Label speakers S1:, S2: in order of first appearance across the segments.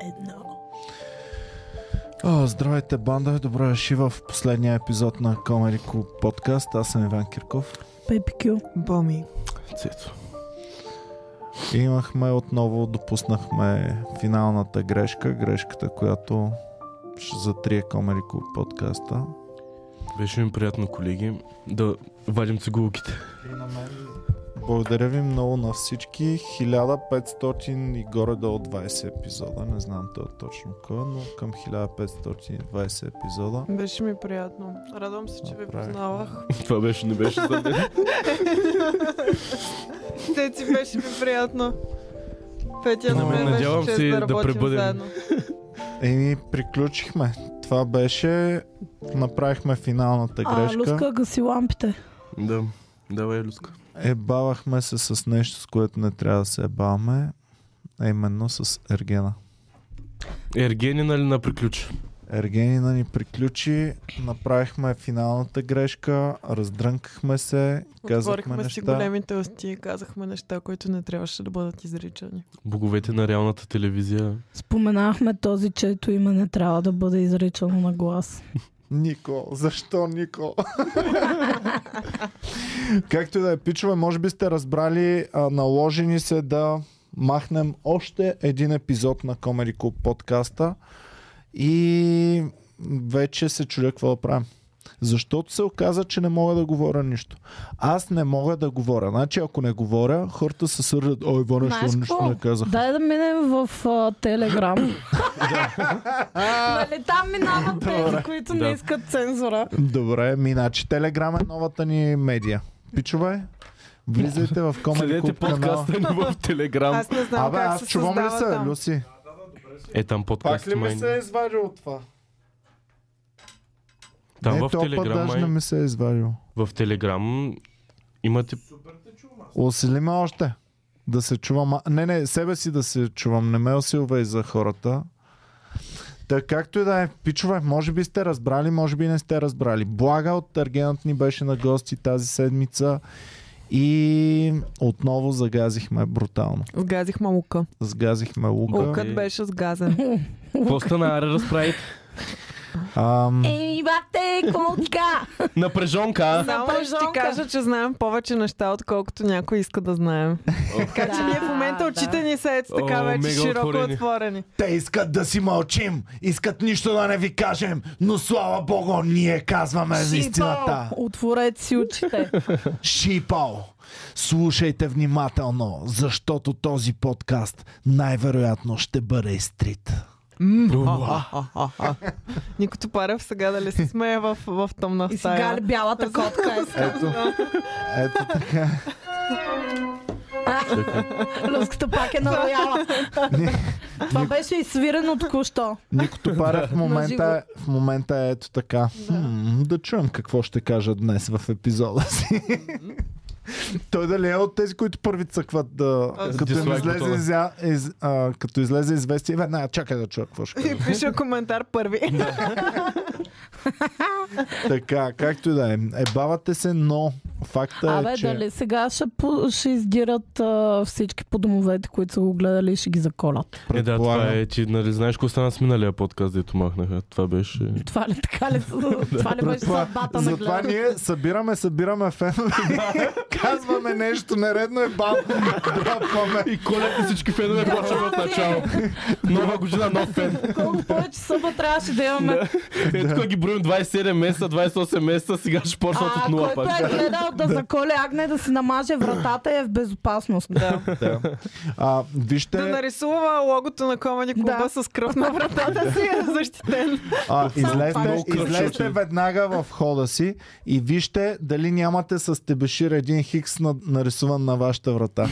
S1: едно.
S2: О, здравейте, банда! Добре дошли в последния епизод на Comedy Club подкаст. Аз съм Иван Кирков.
S1: Беби Кю.
S3: Боми.
S2: Цето. И имахме отново, допуснахме финалната грешка, грешката, която ще затрие Comedy Club подкаста.
S4: Беше ми приятно, колеги, да вадим цигулките.
S2: И на мен. Благодаря ви много на всички. 1500 и горе-долу 20 епизода. Не знам то точно кой, но към 1520 епизода.
S3: Беше ми приятно. Радвам се, че ви
S2: Направих.
S3: познавах.
S4: Това беше, не беше за мен.
S3: Те ти беше ми приятно. Петя, на
S2: Ами,
S3: мен
S4: надявам
S3: беше чест
S4: се
S3: да
S4: да
S3: работим
S4: пребъдем.
S3: заедно.
S2: Еми, приключихме. Това беше. Направихме финалната
S1: А,
S2: Е, грешка.
S1: Луска, гаси лампите.
S4: Да. Давай, Люска.
S2: Ебавахме Е, се с нещо, с което не трябва да се ебаваме. А именно с Ергена.
S4: Ергени, нали, на приключи?
S2: Ергенина ни приключи. Направихме финалната грешка. Раздрънкахме се. Казахме
S3: Отворихме си
S2: неща.
S3: големите усти и казахме неща, които не трябваше да бъдат изричани.
S4: Боговете на реалната телевизия.
S1: Споменахме този, чето име не трябва да бъде изречено на глас.
S2: Нико, защо Нико? Както и да е, пичове, може би сте разбрали, а, наложи ни се да махнем още един епизод на Comedy Club подкаста и вече се чудя какво да правим. Защото се оказа, че не мога да говоря нищо. Аз не мога да говоря. Значи, ако не говоря, хората се сърдят. Ой, Иване,
S1: Знаеш
S2: защо нищо
S1: какво?
S2: не казах.
S1: Дай да минем в а, Телеграм. нали, там минават тези, които
S4: Да.
S1: не искат цензура.
S2: Добре, ми, значи Телеграм е новата ни медия. Пичове, влизайте в Comedy
S4: Следете
S2: Club канала.
S4: подкаста ни в Телеграм.
S3: Аз не знам
S2: Абе,
S3: как
S2: аз
S3: се
S2: чувам ли
S3: създава
S2: се,
S3: там.
S2: Люси?
S4: Е, там подкаст май.
S2: е извадил от това?
S4: Там
S2: не,
S4: в
S2: този път
S4: Телеграм,
S2: даже
S4: май.
S2: не ми се е извадил.
S4: В Телеграм имате...
S2: Усили ме още. Да се чувам. а- Не, не, себе си да се чувам. Не ме усилвай за хората. Та както и да е, пичове, може би сте разбрали, може би не сте разбрали. Блага от Аргенът ни беше на гости тази седмица и отново загазихме брутално.
S3: Сгазихме лука.
S2: Сгазихме лука.
S4: Лука.
S3: Лукът беше сгазен.
S4: Какво стана, аре, разправи?
S2: Ам,
S1: Ей, бате, колка!
S4: Напрежонка!
S3: Само ще ти
S1: пържонка.
S3: кажа, че знаем повече неща, отколкото някой иска да знаем. Така че
S1: Да,
S3: ние в момента
S1: да.
S3: очите ни са ето така
S4: О,
S3: вече
S4: мега
S3: широко
S4: отворени.
S3: отворени.
S2: Те искат да си мълчим, искат нищо да не ви кажем, но слава богу, ние казваме е за истината.
S1: Отворете си очите.
S2: Шипал! Слушайте внимателно, защото този подкаст най-вероятно ще бъде изтрит.
S3: Никото Парев сега дали се смее в, в тъмна
S1: И сега ли
S3: стая.
S1: бялата котка е сега?
S2: Ето, ето така.
S1: Люската пак е нарояла. Това беше изсвирено току-що.
S2: Никото паре в момента, е- в момента е ето така. Хм, да чуем какво ще кажа днес в епизода си. Той дали е от тези, които първи цъкват да...
S3: Аз
S2: Като, им
S4: дислайк
S2: излезе,
S4: бутона.
S2: изя, из, а, като излезе известие, веднага чакай да чуя какво ще кажа.
S3: И пише коментар първи.
S2: Така, както и да е. Ебавате се, но факта
S1: Абе,
S2: е, че...
S1: дали сега ще, по- ще издират а, всички по домовете, които са го гледали и ще ги заколят.
S4: Е, да,
S2: предполагам-
S4: това е, ти, нали, знаеш какво стана с миналия подкаст, дето махнаха. Това беше...
S1: Това ли така ли, това ли беше
S2: Затова,
S1: съдбата на
S2: затова
S1: гледането?
S2: ние събираме, събираме фенове, казваме нещо нередно е бам, драпваме.
S4: И колете всички
S1: Е,
S4: фенове почваме от начало. Нова година, нов фен.
S1: Колко повече съба трябваше да имаме.
S4: Е, тук ги броим 27 месеца, 28 месеца, сега ще почнат от
S1: а
S4: нула
S1: който е
S4: пак.
S1: гледал да заколе агне, да си намаже вратата е в безопасност.
S3: да.
S2: Да. А,
S3: Да
S2: вижте,
S3: нарисува логото на Комани клуба
S1: Да.
S3: с кръв на вратата си е защитен.
S2: а, излезте,
S4: Много кръчо,
S2: излезте
S4: че.
S2: веднага в хода си и вижте дали нямате с тебешир един хикс на, нарисуван на вашата врата.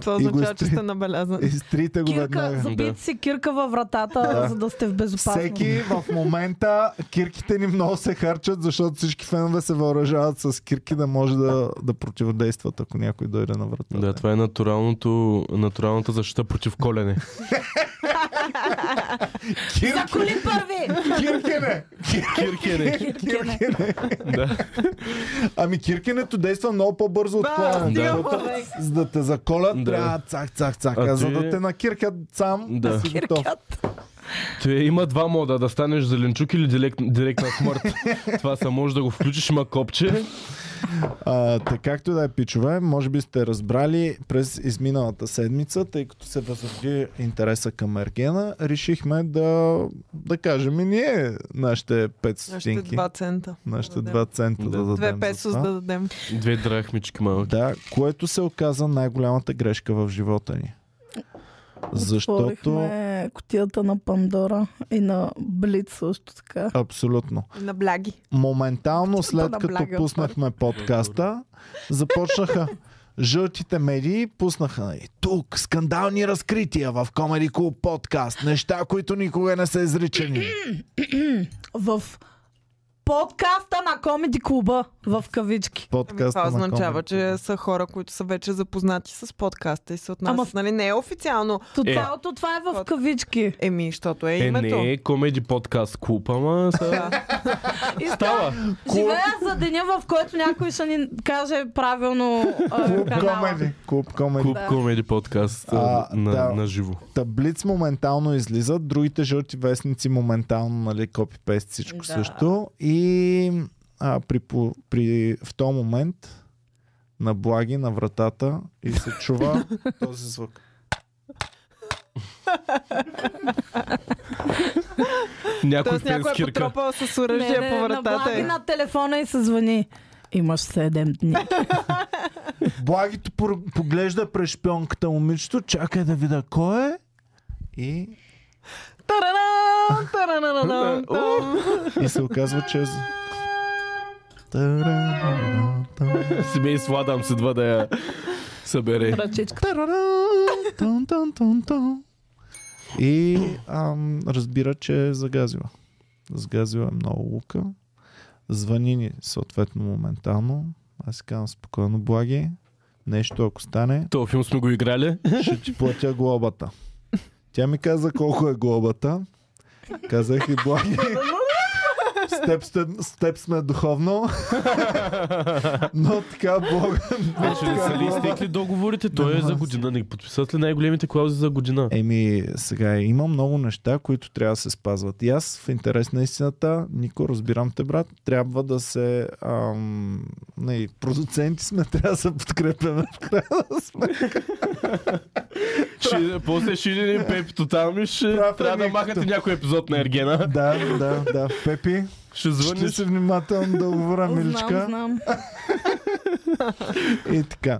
S3: Това
S2: И го
S3: означава, че
S2: изтри-
S3: сте набелязани.
S2: Изтрите го
S1: Кирка,
S2: веднага.
S1: забийте си кирка във вратата,
S2: Да.
S1: за да сте в безопасност.
S2: Всеки в момента кирките ни много се харчат, защото всички фенове се въоръжават с кирки да може да, да противодействат, ако някой дойде на вратата.
S4: Да, това е натуралното, натуралната защита против колене.
S1: Заколи първи!
S2: Киркене!
S4: Киркене.
S2: Киркене!
S4: Да.
S2: Ами киркенето действа много по-бързо от
S3: Да,
S2: коленето.
S4: стига,
S2: Защото За да те заколят,
S4: Да.
S2: трябва цак, цак, цак.
S4: А
S2: А за
S4: ти-
S2: да те накиркят сам,
S4: Да.
S2: да си готов.
S4: Те, има два мода, да станеш зеленчук или директ, директна смърт. Това са може да го включиш, има копче.
S2: А, така както и да е пичове, може би сте разбрали през изминалата седмица, тъй като се възроди интереса към Ергена, решихме да, да кажем и ние нашите 5
S3: Още
S2: стотинки.
S3: 2 цента.
S2: Нашите
S3: да
S2: 2 цента да,
S4: Да.
S2: дадем
S3: Две
S2: за
S3: песос
S2: това.
S3: да дадем.
S4: Две драхмички малки.
S2: Да, което се оказа най-голямата грешка в живота ни. Защото...
S1: Отворихме котията на Пандора и на Блиц също така.
S2: Абсолютно.
S3: На бляги.
S2: моментално след
S3: Да
S2: като
S3: набляга
S2: пуснахме подкаста, започнаха жълтите медии, пуснаха нали, тук скандални разкрития в Comedy Club подкаст, неща, които никога не са изричани.
S1: В подкаста на Комеди клуба в кавички.
S3: Ами, това
S2: Подкаста на
S3: означава,
S2: Comedy Club.
S3: че са хора, които са вече запознати с подкаста и се
S1: Ама
S3: отнасят.
S1: в-
S3: Нали не е официално.
S1: То
S4: Е.
S1: цялото това е в кавички.
S3: Еми, защото е
S4: Е,
S3: името.
S4: не е комеди подкаст клуб, ама са...
S3: Да.
S1: И
S4: Става.
S1: Живея за деня, в който някой ще ни каже правилно а,
S2: Клуб
S1: канала.
S2: Comedy. Клуб Comedy.
S4: Клуб комеди подкаст а,
S2: А,
S4: на,
S2: да.
S4: на живо.
S2: Таблиц моментално излизат, другите жълти вестници моментално, нали, копипест всичко
S1: Да.
S2: също. И а, при, по- при, в този момент на благи на вратата и се чува този звук.
S4: Някой
S3: Тоест
S4: фен
S3: някой е
S4: с кирка.
S3: потропал с
S1: Не,
S3: оръжие
S1: не,
S3: по вратата.
S1: наблаги
S3: е.
S1: на телефона и се звъни. Имаш 7 дни.
S2: Благито пор- поглежда през шпионката момичето, чакай да видя кой е. И,
S3: Тарадан, тарарадан, там.
S2: и се оказва, че... е з- Тарарам,
S4: Смей сладам се два да я събере.
S1: Ръчичка.
S2: тун, тун, тун, тун. И ам, разбира, че е загазила. Загазила е много лука. Звъни ни съответно моментално. Аз си казвам спокойно, благи. Нещо, ако стане,
S4: Този филм сме го играли.
S2: ще ти платя глобата. Тя ми каза колко е глобата. Казах и благи. С теб, сте- с теб сме духовно. Но така, Бог.
S4: Вече не са ли изтекли договорите? Той е за година. Не подписат ли най-големите клаузи за година?
S2: Еми, сега има много неща, които трябва да се спазват. И аз, в интерес на истината, Нико, разбирам те, брат, трябва да се... Ам, не, продуценти сме, трябва да се подкрепяме.
S4: Ще, после ще ни пепито там и ще
S2: Прав е
S4: трябва да
S2: Никото.
S4: махате някой епизод на Ергена.
S2: да, да, да. Пепи,
S4: Ще
S2: ще
S4: звъниш.
S2: си внимателно да говоря, миличка.
S1: Знам, знам.
S2: И така.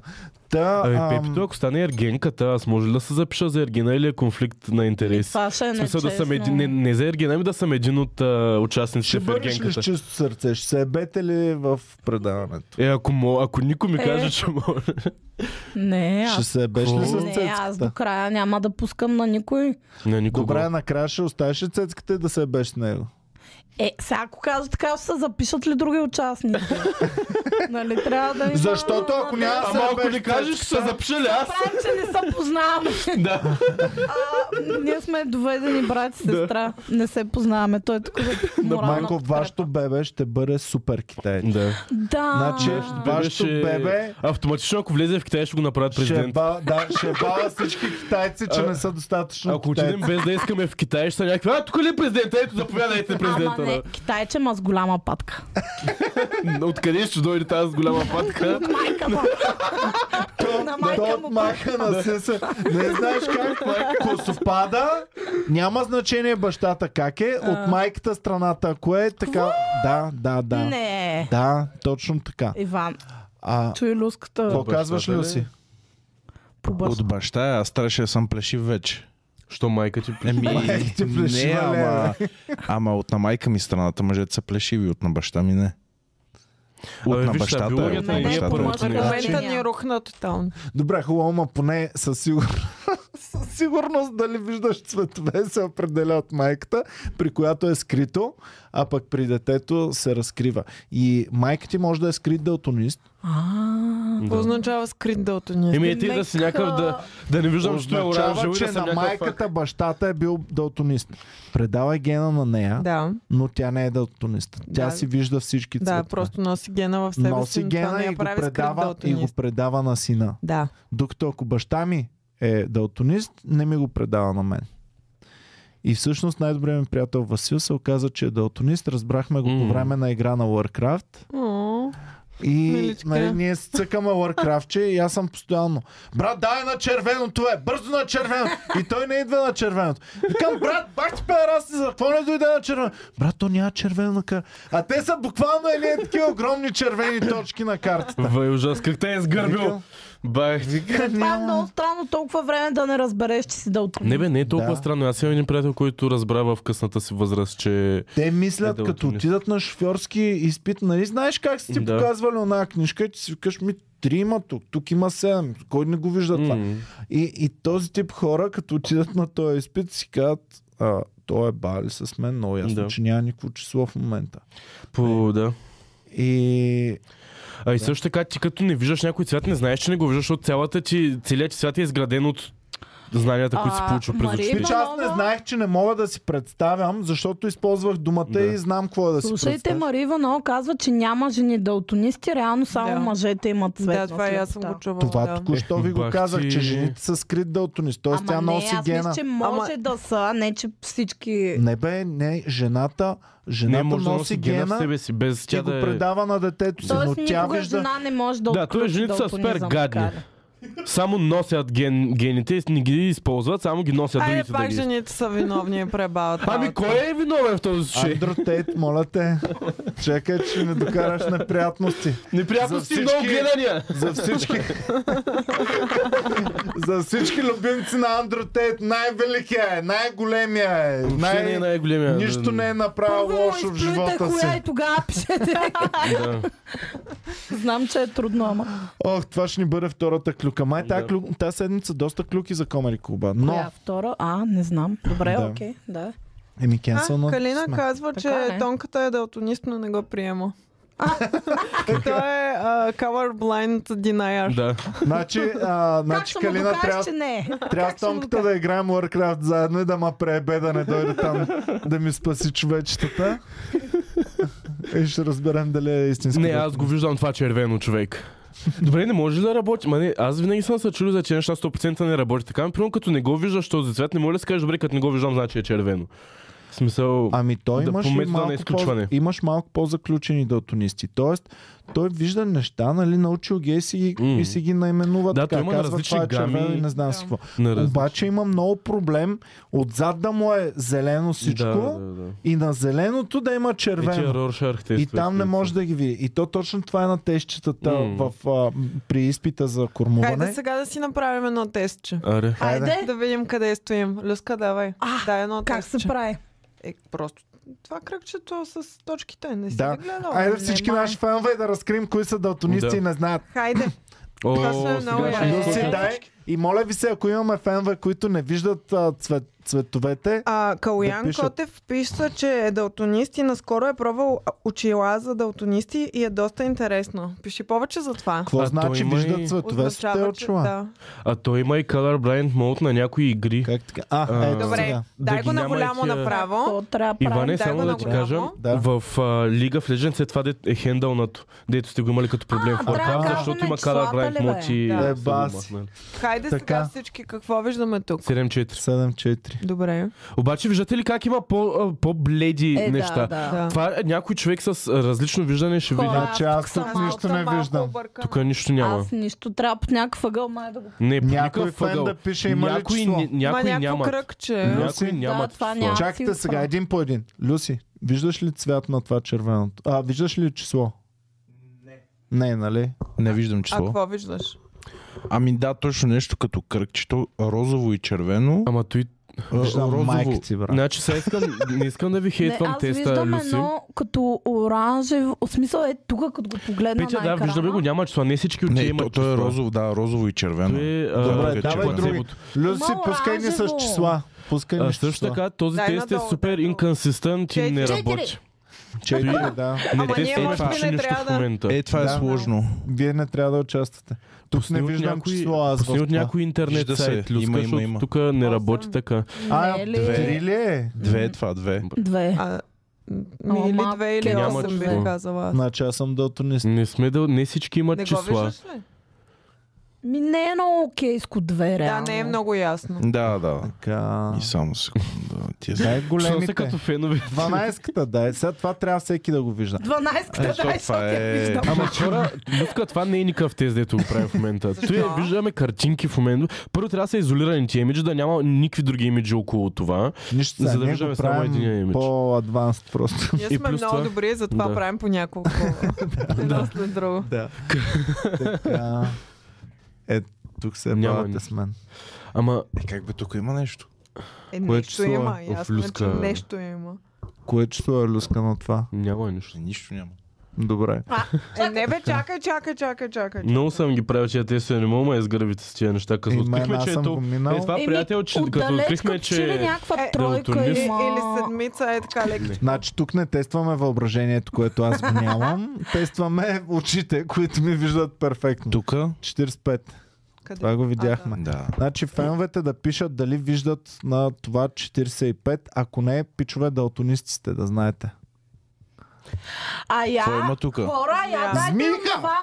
S2: Та,
S4: Абе,
S2: ам,
S4: Ами, Пепито, ако стане Ергенката, аз може ли да се запиша за Ергена или е конфликт на интерес?
S1: Това ще е
S4: В смисъл
S1: нечестно.
S4: да съм един, не, не за Ергена, ами да съм един от а,
S2: ще
S4: участниците в
S2: бъдеш ли с
S4: Ергенката.
S2: чисто сърце? Ще се ебете ли в предаването?
S4: Е, ако, мо, ако никой ми
S1: Е.
S4: каже, че може.
S1: Не,
S2: Ще
S1: аз,
S2: се ебеш ли с
S4: Какво?
S1: не, аз до
S2: цецката?
S1: края няма да пускам на никой.
S4: На никого.
S2: Добре, накрая ще оставиш ли цецката и да се ебеш с него?
S1: Е, сега ако кажа така, ще се запишат ли други участници? нали, трябва да има...
S2: Защото ако няма-
S1: Аз
S4: Ама ако не
S2: беше
S4: кажеш, ще се запиша ли аз?
S1: Правим, че не се познаваме.
S4: Да.
S1: Ние сме доведени брат и сестра. Не се познаваме. Той е тук за морална
S2: Майко,
S1: подкрепа.
S2: вашето бебе ще бъде супер китаец.
S4: да.
S1: Да.
S2: Значи, вашето
S4: Беше-
S2: бебе
S4: Автоматично, ако влезе в Китай, ще го направят
S2: ще,
S4: президент.
S2: ба, да, ще бава всички китайци, че
S4: А,
S2: не са достатъчно
S4: Ако
S2: китайци.
S4: отидем без да искаме в Китай, ще са някакви. А, тук ли е президента? Ето, заповядайте
S1: Ама
S4: президента.
S1: не, китайче ма с голяма патка.
S4: да. Откъде ще дойде тази голяма патка?
S1: Майка му. На майка
S2: Тот
S1: му.
S2: маха на сеса. Не знаеш как, ако совпада, няма значение бащата как е, от майката страната, ако е така... Да, да, да.
S1: Не.
S2: Да, точно така.
S1: Иван,
S2: А,
S1: чуй люската
S2: какво казваш,
S4: бащата ли? е?
S2: Люси?
S1: по бързо.
S5: От баща, е, аз трябваше да съм плешив вече.
S4: Що майка ти плещи?
S5: Еми,
S2: ти е
S5: не,
S2: плешива,
S5: ама, ама от на майка ми страната мъжете са плешиви, от на баща ми не. От
S4: Абе,
S5: на
S4: виж,
S5: бащата е,
S4: биологията
S5: от на
S1: не е
S5: бащата е.
S1: първо
S5: от на
S2: значи
S1: така.
S5: бащата.
S3: Момента ни рухна тотално.
S2: Добре, хубаво, ама поне със сигурност, със сигурност дали виждаш цветове се определя от майката, при която е скрито, а пък при детето се разкрива. И майка ти може да е скрит далтонист.
S1: А,
S3: Какво означава скрит далтонизъм?
S4: Еми, е ти да си някакъв да, да не виждам, че той е
S2: Означава,
S4: оранжево и
S2: че
S4: да съм
S2: на
S4: някакъв
S2: майката
S4: фак.
S2: бащата е бил далтонист. Предава гена на нея, да.
S3: Да,
S2: но тя не е далтонист. Тя
S3: Да.
S2: си вижда всички цветове.
S3: да, просто носи гена в себе
S2: носи
S3: си, но това
S2: гена
S3: не
S2: и
S3: я
S2: го,
S3: прави скрит
S2: предава, и го
S3: далтонист.
S2: предава на сина.
S3: Да.
S2: Докато ако баща ми е далтонист, не ми го предава на мен. И всъщност най-добрият ми приятел Васил се оказа, че е далтонист. Разбрахме го по
S4: М.
S2: време на игра на Warcraft.
S3: О,
S2: И
S3: Миличка.
S2: нали, ние си цъкаме Warcraft и аз съм постоянно. Брат, дай на червеното, бе! Бързо на червеното! И той не идва на червеното. Викам, брат, бах ти педерасти, за какво не дойде на червено? Брат, то няма червено на кар... А те са буквално или такива огромни червени точки на картата.
S4: Вай ужас, как те е сгърбил.
S2: Викам.
S4: Бай.
S2: Вика,
S1: Това е
S2: няма.
S1: много странно толкова време да не разбереш, че си дал
S4: Не бе, не е толкова
S2: Да.
S4: да. странно. Аз имам един приятел, който разбра в късната си възраст, че...
S2: Те мислят,
S4: Е, да,
S2: като
S4: отиваме.
S2: отидат на шофьорски изпит, нали знаеш как си ти
S4: Да.
S2: показвали една книжка и ти си викаш, ми три има тук, тук има седем, кой не го вижда е това.
S4: М.
S2: И, и този тип хора, като отидат на този изпит, си казват, а, той е бали с мен, много ясно, да.
S4: Да.
S2: че няма никакво число в момента.
S4: По, да.
S2: И
S4: А и също така, ти като не виждаш някой цвят, не знаеш, че не го виждаш, защото цялата ти, целият ти цвят е изграден от знанията, които си
S1: А,
S4: получил през
S1: Мария
S4: очите.
S2: Пич, аз не
S1: Иванова-
S2: знаех, че не мога да си представям, защото използвах думата
S4: Да.
S2: и знам какво е да си
S1: Слушайте,
S2: представя.
S1: Мари Иванова казва, че няма жени далтонисти, реално само
S3: Да.
S1: мъжете имат цвет.
S3: да,
S1: на
S3: това и аз съм
S1: слепота.
S3: го чувала.
S2: Това
S3: да.
S2: току-що
S4: Ех,
S2: ви го
S4: бах
S2: казах,
S4: ти.
S2: че жените са скрит далтонист, т.е.
S1: Ама
S2: тя
S1: не,
S2: носи
S1: аз
S2: гена.
S1: мисля, че може да са, а не че всички...
S2: Не бе, не, жената, жената
S4: Не може да носи гена в
S2: гена
S4: себе си, без
S2: тя
S4: тя
S2: го
S4: да е...
S2: предава на детето си, но
S1: Тоест
S2: тя
S1: никога
S2: вижда...
S1: жена не може да
S4: Да, той
S1: отключи
S4: жените са супер
S1: далтонизъм,
S4: гадни.
S1: така ли?
S4: Само носят ген, гените и не ги използват, само ги носят
S3: Айде,
S4: другите да
S3: пак
S4: ги използват.
S3: жените са виновни е и пребават.
S4: Ами
S3: работа.
S4: кой е виновен в този случай?
S2: Андрю Тейт, моля те, чакай, че не докараш неприятности.
S4: Неприятно
S2: За
S4: си
S2: всички-
S4: много гледания.
S2: За всички. за всички любимци на Андрю Тейт, най-великия е, най-големия е.
S4: Въобще не е
S2: Най...
S4: най-големия.
S2: Нищо не е направил
S1: Първо му
S2: лошо в
S1: изплюйте
S2: живота
S1: коя е
S2: си.
S1: и тогава пишете.
S4: Да.
S1: Знам, че е трудно, ама.
S2: Ох, това ще ни бъде втората клюка. Май тази
S4: Да.
S2: клю... тая седмица доста клюки за Комери Клуба. Но,
S1: Коя втора? А, не знам. Добре,
S2: Да.
S1: окей, да.
S2: еми
S3: А,
S2: кенсъл на...
S3: Калина казва, че
S1: Така е.
S3: тонката е далтонист, но не го приема. Той е а, colorblind denier.
S4: да.
S2: Значи, а,
S1: Как
S2: значи
S1: ще му
S2: Калина
S1: докажеш,
S2: трябва...
S1: че не е?
S2: Трябва с
S1: ще му
S2: томката
S1: кажа?
S2: да играем Warcraft заедно и да ма пребе да не дойде там да ми спаси човечетата. И ще разберем дали е истинско.
S4: Не, аз го виждам това червено човек. Добре, не може ли да работи? Ма не, аз винаги съм се чудил за че неща 100% не работи. Така, например, като не го виждаш този цвят, не може ли да си кажеш, добре, като не го виждам, значи е червено. В смисъл,
S2: Ами той
S4: Да
S2: имаш, и
S4: поместо да не
S2: малко
S4: е изключване.
S2: по, имаш малко по-заключени далтонисти. Тоест, той вижда неща, нали, научил ги и си ги,
S4: Мм.
S2: и си ги наименува.
S4: Да,
S2: така,
S4: той има
S2: казва,
S4: различни
S2: това е червено
S4: гами.
S2: и не знам
S3: Да.
S2: си какво.
S4: на различни-
S2: Обаче има много проблем отзад да му е зелено всичко
S4: Да, да, да.
S2: и на зеленото да има червено.
S4: Е, тия Роршах
S2: И
S4: тестове,
S2: там не
S4: които-
S2: може да ги види. И то точно това е на тещетата
S4: М.
S2: в, а, при изпита за
S3: Хайде
S2: кормуване.
S3: сега да си направим едно тестче.
S4: Аре.
S2: е.
S1: Хайде.
S3: Да видим къде стоим. Люска, давай.
S1: А,
S3: Дай едно
S1: Как
S3: тестче.
S1: се прави?
S3: Е, просто това кръгчето с точките. Не си
S2: Да.
S3: да. гледал.
S2: Айде всички
S1: май.
S2: наши фенове да разкрием кои са далтонисти
S4: Да.
S2: и не знаят.
S3: Хайде.
S4: О,
S3: Това са
S4: сега
S3: много
S4: ще
S3: яки.
S4: изкочим.
S2: Люси,
S1: Е.
S2: дай. И моля ви се, ако имаме фенове, които не виждат а, цвет, цветовете,
S3: А, Калоян
S2: Да
S3: да
S2: пишат.
S3: Котев писа, че е далтонист и наскоро е пробвал а, очила за далтонисти и е доста интересно. Пиши повече за това.
S2: какво
S4: А,
S2: значи
S4: той има
S2: виждат
S4: и-
S2: цветове с те
S3: че...
S2: очила?
S3: Да.
S4: А той има и colorblind mode на някои игри.
S2: Как така? А,
S4: А,
S2: ето
S3: Добре,
S2: сега.
S3: дай
S4: Да
S3: го
S4: ги
S3: на
S4: няма
S3: голямо
S4: тия-
S3: направо.
S1: То трябва да прави.
S4: Иване,
S3: дай
S4: само
S3: го
S4: да
S3: на
S4: ти
S3: голямо.
S4: кажа,
S2: Да.
S4: в а, League of Legends е това де е хендълнато, дето сте го имали като проблем
S1: А,
S4: в Warcraft,
S2: трябва да
S4: е защото
S1: казваме
S4: има
S1: числата
S4: colorblind
S1: ли, бе?
S4: mode и...
S3: Да.
S4: са
S2: Е,
S4: го
S2: бас.
S4: махнали.
S3: Хайде
S2: Така.
S3: сега всички какво виждаме тук.
S4: 7-4.
S2: 7-4.
S3: Добре.
S4: Обаче виждате ли как има по, а, по-бледи
S1: Е,
S4: неща?
S1: да, да.
S3: Да.
S4: Това е някой човек с а, различно виждане ще
S1: Хора,
S4: види.
S2: Значи аз
S1: съм
S2: тук
S1: малко-
S2: нищо не виждам.
S4: Тук нищо няма.
S1: Аз нищо трябва под някакъв ъгъл май да го...
S4: Не, по
S2: Някой
S4: някакъв
S2: фен
S4: фъгъл.
S2: да пише има ли
S4: някой,
S2: число?
S4: ня- някой
S3: Ма някакво
S4: няма.
S3: кръгче.
S4: Някой няма.
S1: Да, това няма.
S2: Чакайте
S1: Аз си
S2: сега,
S1: отварям.
S2: един по един. Люси, виждаш ли цвят на това червеното? А, виждаш ли число? Не. Не, нали?
S5: Не виждам
S3: А
S5: число.
S3: какво виждаш?
S5: Ами да, точно нещо като кръгчето, розово и червено.
S4: Ама той...
S5: а,
S2: Виждам майка
S5: розово.
S2: ти, брат.
S4: Значи сега искам, не искам да ви
S1: Не,
S4: хейтвам
S1: аз
S4: теста,
S1: виждам
S4: Люси.
S1: едно като оранжево. В смисъл е тук, като го погледна
S4: Петя,
S1: на
S4: да,
S1: екрана.
S4: виждаме го, няма числа. Не всички от тия
S5: Не,
S4: имат
S5: то, то е
S4: числа.
S5: розово, да, розово и червено.
S4: Той е, а,
S5: Добре,
S4: тук е червено.
S5: давай
S2: други. Люси,
S1: Има
S2: пускай ни с
S1: оранжево.
S2: числа. Пускай ни
S4: А,
S2: с числа.
S4: също така, този
S3: Дай
S4: тест е
S3: надолу,
S4: супер
S3: надолу.
S4: инконсистент и не
S3: Четири.
S4: работи.
S2: Четири, да.
S4: Не,
S3: Ама
S4: те
S3: ние
S4: са
S5: може би
S4: учили
S3: не
S4: нещо
S3: трябва
S4: в
S3: да-
S4: момента.
S5: Е, това е
S2: Да.
S5: сложно.
S2: Вие не трябва да участвате. Тук
S4: Пусни
S2: не
S4: от
S2: виждам
S4: някой-
S2: число аз в
S4: Пусни от
S2: това.
S4: някой интернет
S5: Вижда се.
S4: сайт,
S5: Има, има,
S4: Люска, защото
S5: има.
S4: тук не работи
S3: Осем.
S4: така.
S2: А,
S1: Не е ли?
S2: три ли е?
S5: Две е това, две.
S1: Две.
S3: А, м,
S1: О,
S3: или
S1: малко
S3: две или
S1: няма
S3: осем бих
S4: число.
S3: казала аз.
S2: Значи аз съм далтонист.
S4: Не сме да... Не всички имат
S3: Не го
S4: числа.
S3: виждаш ли?
S1: Ми не е много кейско две,
S3: Да,
S1: реално.
S3: не е много ясно.
S5: Да, да.
S2: Така...
S5: И само секунда. Ти е...
S2: Дай
S4: Що са
S2: големите.
S4: като фенове?
S2: 12-ката, дай. Сега това трябва всеки да го вижда.
S1: 12-та,
S5: Е,
S1: да,
S5: защото
S1: защото
S5: това
S1: я
S5: е-
S1: виждам.
S4: Ама хора, Люска, това не е никакъв тест, дето го прави в момента.
S3: Защо?
S4: Той е, виждаме картинки в момента. Първо трябва да са изолирани ти имиджи, да няма никакви други имиджи около това.
S2: Нищо
S4: За
S2: сега,
S4: да
S2: ние
S4: виждаме
S2: го
S4: само
S2: правим
S4: единия имидж.
S2: по-адванс просто.
S3: Ние
S4: И
S3: сме
S4: плюс
S3: много
S4: това-
S3: добри, затова
S4: Да.
S3: правим по няколко. Едно след друго.
S2: Да. така. Е, тук се
S4: Няма
S2: бавате
S4: нищо.
S2: с мен.
S4: Ама
S5: Е, как бе, тук има нещо.
S3: Е,
S4: Кое
S3: нещо
S4: число е?
S3: има.
S4: Оф,
S3: Ясно, е, че
S4: люска.
S3: нещо има.
S2: Кое число е люска на това?
S4: няма нищо.
S5: Нищо няма.
S2: Добре.
S3: Е, не бе, чакай, чакай, чакай, чакай.
S4: Много съм ги правил, че те се не мога да изгърбите с тия неща. Като
S2: И мен
S4: открихме,
S2: аз
S4: че е
S2: съм го
S4: толкова... Е,
S2: минал.
S4: това
S1: Еми,
S4: приятел, че като
S1: Отдалеч
S4: открихме,
S1: като че ли
S4: че...
S1: някаква
S3: Е,
S1: тройка
S4: Далтонис.
S3: Е,
S1: има.
S3: или седмица е така леко.
S2: Значи тук не тестваме въображението, което аз го нямам. тестваме очите, които ми виждат перфектно.
S5: Тук?
S2: 45.
S3: Къде?
S2: Това го видяхме.
S5: Да.
S2: Значи феновете да пишат дали виждат на това 45, ако не, пичове далтонисти сте, да знаете.
S1: А я,
S5: Какво има тука?
S1: хора, я,
S3: Змия.
S1: дайте
S2: Змийка!
S1: онова.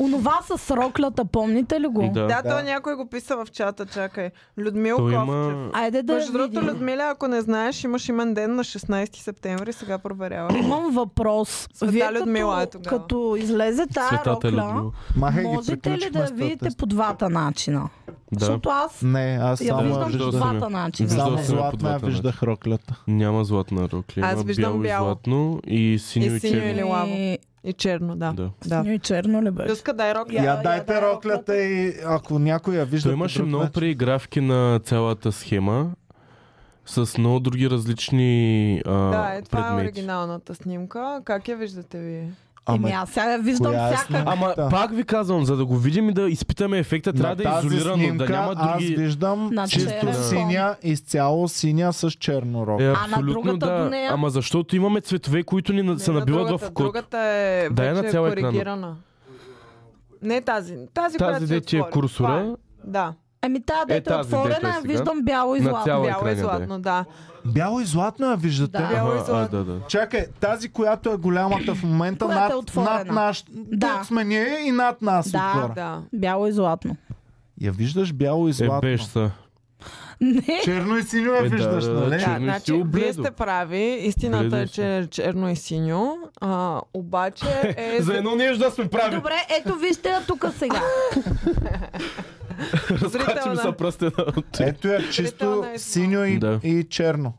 S1: Онова с роклята, помните ли го?
S4: Да.
S2: Да.
S3: Да, то някой го писа в чата, чакай. Людмил
S4: Той
S3: Ковчев.
S4: има...
S1: Айде да
S3: Между другото,
S1: видим.
S3: Людмиля, ако не знаеш, имаш имен ден на 16 септември, сега проверявам.
S1: Имам въпрос.
S3: Света Людмила е
S1: като,
S3: тогава.
S1: като излезе тази
S4: Светата
S1: рокля,
S4: Людмила.
S2: Махай ги,
S1: можете ли
S2: приключихме
S1: да
S2: с този
S1: видите
S2: тест.
S1: по двата начина?
S4: Да.
S1: Защото аз
S2: Не, аз
S1: я
S2: само,
S1: виждам
S4: виждал
S1: по
S2: виждах,
S4: съм я.
S1: двата начина.
S4: Виждал
S2: само
S4: съм я по
S2: златна я
S4: двата
S2: виждах роклята.
S4: Няма златна рокля.
S3: Аз
S4: Има
S3: виждам
S4: бяло и
S3: бяло.
S4: златно и синьо
S3: И синьо
S4: и черно.
S3: или лаво.
S1: И-
S3: И черно, да.
S4: Да.
S3: да.
S1: Синьо и черно ли беше?
S3: Люска, дай рок.
S1: Я-
S2: Я
S1: я
S2: дайте
S1: дай
S2: роклята
S1: роклята.
S2: и ако някой я вижда
S4: Той
S2: по
S4: имаше
S2: друг
S4: много
S2: начин-
S4: преигравки на цялата схема с много други различни а,
S3: Да, е, това е
S4: предмети.
S3: оригиналната снимка. Как я виждате вие?
S1: Ами
S2: Ама
S1: аз сега я виждам
S2: коя е
S1: всяка.
S4: Ама
S2: Да.
S4: пак ви казвам, за да го видим и да изпитаме ефекта, трябва
S2: на
S4: да е
S2: тази
S4: изолирано,
S2: снимка
S4: да няма
S2: Аз
S4: други...
S2: виждам
S1: На
S2: чисто
S1: черен фон.
S2: синя, изцяло синя с черно рок.
S4: Е,
S1: на
S4: абсолютно
S1: другата
S4: да.
S1: до нея?
S4: Ама защото имаме цветове, които ни на- се
S3: Не, на
S4: набиват
S3: другата.
S4: в код.
S3: Другата е
S4: Дай на
S3: вече
S4: цял екран.
S3: коригирана. Не тази. Тази,
S4: Тази
S3: която
S4: де ти е
S3: отвори. Това
S4: курсора,
S3: е. Да.
S1: Ами тази
S4: Е,
S1: дете е,
S4: тази дето
S1: отворена,
S4: е
S1: я
S4: сега.
S1: виждам бяло и
S4: На
S1: златно.
S4: цяло е
S3: Бяло и
S4: екрана, да е.
S3: златно, да.
S2: Бяло и златно я виждате.
S1: Да.
S3: Бяло и
S4: Ага, а,
S3: златно.
S4: да, Е, да.
S2: Чакай, тази, която е голямата в момента,
S1: Която е
S2: над,
S1: отворена.
S2: над наш,
S1: Да.
S2: тук сме ние и над нас
S1: Да.
S2: отгоре.
S3: Да.
S1: Бяло и златно.
S2: Я виждаш бяло и
S4: Е,
S2: златно.
S4: беше са.
S1: Не,
S2: Черно и синьо я
S4: Е, да,
S2: виждаш,
S4: да,
S2: нали?
S4: черно.
S3: Да,
S4: и
S3: значи,
S4: синьо,
S3: вие
S4: бледо.
S3: сте прави. Истината
S4: Бледо
S3: е, че е черно и синьо. А, обаче е...
S4: За едно нещо да сме прави.
S1: добре, ето вижте я тук сега.
S4: Разклачи ми
S3: зрителна.
S4: са пръстена от...
S2: Ето е чисто
S3: Зрителна е
S2: синьо и,
S4: Да.
S2: и черно.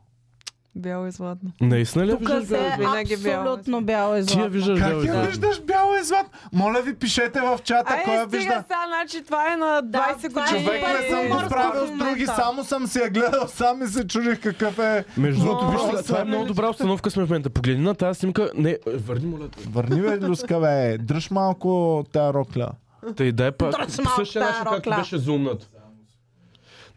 S3: Бяло и златно.
S4: Наистина ли я
S1: Тук
S4: виждаш
S1: се е
S4: бяло?
S3: Винаги бяло.
S1: абсолютно бяло и
S4: Ти я
S1: златно.
S4: виждаш бяло.
S2: Как
S4: и
S2: я
S4: златно.
S2: виждаш бяло и златно? Моля ви, пишете в чата,
S3: Е,
S2: кой я
S3: стига
S2: вижда.
S3: сега, значи това е на 20
S1: това е
S3: години.
S2: Човек не съм
S1: Е,
S2: го
S1: е,
S2: правил
S1: в
S2: с
S1: момента.
S2: други, само съм си я гледал сам и се чудих какъв е.
S4: Между
S2: О,
S4: другото, вижте, сега, това е
S2: сладко.
S4: много добра обстановка сме в момента. Погледни на тази снимка. Не, е, върни, моля. те.
S2: Върни бе, Люска, бе. Дръж малко тая рокля.
S4: Тъй, дай пак.
S1: Дръж малко
S4: Същия
S1: тая
S4: начин, както
S1: рокля.
S4: беше зумнат.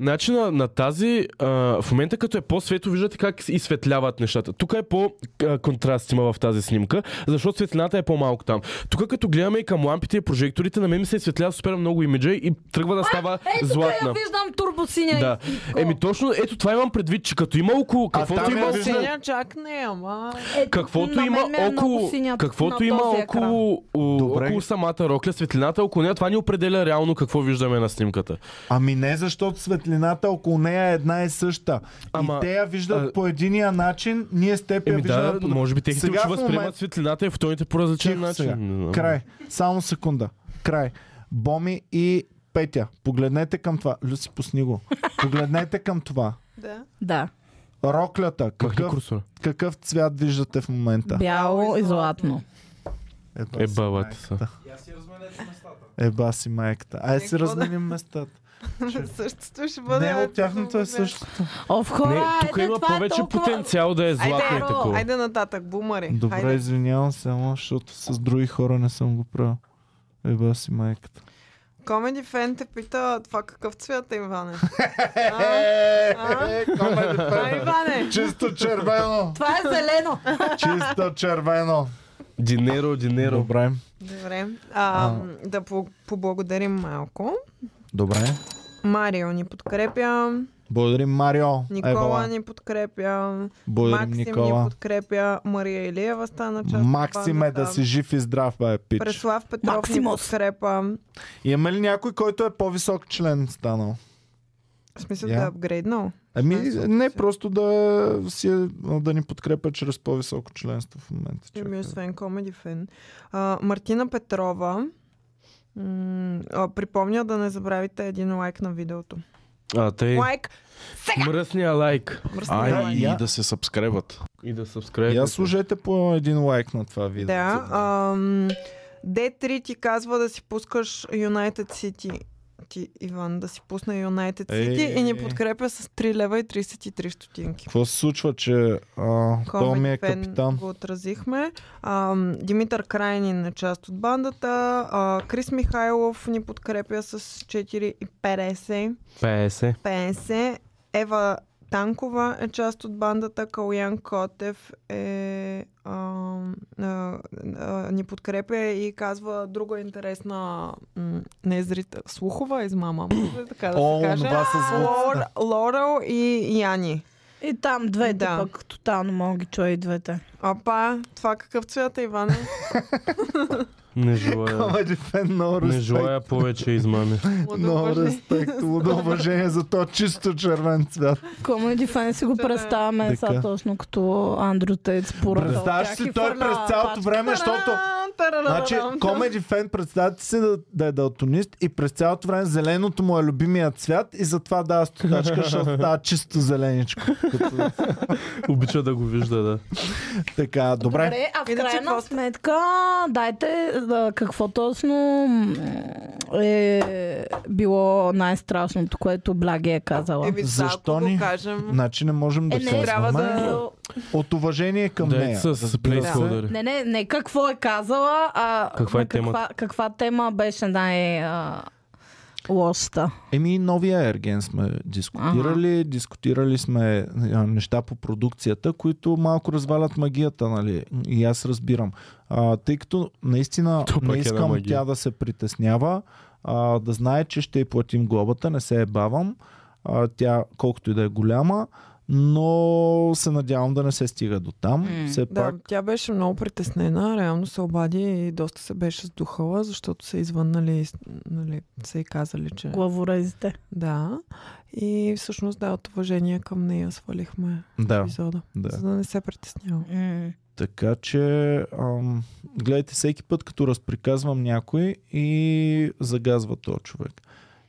S4: Значи на, на тази, а, в момента като е по-светло, виждате как изсветляват нещата. Тук е по-контраст има в тази снимка, защото светлината е по-малко там. Тук като гледаме и към лампите и прожекторите, на мен ми се изсветлява супер много имиджа и тръгва да става
S1: Ей, тук я
S4: златна.
S1: виждам турбосиня.
S4: Да.
S1: и- и-
S4: Еми точно, ето това имам предвид, че като има около
S2: А
S4: каквото
S2: там я
S4: има
S2: виждам.
S4: около
S3: Синя чак не, е, ама...
S1: Ето,
S4: Каквото
S1: на
S4: има
S1: мен ми е много
S4: около,
S1: синя
S4: каквото
S1: на
S4: има
S1: този екран.
S4: около, о,
S2: Добре.
S4: около самата рокля, светлината около нея, това ни определя реално какво виждаме на снимката.
S2: Ами не, защото светлината около нея е една и съща.
S4: Ама,
S2: и те я виждат
S4: а-
S2: по единия начин, ние с теб я
S4: Еми да,
S2: виждаме по
S4: може би техните
S2: Сега
S4: очи
S2: в
S4: възприемат
S2: момент-
S4: светлината и фотоните по различен
S2: Тихо
S4: начин.
S2: сега.
S4: Не знам.
S2: Край. Само секунда. Край. Боми и Петя, погледнете към това. Люси, пусни го. Погледнете към това.
S3: Да.
S1: Да.
S2: Роклята.
S4: Махни
S2: Какъв,
S4: курсора.
S2: какъв цвят виждате в момента?
S1: Бяло и златно.
S2: Еба,
S4: Е,
S2: си
S4: балата
S2: майката.
S4: са.
S2: Еба си майката. Ай си
S3: Какво да-
S2: разменим местата.
S3: Същото ще бъде...
S2: Не, от тяхното е същото.
S1: О, в хора,
S4: Не, тук
S1: айде,
S4: има
S1: това е
S4: повече
S1: толкова-
S4: потенциал да е златно и
S3: Айде,
S4: такова.
S3: айде нататък, бумари.
S2: Добре,
S3: Айде.
S2: извинявам се, ама, защото с други хора не съм го правил. Еба си майката.
S3: Комеди фен те пита това какъв цвят е, Иване. А?
S2: Е,
S3: А? А, Иване,
S2: Чисто червено!
S1: Това е зелено.
S2: Чисто червено!
S4: Динеро, динеро.
S2: Добре.
S3: Добре. А, да по- поблагодарим малко.
S2: Добре.
S3: Марио ни подкрепя.
S2: Благодарим, Марио.
S3: Никола
S2: Евала.
S3: ни подкрепя.
S2: Благодарим,
S3: Максим ни
S2: Никола.
S3: подкрепя. Мария Илиева стана част. от
S2: Максиме, да
S3: бандата.
S2: си жив и здрав, бе, пич.
S3: Преслав Петров ни
S1: Максимов.
S3: подкрепа.
S2: Има ли някой, който е по-висок член станал?
S3: В смисъл
S2: Я.
S3: да е апгрейднал.
S2: Ами,
S3: Членството
S2: не,
S3: си.
S2: просто да, си, е- да ни подкрепя чрез по-високо членство в момента.
S3: Еми,
S2: Чакай.
S3: освен комеди фен. А, Мартина Петрова. М- а, припомня да не забравите един лайк на видеото.
S4: А, тъй.
S3: Лайк!
S4: Мръсния лайк.
S3: Мръсна
S5: А,
S3: лайк.
S5: и,
S2: Я-
S5: и да се сабскребат.
S4: И да сабскрайб.
S2: Я служете по един лайк на това видео.
S3: Да. Ам, D3 ти казва да си пускаш United City. Ти, Иван, да си пусна United City
S2: Е.
S3: и ни подкрепя с 3 лева и 33 стотинки.
S2: Какво се случва, че а, то ми е
S3: Фен
S2: капитан?
S3: го отразихме. А, Димитър Крайнин е част от бандата. А, Крис Михайлов ни подкрепя с 4,50.
S4: 50.
S3: 50. Ева Танкова е част от бандата. Калян Котев е, а, а, а, ни подкрепя и казва друга интересна м, не зрита, слухова измама. Може ли така да
S2: О,
S3: се каже?
S2: това с
S3: Лор,
S2: звуците.
S3: Лорел и Яни.
S1: И там двете
S3: Да.
S1: да. пък тотално мога ги чуя и двете.
S3: Опа, това какъв цвят е, Иване?
S4: Не желая.
S2: Comedy Fan, много
S4: Не
S2: респект.
S4: желая повече измами.
S2: Много респект. Лудо уважение за то чисто червен цвят.
S1: Комеди фен си го
S3: Да.
S1: представяме
S2: Така.
S1: сега точно като Андрю Тейт според
S2: Представяш си той през цялото време, защото... Значи, комеди фен, представете си да, да е далтонист и през цялото време зеленото му е любимия цвят и затова дава стотачка, защото става чисто зеленичко. Като...
S4: Обича да го вижда, да.
S2: Така, добре.
S1: Добре, а в
S3: Иначе
S1: крайна
S3: какво?
S1: сметка, дайте да, какво точно м, е било най-страшното, което Благи е казала.
S3: Еми,
S2: Защо
S3: защо
S2: ни?
S3: ни? кажем.
S2: Значи не можем да
S1: Е, не,
S3: трябва
S2: казваме.
S3: да-
S2: От уважение към
S4: Дайте
S2: нея.
S4: с
S2: се.
S4: плейсхолдери.
S1: Не, не, не какво е казала, а
S4: Каква е
S1: на каква,
S4: темата?
S1: каква тема беше най- а, лошата.
S2: Еми, новия Ерген сме дискутирали. Дискутирали сме а, неща по продукцията, които малко развалят магията, нали? И аз разбирам. А, тъй като наистина
S4: То пак
S2: не
S4: е една
S2: искам
S4: магия.
S2: тя да се притеснява, а, да знае, че ще й платим глобата, не се е бавам. А, тя, колкото и да е голяма, но се надявам да не се стига до там.
S1: М,
S2: Все
S3: Да,
S2: пак
S3: тя беше много притеснена, реално се обади и доста се беше сдухала, защото са извъннали, и с- нали, са и казали, че
S1: Главорезите.
S3: да. И всъщност да, от уважение към нея свалихме
S2: да,
S3: епизода,
S2: да.
S3: за да не се притеснява.
S1: М.
S2: Така че, ам, гледайте всеки път, като разприказвам някой и загазва то човек.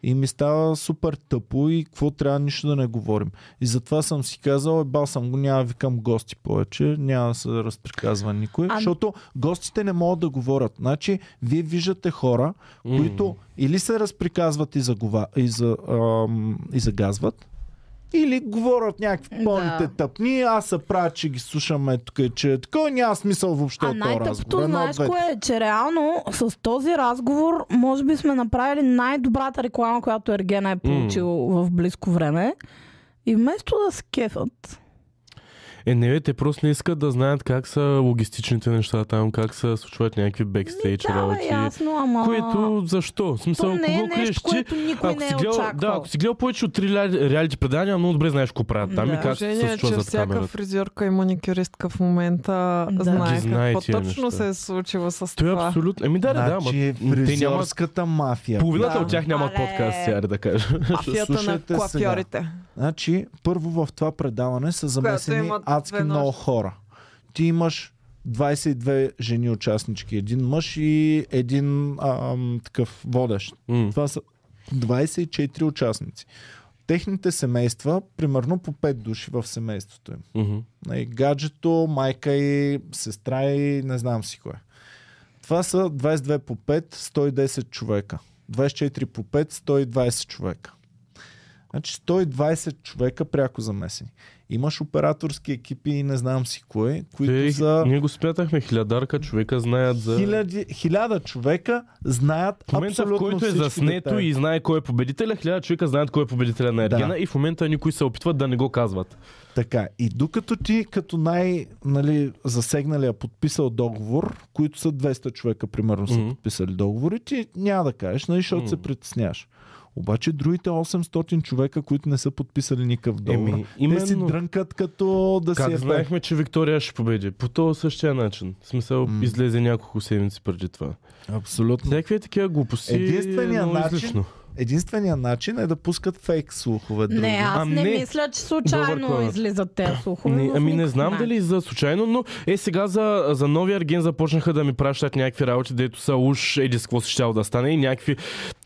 S2: И ми става супер тъпо и какво трябва нищо да не говорим. И затова съм си казал, е, бал съм го, няма да викам гости повече, няма да се разприказва никой, а...
S1: А-
S2: защото гостите не могат да говорят. Значи, вие виждате хора, които или се разприказват и, загова, и, за, ам, и загазват, или говорят някакви
S1: Да.
S2: пълните тъпни, аз се правя, че ги слушаме тук, и че е такова няма смисъл въобще
S1: А
S4: е
S2: от този разговор.
S1: най-тъпото,
S2: Едно
S1: знаеш
S2: две.
S1: кое е, че реално с този разговор може би сме направили най-добрата реклама, която Ергена е получил в близко време. И вместо да се кефат,
S4: Е, не, бе, те просто не искат да знаят как са логистичните неща там, как се случват някакви
S1: ми
S4: бекстейдж
S1: да, бе,
S4: работи.
S1: ясно, ама...
S4: Които, защо? В смисъл,
S1: То не е
S4: кого
S1: нещо,
S4: криеш ти?
S1: което никой
S4: Ако
S1: не
S4: си,
S1: е
S4: гледал,
S1: очаквал.
S4: да, ако си гледал повече от три реали- реалити предания, много добре знаеш какво правят там и
S1: Да.
S4: как се
S3: Положение е, че
S4: случва зад
S3: всяка
S4: камерата.
S3: фризьорка и маникюристка в момента
S1: Да.
S3: знае
S4: Ги знае
S3: какво
S4: тия
S3: точно
S4: неща.
S3: се е случило с
S4: Той е
S3: това.
S4: абсолютно... Еми да, да, да,
S2: Значи, е.
S4: ама те нямат...
S2: фризьорската мафия.
S4: Половината
S3: Да.
S4: от тях нямат
S1: Але.
S4: подкаст, сега да кажа.
S3: Мафията на
S2: Слушайте сега.
S3: клафьорите.
S2: Значи, първо в това предаване са
S3: Която
S2: замесени
S3: имат две
S2: адски много
S3: нощи.
S2: хора. Ти имаш 22 жени участнички, един мъж и един ам, такъв водещ.
S4: М.
S2: Това са 24 участници. Техните семейства, примерно по 5 души в семейството им.
S4: Мгм.
S2: Нали, Гаджето, майка и сестра и не знам си кое. Това са 22 по 5, 110 човека. 24 по 5, 120 човека. Значи 120 човека пряко замесени. Имаш операторски екипи и не знам си кое, които
S4: Те,
S2: са
S4: Ние го спятахме, хилядарка човека знаят за...
S2: хиляди, хиляда човека знаят
S4: В момента, в
S2: абсолютно
S4: който е
S2: всички
S4: заснето
S2: детайли.
S4: и знае кой е победителя, хиляда човека знаят кой е победителя на Ергена
S2: Да.
S4: и в момента никой се опитват да не го казват.
S2: Така, и докато ти като най нали, засегналия подписал договор, които са 200 човека примерно са
S4: Мгм.
S2: подписали договори, ти няма да кажеш, нали, защото
S4: Мгм.
S2: се притесняваш. Обаче другите 800 човека, които не са подписали никакъв договор,
S4: Еми,
S2: те си
S4: именно.
S2: дрънкат като да си
S4: Как
S2: е
S4: знаехме, че Виктория ще победи? По този същия начин. В смисъл,
S2: М.
S4: излезе няколко седмици преди това.
S2: Абсолютно.
S4: Всякакви такива глупости.
S2: Единственият
S4: е много
S2: начин-
S4: излишно.
S2: Единственият начин е да пускат фейк слухове. други.
S1: Не, аз
S4: Ам,
S1: не,
S4: Ами не.
S1: мисля, че случайно
S4: Добър кланът.
S1: излизат те слухове.
S4: Не,
S1: в
S4: ами не
S1: никакъв
S4: знам
S1: момент.
S4: дали за случайно, но е сега за, за новия арген започнаха да ми пращат някакви работи, дето са уж еди с какво си щяло да стане и някакви...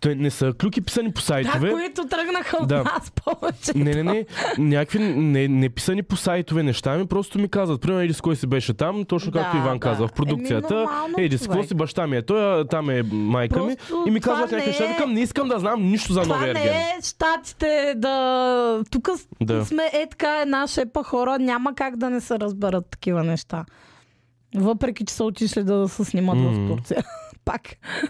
S4: Те не са клюки писани по сайтове.
S1: Да, е които тръгнаха от
S4: е, Да.
S1: нас повече.
S4: Не, не, не. Някакви не, не писани по сайтове неща ми просто ми казват. Примерно, Едис кой си беше там, точно
S1: Да,
S4: както Иван
S1: да.
S4: каза в
S1: Еми,
S4: продукцията.
S1: нормално,
S4: Едис кой
S1: човек.
S4: си баща ми е. Той а, там е майка
S1: Просто
S4: ми. И ми
S1: това
S4: казват някакви
S1: не
S4: неща.
S1: е-
S4: Викам, не искам да знам нищо за
S1: Това
S4: новия
S1: не
S4: арген.
S1: е щатите да... Тук да.
S4: Да.
S1: сме е така една шепа хора, няма как да не се разберат такива неща. Въпреки, че са отишли да се снимат в
S4: М.
S1: Турция. Пак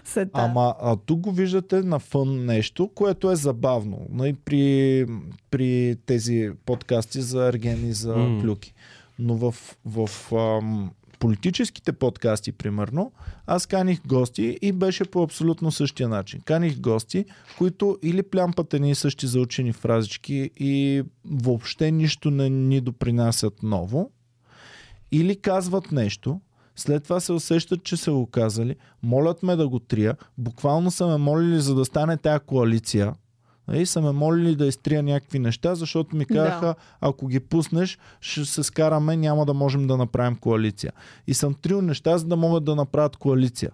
S1: се тая.
S2: Ама а тук го виждате на фън нещо, което е забавно. нали, При, при тези подкасти за аргени, за
S4: М.
S2: клюки. Но в, в ам, политическите подкасти, примерно, аз каних гости и беше по абсолютно същия начин. Каних гости, които или плямпат едни и същи заучени фразички и въобще нищо не ни допринасят ново, или казват нещо, след това се усещат, че са го казали, молят ме да го трия, буквално са ме молили за да стане тая коалиция. И са ме молили да изтрия някакви неща, защото ми
S1: Да.
S2: казаха, ако ги пуснеш, ще се скараме, няма да можем да направим коалиция. И съм трил неща, за да могат да направят коалиция.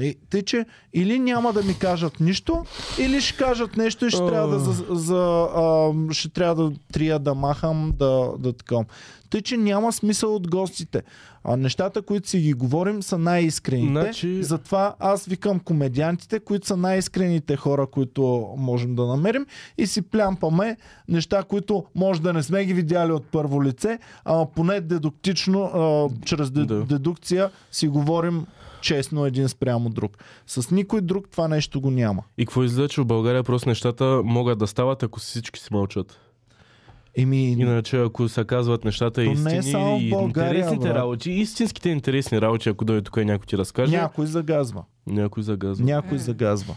S2: И, тъй, че или няма да ми кажат нищо, или ще кажат нещо и ще
S4: О.
S2: трябва да, за, за, а, ще трябва да трия да махам, да, да такам. Тъй, че няма смисъл от гостите. А нещата, които си ги говорим, са най-искрените.
S4: Значи-
S2: Затова аз викам комедиантите, които са най-искрените хора, които можем да намерим и си плямпаме неща, които може да не сме ги видяли от първо лице, а поне дедуктично, а, чрез де- да.
S4: Да.
S2: дедукция си говорим честно един спрямо друг. С никой друг това нещо го няма.
S4: И какво излиза, че в България просто нещата могат да стават, ако всички си мълчат.
S2: Еми,
S4: Иначе, ако се казват нещата
S2: То не е
S4: истини
S2: само в
S4: и
S2: България,
S4: интересните
S2: брат.
S4: работи, истинските интересни работи, ако дойде тук и някой ти разкаже,
S2: някой загазва.
S4: някой загазва.
S2: Някой загазва.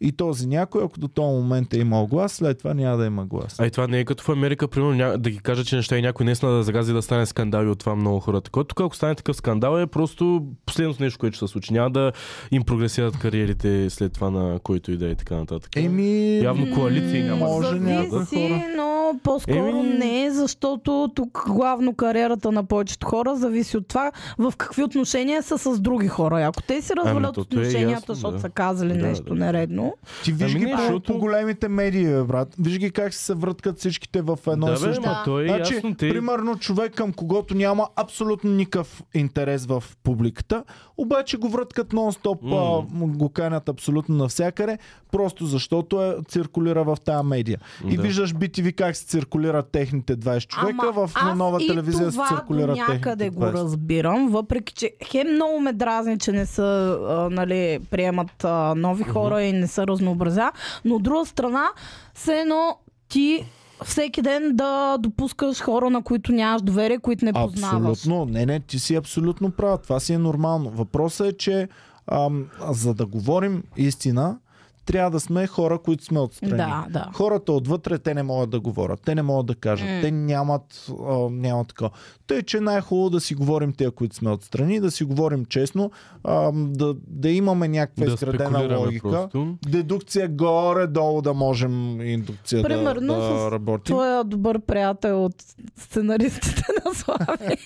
S2: И този някой, ако до този момент е имал глас, след това няма да има глас.
S4: А и това не е като в Америка, примерно, ня... да ги кажа, че неща и някой наистина да загази да стане скандал и от това много хора. Такова, тук ако стане такъв скандал е просто последното нещо, което ще се случи. Няма да им прогресират кариерите след това на който и да е и така нататък.
S2: Еми,
S4: Явно коалиции няма.
S2: М, може някои
S1: Зависи,
S2: е хора.
S1: но по-скоро
S4: Еми-
S1: не, защото тук главно кариерата на повечето хора зависи от това в какви отношения са с други хора. И Ако те си развалят
S4: то- то е
S1: отношенията,
S4: ясно,
S1: защото
S4: да.
S1: са казали
S4: Да,
S1: нещо
S4: да.
S1: нередно,
S2: Ти виж
S4: Ами
S2: ги
S4: не,
S2: по,
S4: защото-
S2: по големите медии, бе, брат. Виж ги как се върткат всичките в едно
S4: да,
S2: и
S4: бе,
S2: също.
S4: ма, то е
S2: Значи,
S4: ясно, те...
S2: примерно човек към когото няма абсолютно никакъв интерес в публиката, обаче го връткат нон-стоп,
S4: М.
S2: а, м, го канят абсолютно навсякъде, просто защото е, циркулира в тази медия. И
S4: Да.
S2: виждаш BTV как се циркулират техните 20 човека,
S1: Ама
S2: в на
S1: аз
S2: нова
S1: и
S2: телевизия се
S1: това
S2: циркулират
S1: до някъде
S2: техните
S1: го
S2: 20.
S1: разбирам, въпреки че хем много ме дразни, че не са, а, нали, приемат а, нови хора и не са разнообразя, но от друга страна, все едно ти всеки ден да допускаш хора, на които нямаш доверие, които не познаваш.
S2: Абсолютно. Не, не, ти си абсолютно прав. Това си е нормално. Въпросът е, че ам, за да говорим истина, трябва да сме хора, които сме отстрани.
S1: Да, да.
S2: Хората отвътре, те не могат да говорят, те не могат да кажат,
S1: М.
S2: mm. те нямат, а, нямат така. Тъй, че най-хубаво да си говорим тия, които сме отстрани, да си говорим честно, а, да, да имаме някаква
S4: да
S2: е изградена
S4: спекулираме
S2: логика.
S4: просто.
S2: Дедукция горе-долу да можем индукция
S1: Примерно
S2: да, да
S1: с
S2: работим.
S1: Той е добър приятел от сценаристите на Слави.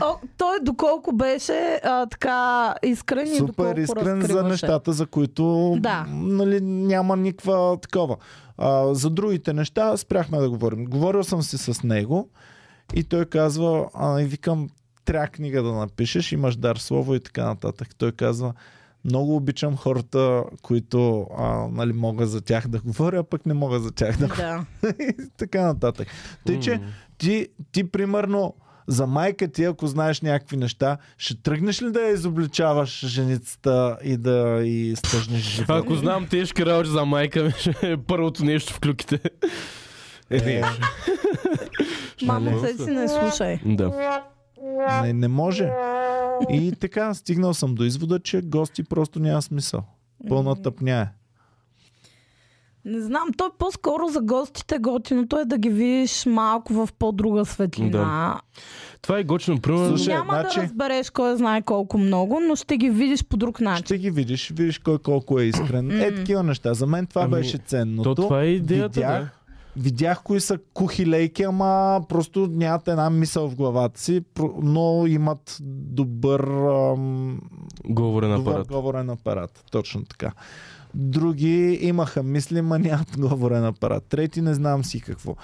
S1: О, той доколко беше а, така искрен и
S2: Супер
S1: доколко
S2: искрен за
S1: разкриваше.
S2: нещата, за които
S1: Да.
S2: нали, няма никаква такова. А, за другите неща спряхме да говорим. Говорил съм си с него и той казва, а, и викам, трябва книга да напишеш, имаш дар слово и така нататък. Той казва, много обичам хората, които а, нали, мога за тях да говоря, а пък не мога за тях да
S1: Да.
S2: и така нататък. Тъй, че
S4: М.
S2: ти, ти примерно за майка ти, ако знаеш някакви неща, ще тръгнеш ли да я изобличаваш женицата и да и стъжнеш живота? Е,
S4: Ако знам тежки работи за майка ми, ще е първото нещо в клюките. Е, не.
S1: Мамо, се е. си не слушай.
S4: Да.
S2: не, не може. И така, стигнал съм до извода, че гости просто няма смисъл. Пълна тъпня е.
S1: Не знам, той по-скоро за гостите готиното е да ги видиш малко в по-друга светлина.
S4: Това е гочно, примерно.
S2: Слушай,
S1: Няма
S2: значи-
S1: да разбереш кой знае колко много, но ще ги видиш по друг начин.
S2: Ще ги видиш, видиш кой колко е искрен. Е, такива неща. За мен това
S4: Ами,
S2: беше
S4: То
S2: ценното.
S4: това е идеята, да.
S2: видях, видях кои са кухи лейки, ама просто нямат една мисъл в главата си, про- но имат добър, ам,
S4: Говорен
S2: добър
S4: апарат.
S2: говорен апарат. Точно така. Други имаха мисли, ма нямат говорен апарат. Трети не знам си какво.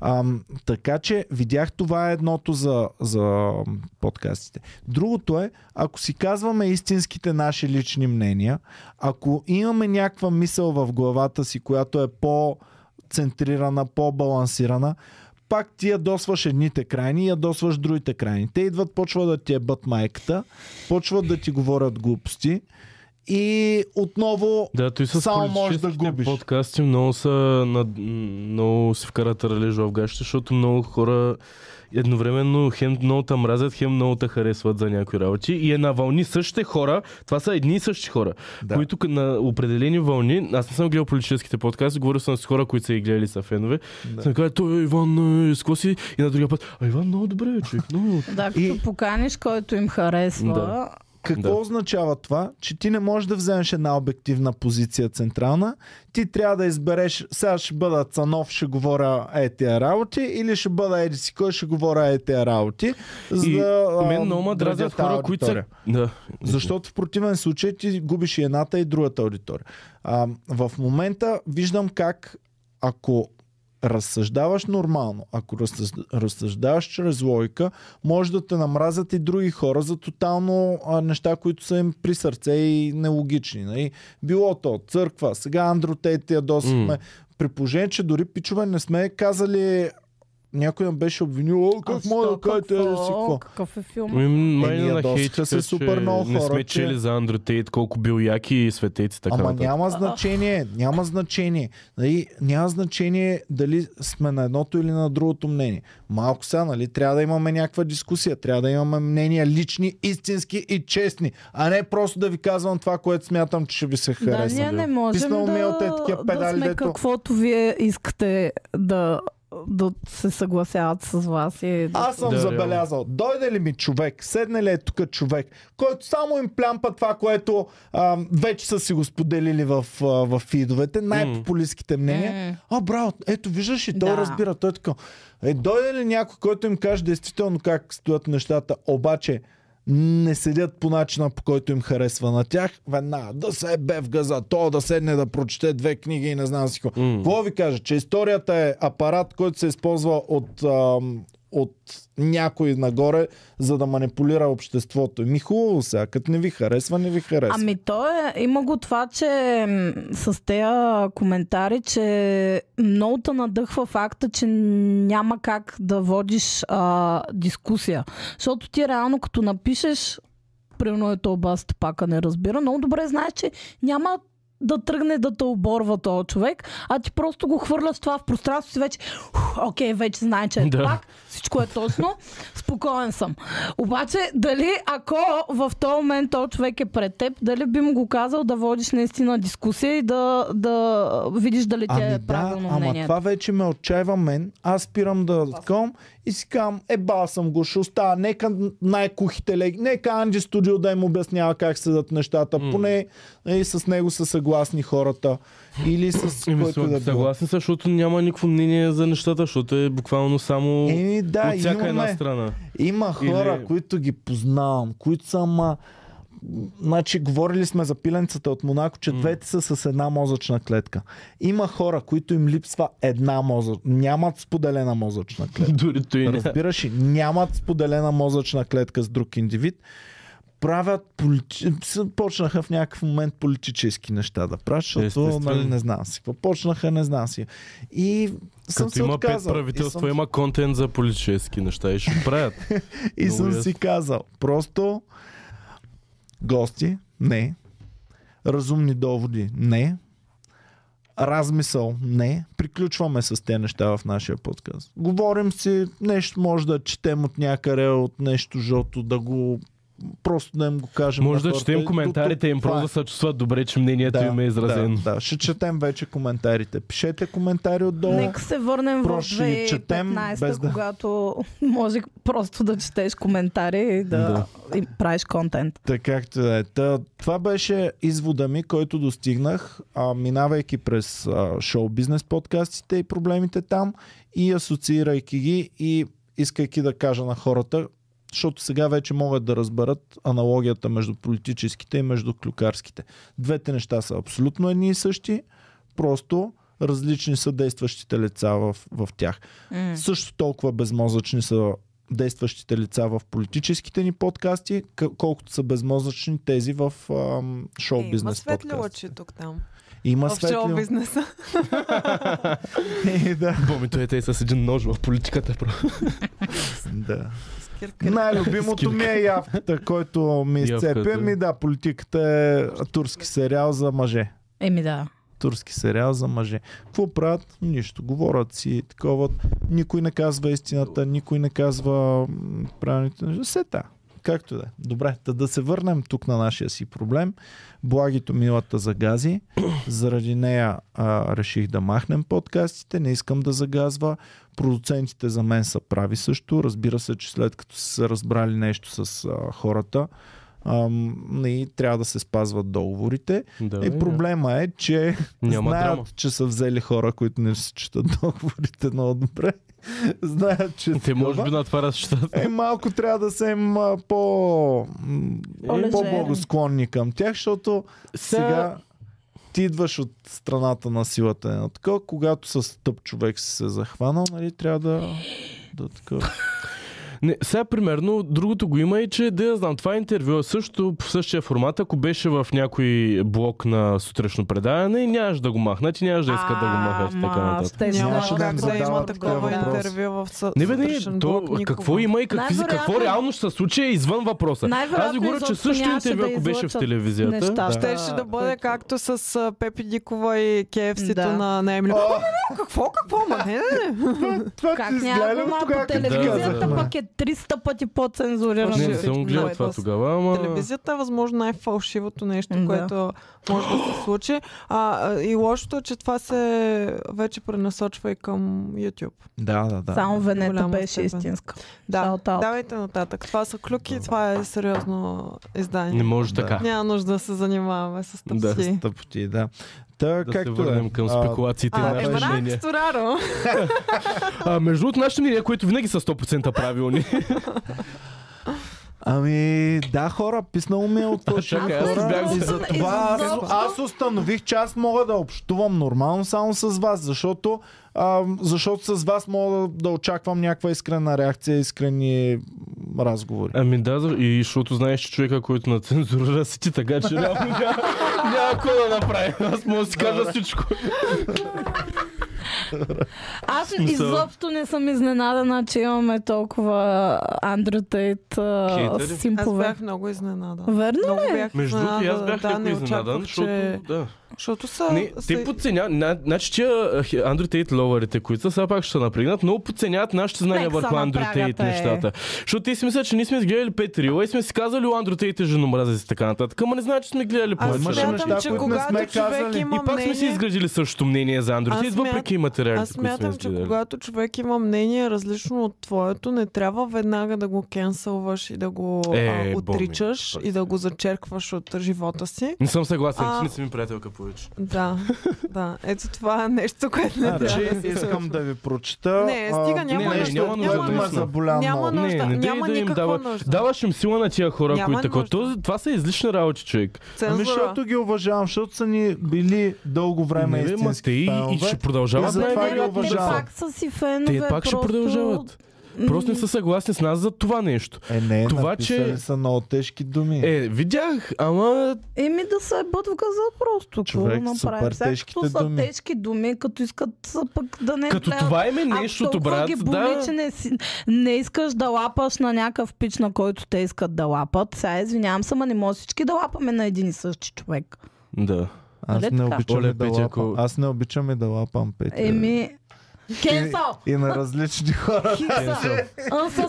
S2: Ам, така че видях това е едното за, за подкастите. Другото е, ако си казваме истинските наши лични мнения, ако имаме някаква мисъл в главата си, която е по-центрирана, по-балансирана, пак ти ядосваш едните крайни, ядосваш другите крайни. Те идват, почват да ти е бът майката, почват да ти говорят глупости и отново
S4: Да, той с
S2: Само можеш да
S4: политическите
S2: губиш.
S4: подкасти много са на, много се вкарат ралежа в гащите, защото много хора едновременно хем много те мразят, хем много те харесват за някои работи и е на вълни същите хора, това са едни и същи хора,
S2: Да.
S4: да. които к- на определени вълни, аз не съм гледал политическите подкасти, говорил съм с хора, които са ги гледали са фенове, да. съм казал, той е Иван, е, с какво си? И на другия път, а Иван много добре е човек, много.
S1: Да, като
S2: И-
S1: поканиш, който им харесва.
S4: Да.
S2: Какво да.
S4: Да.
S2: означава това? Че ти не можеш да вземеш една обективна позиция централна. Ти трябва да избереш, сега ще бъда Цанов, ще говоря е тия работи, или ще бъда Еди си кой, ще говоря е тия работи. За
S4: И
S2: да, а,
S4: мен много ме дразнят
S2: градя
S4: хора,
S2: тази
S4: които са...
S2: аудитория.
S4: Да.
S2: Защото в противен случай ти губиш и едната и другата аудитория. А, в момента виждам как ако разсъждаваш нормално, ако разсъж- разсъждаваш чрез логика, може да те намразят и други хора за тотално а, неща, които са им при сърце и нелогични. Нали? Било то църква, сега Андро Тейт я досихме. Mm.
S4: М.
S2: При положение, че дори пичове не сме казали някой м беше обвинил, «О,
S1: А
S2: как
S1: що,
S2: мога да кажете, еди си какво.
S1: Какъв е филм?
S4: Ми,
S2: Е,
S4: май
S2: ние
S4: Ами, на
S2: досеха
S4: хейтите,
S2: се
S4: че
S2: супер много
S4: не
S2: хора,
S4: сме
S2: че-
S4: чели за Андрю Тейт, колко бил яки и светец и така
S2: Ама
S4: нататък.
S2: няма значение, няма значение. Нали, няма значение дали сме на едното или на другото мнение. Малко сега, нали, трябва да имаме някаква дискусия, трябва да имаме мнения лични, истински и честни, а не просто да ви казвам това, което смятам, че ще ви се
S1: Да,
S2: хареса.
S1: ние не можем
S2: Писнал
S1: да,
S2: ми е от е такива
S1: да
S2: педали,
S1: сме
S2: дето-
S1: каквото вие искате да, да се съгласяват с вас. И да...
S2: Аз съм Ами, да,
S4: Да,
S2: забелязал. Дойде ли ми човек, седне ли е тук човек, който само им плямпа това, което а, вече са си го споделили в, а, в фидовете, най-популистските мнения. Mm. А, браво, ето виждаш и той да.
S1: Да.
S2: разбира. Той е така. Е, дойде ли някой, който им каже действително как стоят нещата, обаче не седят по начина, по който им харесва на тях, веднага да се е бе в газа, то да седне да прочете две книги и не знам си какво. Mm.
S4: М.
S2: Какво ви кажа? Че историята е апарат, който се използва от, ам, от някой нагоре, за да манипулира обществото. Ми хубаво сега, като не ви харесва, не ви харесва.
S1: Ами то е, има го това, че м, с тея коментари, че много те надъхва факта, че няма как да водиш а, дискусия. Защото ти реално като напишеш, примерно е ето обаста пака не разбира, много добре знаеш, че няма да тръгне да те оборва този човек, а ти просто го хвърляш това в пространството и вече, «Ух, окей, вече знае, че е
S4: Да.
S1: пак, всичко е точно, спокоен съм. Обаче, дали ако в този момент този човек е пред теб, дали би му го казал да водиш наистина дискусия и да, да видиш дали ти е правилно
S2: Ами ама
S1: мнението?
S2: това вече ме отчаива мен. Аз спирам да ткам и си казвам, ебал съм го, ще остава. Нека най-кухите леги, нека Анди Студио да им обяснява как седат нещата. Mm. Поне и с него са съгласни хората. Или с
S4: Еми,
S2: който и да било.
S4: съгласен съм, защото няма никакво мнение за нещата, защото е буквално само
S2: Еми Е, да,
S4: от всяка една
S2: имаме,
S4: страна.
S2: има хора,
S4: Или-
S2: които ги познавам, които са ма... Значи, говорили сме за пиленцата от Монако, че двете са с една мозъчна клетка. Има хора, които им липсва една мозъчна... Нямат споделена мозъчна клетка.
S4: Дори той не.
S2: Разбираш ли? Нямат споделена мозъчна клетка с друг индивид. Правят полити... с- Почнаха в някакъв момент политически неща да правят, защото
S4: Естествено.
S2: нали, не знам си. какво. Почнаха, не знам си. И съм
S4: Като
S2: се
S4: има пет
S2: отказал.
S4: правителства,
S2: и съм,
S4: има контент за политически неща и ще правят.
S2: и съм
S4: Много
S2: си казал. Просто гости, не. Разумни доводи, не. Размисъл, не. Приключваме с тези неща в нашия подкаст. Говорим си, нещо може да четем от някъде, от нещо жото, да го просто да им го кажем.
S4: Може
S2: на
S4: да
S2: хората.
S4: четем
S2: До тук
S4: коментарите им,
S2: това
S4: просто
S2: е.
S4: да се чувстват добре, че мнението им е изразено.
S2: Да, да, ще четем вече коментарите. Пишете коментари отдолу.
S1: Нека се върнем в
S2: Просто ще ги е четем,
S1: 2015,
S2: без да-
S1: когато може просто да четеш коментари и да, и правиш контент.
S2: Така както да е. Та, това беше извода ми, който достигнах, а, минавайки през а, шоу-бизнес подкастите и проблемите там и асоциирайки ги и искайки да кажа на хората, защото сега вече могат да разберат аналогията между политическите и между клюкарските. Двете неща са абсолютно едни и същи, просто различни са действащите лица в, в тях.
S1: М.
S2: Също толкова безмозъчни са действащите лица в политическите ни подкасти, к- колкото са безмозъчни тези в ам,
S3: Е, има
S2: шоу-бизнес
S3: светли
S2: подкасти.
S3: лъчи тук там.
S2: Има
S3: В шоу
S2: светли
S3: бизнеса.
S2: лъчи. да.
S4: Бомито е те с един нож в политиката. Про.
S2: да.
S3: Скирка.
S2: Най-любимото ми е явката, който ми изцепи.
S4: Явката.
S2: Ми да, политиката е турски сериал за мъже.
S1: Еми да.
S2: Турски сериал за мъже. Какво правят? Нищо. Говорят си такова. Никой не казва истината, никой не казва м, правилните неща. Сета. Както и да е. Добре, да, да се върнем тук на нашия си проблем. Благито милата загази. Заради нея а, реших да махнем подкастите. Не искам да загазва. Продуцентите за мен са прави също. Разбира се, че след като са се разбрали нещо с а, хората, ам, и трябва да се спазват договорите.
S4: Да,
S2: И проблема е, че
S4: Няма
S2: знаят,
S4: драма.
S2: че са взели хора, които не си четат договорите много добре. знаят, че... е
S4: Те
S2: такова.
S4: може би на това разчитат.
S2: Е, малко трябва да са им а, по... м,
S1: По-лежерни.
S2: по-благосклонни към тях, защото
S4: Са-
S2: сега ти идваш от страната на силата на такова, когато с тъп човек си се захванал, нали, трябва да... да е такова.
S4: Не, сега примерно другото го има и че да я знам, това е интервю е също по същия формат, ако беше в някой блок на сутрешно предаване, нямаш да го махнат и нямаш да искат да го махнат и така
S1: Ама,
S4: нататък.
S1: ще ще
S2: Нямаше
S3: Няма
S2: да им
S3: как да има
S2: задават такива
S3: такова
S2: въпроси.
S3: интервю в съ...
S4: Не бе, не,
S3: сутрешен
S4: то,
S3: блок,
S4: какво
S3: никога.
S4: има и какви, какво
S1: Най-вероятно-
S4: реално ще се случи е извън въпроса.
S1: Най-вероятно
S4: Аз ви говоря, че
S1: изобщо
S4: също
S1: нямаше
S4: интервю,
S1: да
S4: ако беше в
S1: излъчат
S4: телевизията.
S1: Неща,
S3: Щеше да бъде както с а, Пепи Дикова и KFC-то
S1: Да.
S3: на, на Емили. О, какво, какво, ма не, не, не.
S2: Това
S1: Как
S2: ти
S1: няма
S2: изгледа
S1: да
S2: ли
S1: го има
S2: от
S1: по
S2: тогава, като ти
S1: телевизията,
S2: казахме?
S1: пък е 300 пъти по-цензурирано.
S4: Не,
S3: Ще-
S4: не
S3: всичко
S4: съм гледал
S3: много
S4: това
S3: ясно.
S4: тогава, ама...
S3: Телевизията е възможно най-фалшивото нещо,
S1: Да.
S3: което може да се случи. А, а, и лошото е, че това се вече пренасочва и към YouTube.
S2: Да, да, да.
S1: Само Венета
S3: голяма
S1: беше
S3: степен.
S1: истинска.
S3: Да,
S1: Shout out.
S3: давайте нататък. Това са клюки, това е сериозно
S4: Не
S3: издание.
S4: може така.
S3: Няма нужда да се занимаваме с
S4: Да.
S3: тъпси.
S2: Тъпоти, да. Та,
S4: Да се
S2: както
S4: върнем
S2: е.
S4: към
S2: А,
S4: спекулациите
S3: А,
S4: на
S2: е,
S3: е,
S4: нашите
S2: брат,
S4: мнения.
S3: Брак Стораро.
S4: А, между другото, нашите мнения, които винаги са 100% правилни.
S2: Ами, да, хора, писнало ми е от лъжи.
S4: чакай, аз
S2: хора,
S4: бях
S2: и
S4: за-
S2: за това аз,
S1: Изобщо.
S2: аз установих, че аз мога да общувам нормално само с вас, защото, а, защото с вас мога да, да очаквам някаква искрена реакция, искрени м, разговори.
S4: Ами да, за- и защото знаеш, че човека, който на цензурира си ти, така че няма, няма, няма какво да направи. Аз мога да си кажа всичко.
S1: Аз
S4: смисъл.
S1: изобщо не съм изненадана, че имаме толкова Андрю Тейт а,
S4: Хейтери.
S3: Аз
S1: симпове.
S3: бях много изненадан.
S1: Верно?
S3: Много бях
S4: Между другото, и аз бях
S3: да,
S4: леко
S3: не
S4: изненадан,
S3: очаквах,
S4: защото...
S3: че...
S4: Да.
S3: Защото са...
S4: Не,
S3: са...
S4: те подценяват, на- значи тия Андрю Тейт ловерите, които са, сега пак ще се напрегнат, много подценяват нашите знания
S1: Нека
S4: върху
S1: са
S4: Андрю
S1: напрягата,
S4: Тейт
S1: е.
S4: нещата. Защото те си мислят, че ние сме гледали пет рила и сме си казали, о, Андрю Тейт е женомразец и така нататък. Ама не знаят, че сме гледали
S2: Ама
S3: Аз
S4: повече.
S2: имаше
S4: работи.
S2: неща,
S3: смятам, че
S2: които не
S3: когато
S2: сме
S3: човек
S2: казали.
S3: има
S4: И пак сме си
S3: мнение,
S4: изградили същото мнение за Андрю
S3: Аз
S4: Тейт,
S3: смятам-
S4: въпреки и материалите,
S3: Аз
S4: които сме
S3: смятам, че
S4: изгледали.
S3: когато човек има мнение различно от твоето, не трябва веднага да го кенсълваш и да го
S4: Е,
S3: а,
S4: Боми,
S3: отричаш
S4: това си.
S3: и да го зачеркваш от живота си.
S4: Не съм съгласен,
S3: А-
S4: ти не си ми приятелка повече.
S3: Да, да. Ето това е нещо, което не трябва
S2: Значи,
S3: да се
S2: искам
S3: случва.
S2: да ви прочета.
S3: Не,
S2: а,
S3: стига, няма
S4: не,
S2: нещо,
S4: няма нужда,
S2: което ме
S4: наистина.
S2: заболя
S3: Няма
S2: много.
S3: нужда.
S4: Не, не
S3: няма
S4: дай да им
S3: никаква
S4: дава.
S3: нужда.
S4: Даваш им сила на тия хора,
S3: Няма
S4: които така.
S3: нужда.
S4: Този- Това са излишни работи, човек.
S2: Ами,
S3: Цензура.
S2: защото ги уважавам, защото са ни били дълго време
S4: Е, Не, бе, ма те
S2: истински
S4: Нали, и, и
S2: фенове.
S4: ще продължават.
S2: за
S1: Не,
S2: това
S1: не,
S2: ги
S1: бе, те
S2: уважавам.
S1: Нали, пак са си фенове.
S4: Те пак ще
S1: просто-
S4: продължават. Просто не са съгласни с нас за това нещо.
S2: Е, не,
S4: Това,
S2: това, че...
S4: че-
S2: са много тежки думи.
S4: Е, видях, ама
S1: Еми да се бъдва за просто. какво
S2: Човек,
S1: да
S2: супер
S1: направим? Сега,
S2: тежките
S1: като са
S2: думи.
S1: тежки думи, като искат са пък да не
S4: като
S1: трябва-
S4: това им е
S1: Ако
S4: нещото,
S1: толкова
S4: брат,
S1: ги боли, че
S4: да.
S1: не, си, не искаш да лапаш на някакъв пич, на който те искат да лапат. Сега извинявам се, ма не може всички да лапаме на един и същи човек.
S4: Да.
S2: Аз
S1: Нали
S2: не
S1: така?
S2: обичам
S4: Оле,
S2: и да
S4: Петя,
S2: лапам.
S4: ако-
S2: Аз не обичам и да лапам, Петя.
S1: Еми, Кенсъл!
S2: И, и на различни хора.
S1: Хикса!
S4: Не,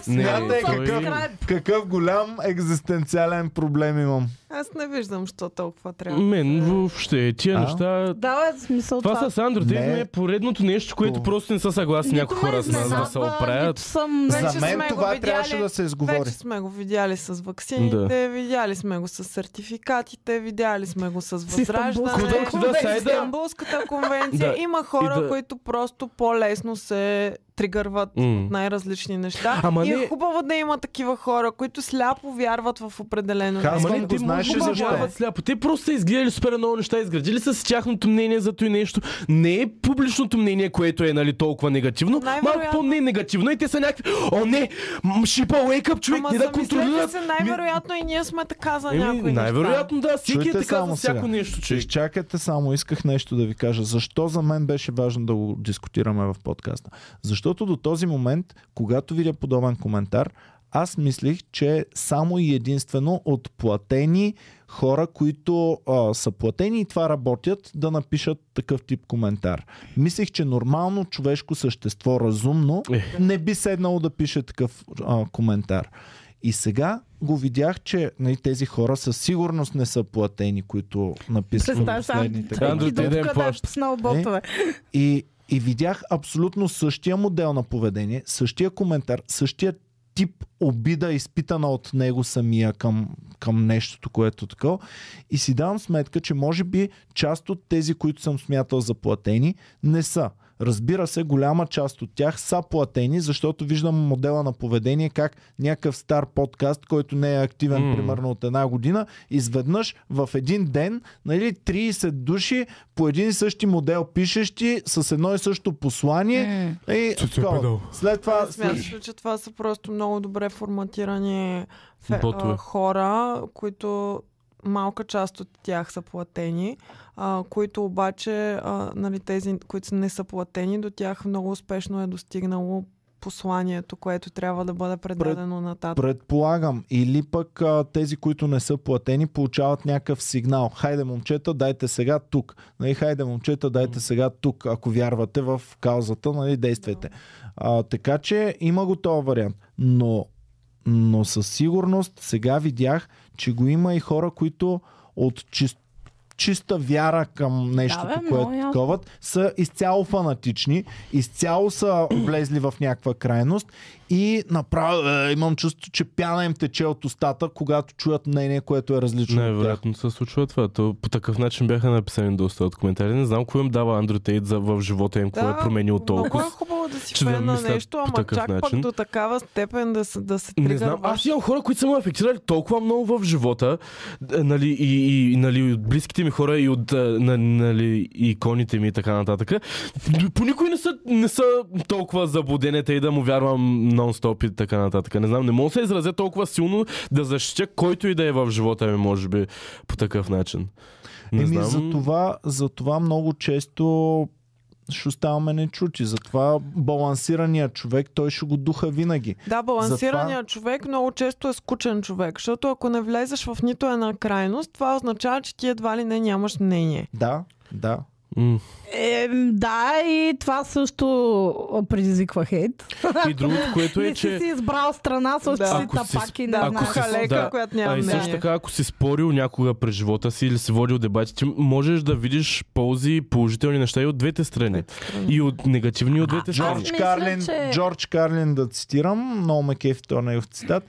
S2: Смятай
S4: той-
S1: Unsubscribe!
S2: Какъв голям екзистенциален проблем имам.
S3: Аз не виждам, що толкова трябва.
S4: Мен въобще тия
S2: А?
S4: неща...
S1: Да, бе, смисъл
S4: Това
S1: това.
S4: с Android
S2: Не.
S4: не е поредното нещо, което
S2: О.
S4: просто не са съгласни
S1: Нито
S4: някои
S1: ме
S4: хора с нас да
S1: изненадва,
S4: се оправят.
S1: нито съм...
S3: Вече
S2: За мен
S3: сме го
S2: това
S3: видяли.
S2: трябваше да се изговори.
S3: Вече сме го видяли с ваксините, да. видяли сме го с сертификатите, видяли сме го с
S1: Истанбулската
S3: възраждане,
S1: конвенция.
S4: Да,
S3: с
S4: сайда.
S3: Истанбулската конвенция.
S4: Да.
S3: Има хора,
S4: И да-
S3: които просто по-лесно се тригърват
S4: М.
S3: от най-различни неща.
S4: Ама
S3: и
S4: не-
S3: е хубаво да има такива хора, които сляпо вярват в определено
S2: Казвам
S3: нещо.
S4: Ама
S2: Аз
S4: не,
S2: го
S4: те
S2: знаеш
S4: знаеш
S2: ли защо?
S4: защо. Сляпо. Те просто са изгледали супер много неща, изградили са си тяхното мнение за той нещо. Не е публичното мнение, което е нали, толкова негативно,
S3: Най-вероятно-
S4: малко по-не негативно и те са някакви. О, не! м, Шипа, wake up, човек,
S3: Ама
S4: не да
S3: замислете
S4: контролират.
S3: се,
S4: Ми-
S3: най-вероятно и ние сме така за
S4: Еми,
S3: някои неща.
S4: най-вероятно да, всеки е
S2: Чуйте
S4: така за
S2: само
S4: всяко
S2: сега.
S4: нещо,
S2: Че
S4: човек.
S2: изчакайте само, исках нещо да ви кажа. Защо за мен беше важно да го дискутираме в подкаста? Защото до този момент, когато видя подобен коментар, аз мислих, че само и единствено от платени хора, които а, са платени и това работят, да напишат такъв тип коментар. Мислих, че нормално човешко същество, разумно,
S4: Ех.
S2: не би седнало да пише такъв а, коментар. И сега го видях, че нали, тези хора със сигурност не са платени, които написаха
S1: Представяш сам,
S2: последните
S1: и
S4: Андро
S1: е
S2: коментари.
S4: Андрю
S1: до
S4: Тейден
S1: тук да
S4: плаща.
S1: пснал ботове.
S2: Е, И, и видях абсолютно същия модел на поведение, същия коментар, същия тип обида, изпитана от него самия към, към нещото, което е такова. И си давам сметка, че може би част от тези, които съм смятал за платени, не са. Разбира се, голяма част от тях са платени, защото виждам модела на поведение как някакъв стар подкаст, който не е активен
S4: М.
S2: mm. примерно от една година, изведнъж в един ден нали, 30 души по един и същи модел пишещи с едно и също послание.
S1: М.
S2: Mm. И,
S4: Цуцу е
S2: такова.
S4: педал.
S2: след това...
S3: Смяташ ли, че това са просто много добре форматирани фе,
S4: Ботове.
S3: а, хора, които малка част от тях са платени, а, които обаче а, нали, тези, които не са платени, до тях много успешно е достигнало посланието, което трябва да бъде предадено нататък.
S2: Предполагам. Или пък а, тези, които не са платени, получават някакъв сигнал. Хайде, момчета, дайте сега тук. Нали, хайде, момчета, дайте сега тук, ако вярвате в каузата, нали, действайте. А, така че има го този вариант. Но, но със сигурност сега видях, че го има и хора, които от чист чиста вяра към нещото,
S1: бе, много
S2: което
S1: ясно.
S2: таковат, са изцяло фанатични, изцяло са влезли в някаква крайност и направо е, имам чувство, че пяна им тече от устата, когато чуят мнение, което е различно от тях.
S4: Най-вероятно се случва това. То, по такъв начин бяха написани доста от коментари. Не знам кое им дава Андрю Тейт за, в живота им, кое е променил толкова.
S3: Много е хубаво да си
S4: че да
S3: фен на
S4: мислят
S3: нещо,
S4: по
S3: ама
S4: такъв
S3: чак пък
S4: начин.
S3: до такава степен да се, да се
S4: Не знам,
S3: тригърваш.
S4: аз имам хора, които са ме афектирали толкова много в живота, е, нали, и, и, и нали, от близките ми хора, и от е, на- нали, и иконите ми и така нататък. Д- По никой не са, не са толкова заблуденете и да му вярвам нон-стоп и така нататък. Не знам, не мога да се изразя толкова силно да защитя който и да е в живота ми, може би, по такъв начин. Не
S2: Еми,
S4: знам.
S2: за това, за това много често ще оставаме нечути. Затова балансираният човек, той ще го духа винаги.
S3: Да, балансираният човек много често е скучен човек, защото ако не влезеш в нито една крайност, това означава, че ти едва ли не нямаш мнение.
S2: Да, да.
S4: М.
S1: Е, да, и това също предизвиква хейт.
S4: И другото, което е,
S1: не
S4: че...
S1: си си избрал страна, също
S3: Да.
S1: си
S4: Ако си
S1: тапак и не
S3: Да,
S4: ако
S1: знаеш.
S4: си-
S3: кухалека,
S4: да.
S3: която
S4: А
S3: няма
S4: и Ами също
S3: мнение.
S4: така, ако си спорил някога през живота си или си водил дебати, ти можеш да видиш ползи и положителни неща и от двете страни.
S3: Ами.
S4: И от негативни и от двете страни.
S2: Джордж
S1: мисля,
S2: Карлин,
S1: че-
S2: Джордж Карлин да цитирам, много ме кефи този негов цитат.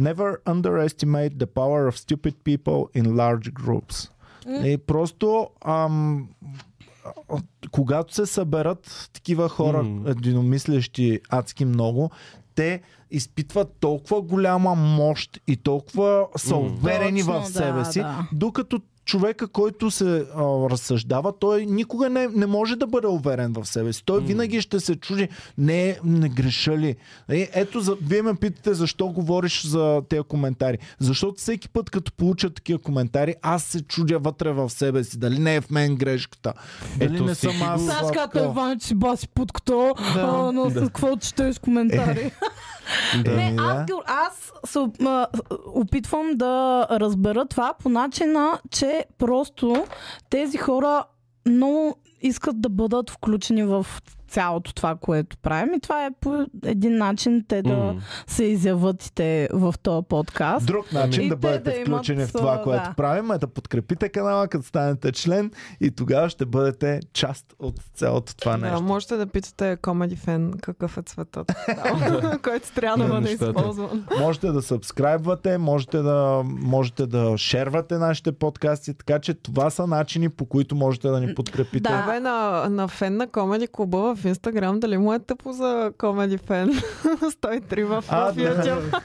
S2: Never underestimate the power of stupid people in large groups. И просто ам, а, когато се съберат такива хора,
S4: М.
S2: единомислещи адски много, те изпитват толкова голяма мощ и толкова са
S4: М.
S2: уверени
S1: Точно,
S2: в себе
S1: да,
S2: си,
S1: да.
S2: докато човека, който се а, разсъждава, той никога не, не може да бъде уверен в себе си. Той винаги ще се чуди, не, не греша ли. Е, ето, за, вие ме питате защо говориш за тези коментари. Защото всеки път, като получа такива коментари, аз се чудя вътре в себе си. Дали не е в мен грешката. Дали
S4: Ето
S2: не съм
S4: всеки
S2: аз.
S4: го-
S1: Знаеш
S2: сладка.
S1: как е Иван, че си баси путката, а, но с какво четеш
S2: Е,
S1: коментари.
S2: Да,
S1: Не,
S2: ми, да.
S1: аз, ги- аз се оп- а, опитвам да разбера това по начина, че просто тези хора много искат да бъдат включени в цялото това, което правим. И това е по един начин те да
S4: Мгм.
S1: се изяват и те в този подкаст.
S2: Друг начин
S1: И
S2: да
S1: те
S2: бъдете
S1: да имат
S2: включени в това,
S1: своя,
S2: което
S1: да.
S2: правим, е да подкрепите канала, като станете член и тогава ще бъдете част от цялото това
S3: Да,
S2: нещо.
S3: можете да питате Comedy Fan какъв е цветът, там, който трябва да
S4: На
S3: бъде
S4: нещата.
S3: използван.
S2: Можете да сабскрайбвате, можете да, можете да шервате нашите подкасти, така че това са начини по които можете да ни подкрепите.
S1: Да.
S3: Абе, на, на фен на Comedy клуба в Инстаграм, дали му е тъпо за Comedy Fan 103 в,
S2: А,
S3: в YouTube?
S2: да.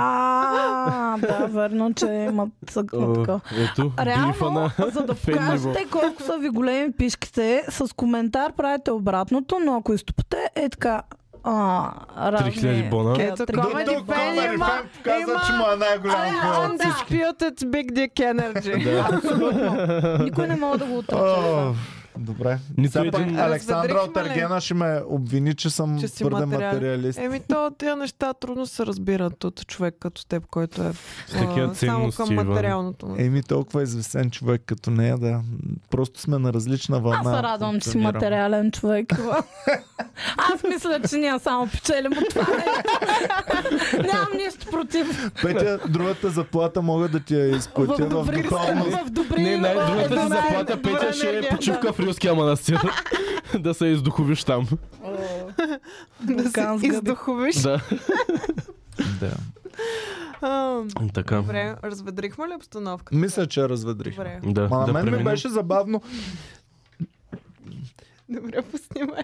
S1: А, да, верно, че имат съгна така.
S4: Ето, бифа
S1: Реално,
S4: на...
S1: за да
S4: фен ниво.
S1: покажете колко са ви големи пишките, с коментар правите обратното, но ако изтопате, е така... А, разни...
S4: 3000 бона.
S1: такива,
S3: Ето,
S1: 3000
S3: Comedy
S1: бона.
S3: Fan има- има-
S2: е най-голям
S1: Абе,
S2: фен.
S1: а, да.
S3: Undisputed Big Dick Energy. да.
S1: Никой не може да го отръча.
S2: О, Добре.
S4: Нито
S2: Сега пък
S4: един-
S2: Александра от
S3: Разведрихме ли?
S2: Аргена ще ме обвини, че съм
S3: Че си
S2: твърде
S3: материал.
S2: материалист.
S3: Еми, то тия неща трудно се разбират от човек като теб, който е
S4: такива
S3: а, само към
S4: ценности, Иван.
S3: материалното. му.
S2: Еми, толкова известен човек като нея, да. Просто сме на различна вълна.
S1: Аз се радвам, че си
S2: Функционирам.
S1: материален човек. Аз мисля, че ние само печелим от това. Нямам нищо против.
S2: Петя, другата заплата мога да ти я изплатя в,
S1: добри,
S2: духовност.
S1: в добри
S4: Не, най-
S1: в
S4: другата си
S1: добра
S4: заплата,
S3: е добра
S4: Петя, ще е
S3: енергия.
S4: почивка в Рилския манастир. е да се издуховиш там.
S3: Да
S1: Букан с
S3: се
S1: гъби.
S3: издуховиш.
S4: Да.
S2: Да.
S3: А,
S4: Така.
S3: Добре, разведрихме ли обстановката?
S2: Мисля, че разведрих.
S3: Добре,
S4: Да,
S2: Ма на
S4: да
S2: мен ми
S4: преминем.
S2: беше забавно.
S3: добре, поснимай.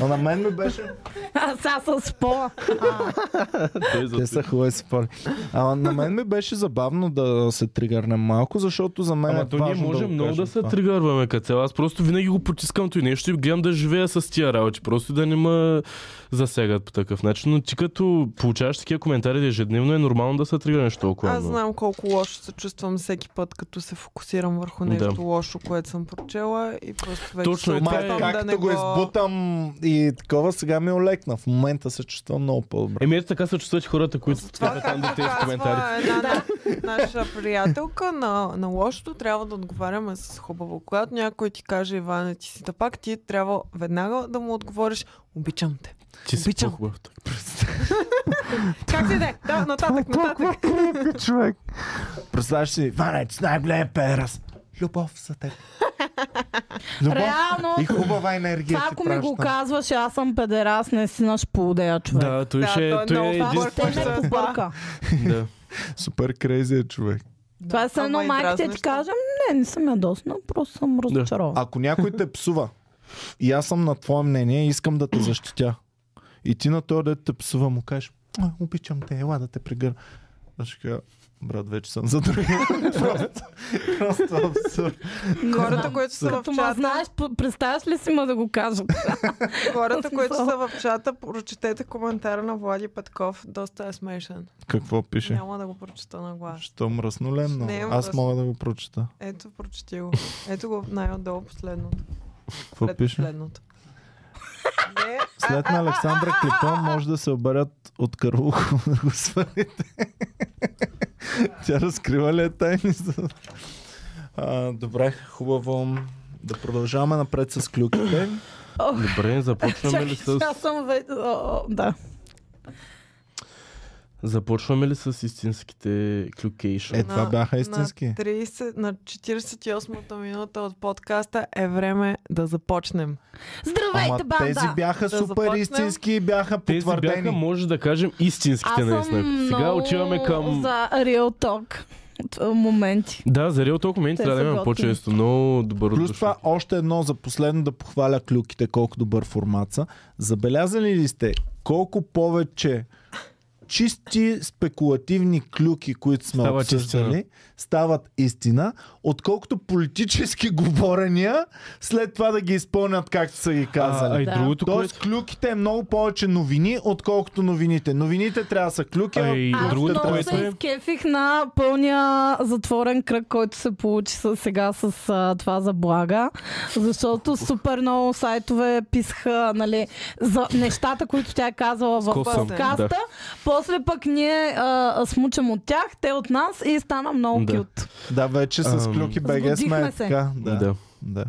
S2: А на мен ми беше...
S1: А, сега с по.
S4: Той за
S2: Те са хубави спори. А на мен ми беше забавно да се тригърнем малко, защото за мен е
S4: Ама то ние
S2: важно
S4: можем
S2: да
S4: много да се
S2: се
S4: тригърваме като цяло. Аз просто винаги го потискам той нещо и гледам да живея с тия работи. Просто да не ме засягат по такъв начин. Но ти като получаваш такива коментари ежедневно е нормално да се тригърнеш толкова.
S3: Аз
S4: много.
S3: знам колко лошо се чувствам всеки път, като се фокусирам върху
S4: Да.
S3: нещо лошо, което съм прочела и просто вече
S4: Точно
S3: се
S4: е, това е.
S3: опитвам да
S2: Както
S3: не
S2: го избутам и такова, сега ми е олекна. В момента се чувствам много по-добре.
S4: Еми Е, ето така се чувстват хората, които
S3: Това
S4: спират там
S3: както
S4: дете с коментарите.
S3: казва една на- наша приятелка на, на лошото, трябва да отговаряме с хубаво. Когато някой ти каже, Иване, ти си тъпак, ти трябва веднага да му отговориш, обичам те.
S4: Ти си
S3: Обичам.
S4: по-хубав.
S3: Как си да е? Да, нататък, нататък.
S2: Крепи човек. Представяш си, Ваня, ти си най-голям перас. Любов за теб. Любов
S1: Реално,
S2: и хубава енергия
S1: това
S2: ти
S1: ако ми го
S2: пращам.
S1: казваш, аз съм педерас, не си наш полудея човек.
S4: Да, той
S3: Да,
S4: ще
S3: той е
S4: той
S3: много
S4: е
S1: Това
S4: един...
S3: един
S1: ще
S3: път
S1: ме
S3: ще
S1: побърка.
S4: Да.
S2: Супер крейзи е човек.
S1: Това е все
S3: Ама
S1: едно
S3: и
S1: майките ти
S3: дразнещо.
S1: кажем, не, не съм ядосна, просто съм разочарована.
S2: Ако някой те псува и аз съм на твое мнение и искам да те защитя. И ти на този дете те псува му кажеш, «А, обичам те, ела да те прегърна. Аз ще кажа, брат, вече съм за другия. просто, просто абсурд.
S3: Хората, които са в
S1: Като ма
S3: чата,
S1: знаеш, п- представяш ли си ма да го кажат?
S3: хората, които
S1: смисъл.
S3: са в чата, прочетете коментара на Влади Петков. Доста е смешен.
S2: Какво пише?
S3: Няма да го прочета на глас.
S2: Що мръсно ли е много?
S3: Не е
S2: Аз
S3: мръсно.
S2: мога да го прочета.
S3: Ето, прочети го. Ето го най-отдолу последното.
S2: Какво пише?
S3: Предпоследното. Не,
S2: След на Александра клипа може да се оберят от Карлухо да го свалите. Тя разкрива ли е тайни? за- А, добре, хубаво. Да продължаваме напред с клюките.
S4: Добре, започваме ли с...
S1: Аз съм ве- о, Да.
S4: Започваме ли с истинските клюкейшн?
S2: Е, това бяха истински.
S3: На, 30, на 48-та минута от подкаста е време да започнем.
S2: Ама
S1: Здравейте, банда!
S2: тези бяха
S3: Да
S2: супер
S3: започнем.
S2: истински и бяха
S4: Тези бяха,
S2: потвърдени.
S4: може да кажем, истинските
S1: Аз
S4: наистина.
S1: съм
S4: Сега
S1: много
S4: отиваме към...
S1: за Real Talk т- моменти.
S4: Да, за реал толкова момент
S1: Те
S4: трябва да
S1: са
S4: имаме
S1: готини.
S4: по-често. Много добър
S2: Плюс
S4: отдушник.
S2: това още едно за последно да похваля клюките, колко добър формат са. Забелязали ли сте колко повече чисти спекулативни клюки, които сме
S4: Стават
S2: обсъждали,
S4: истина.
S2: стават истина, отколкото политически говорения, след това да ги изпълнят както са ги
S4: А, а
S2: казали.
S4: и
S1: Да.
S4: другото,
S2: Тоест,
S4: което...
S2: клюките е много повече новини, отколкото новините. Новините трябва да са клюки,
S4: А,
S2: а
S4: и
S2: клюките
S1: Аз
S4: другото,
S1: много
S2: трябва да
S4: което
S2: са-
S1: се
S4: е-
S1: изкефих на пълния затворен кръг, който се получи с, сега с а, това за блага, защото супер много сайтове писаха нали, за нещата, които тя е казала в
S4: Скосам,
S1: подкаста.
S4: да.
S1: После пък ние а, а, смучем от тях, те от нас и стана много
S4: Да.
S1: кют.
S2: Да, вече с
S4: Ам,
S2: клюки БГ сме
S1: Сгодихме се.
S2: така. Да.
S4: Да.
S2: Да.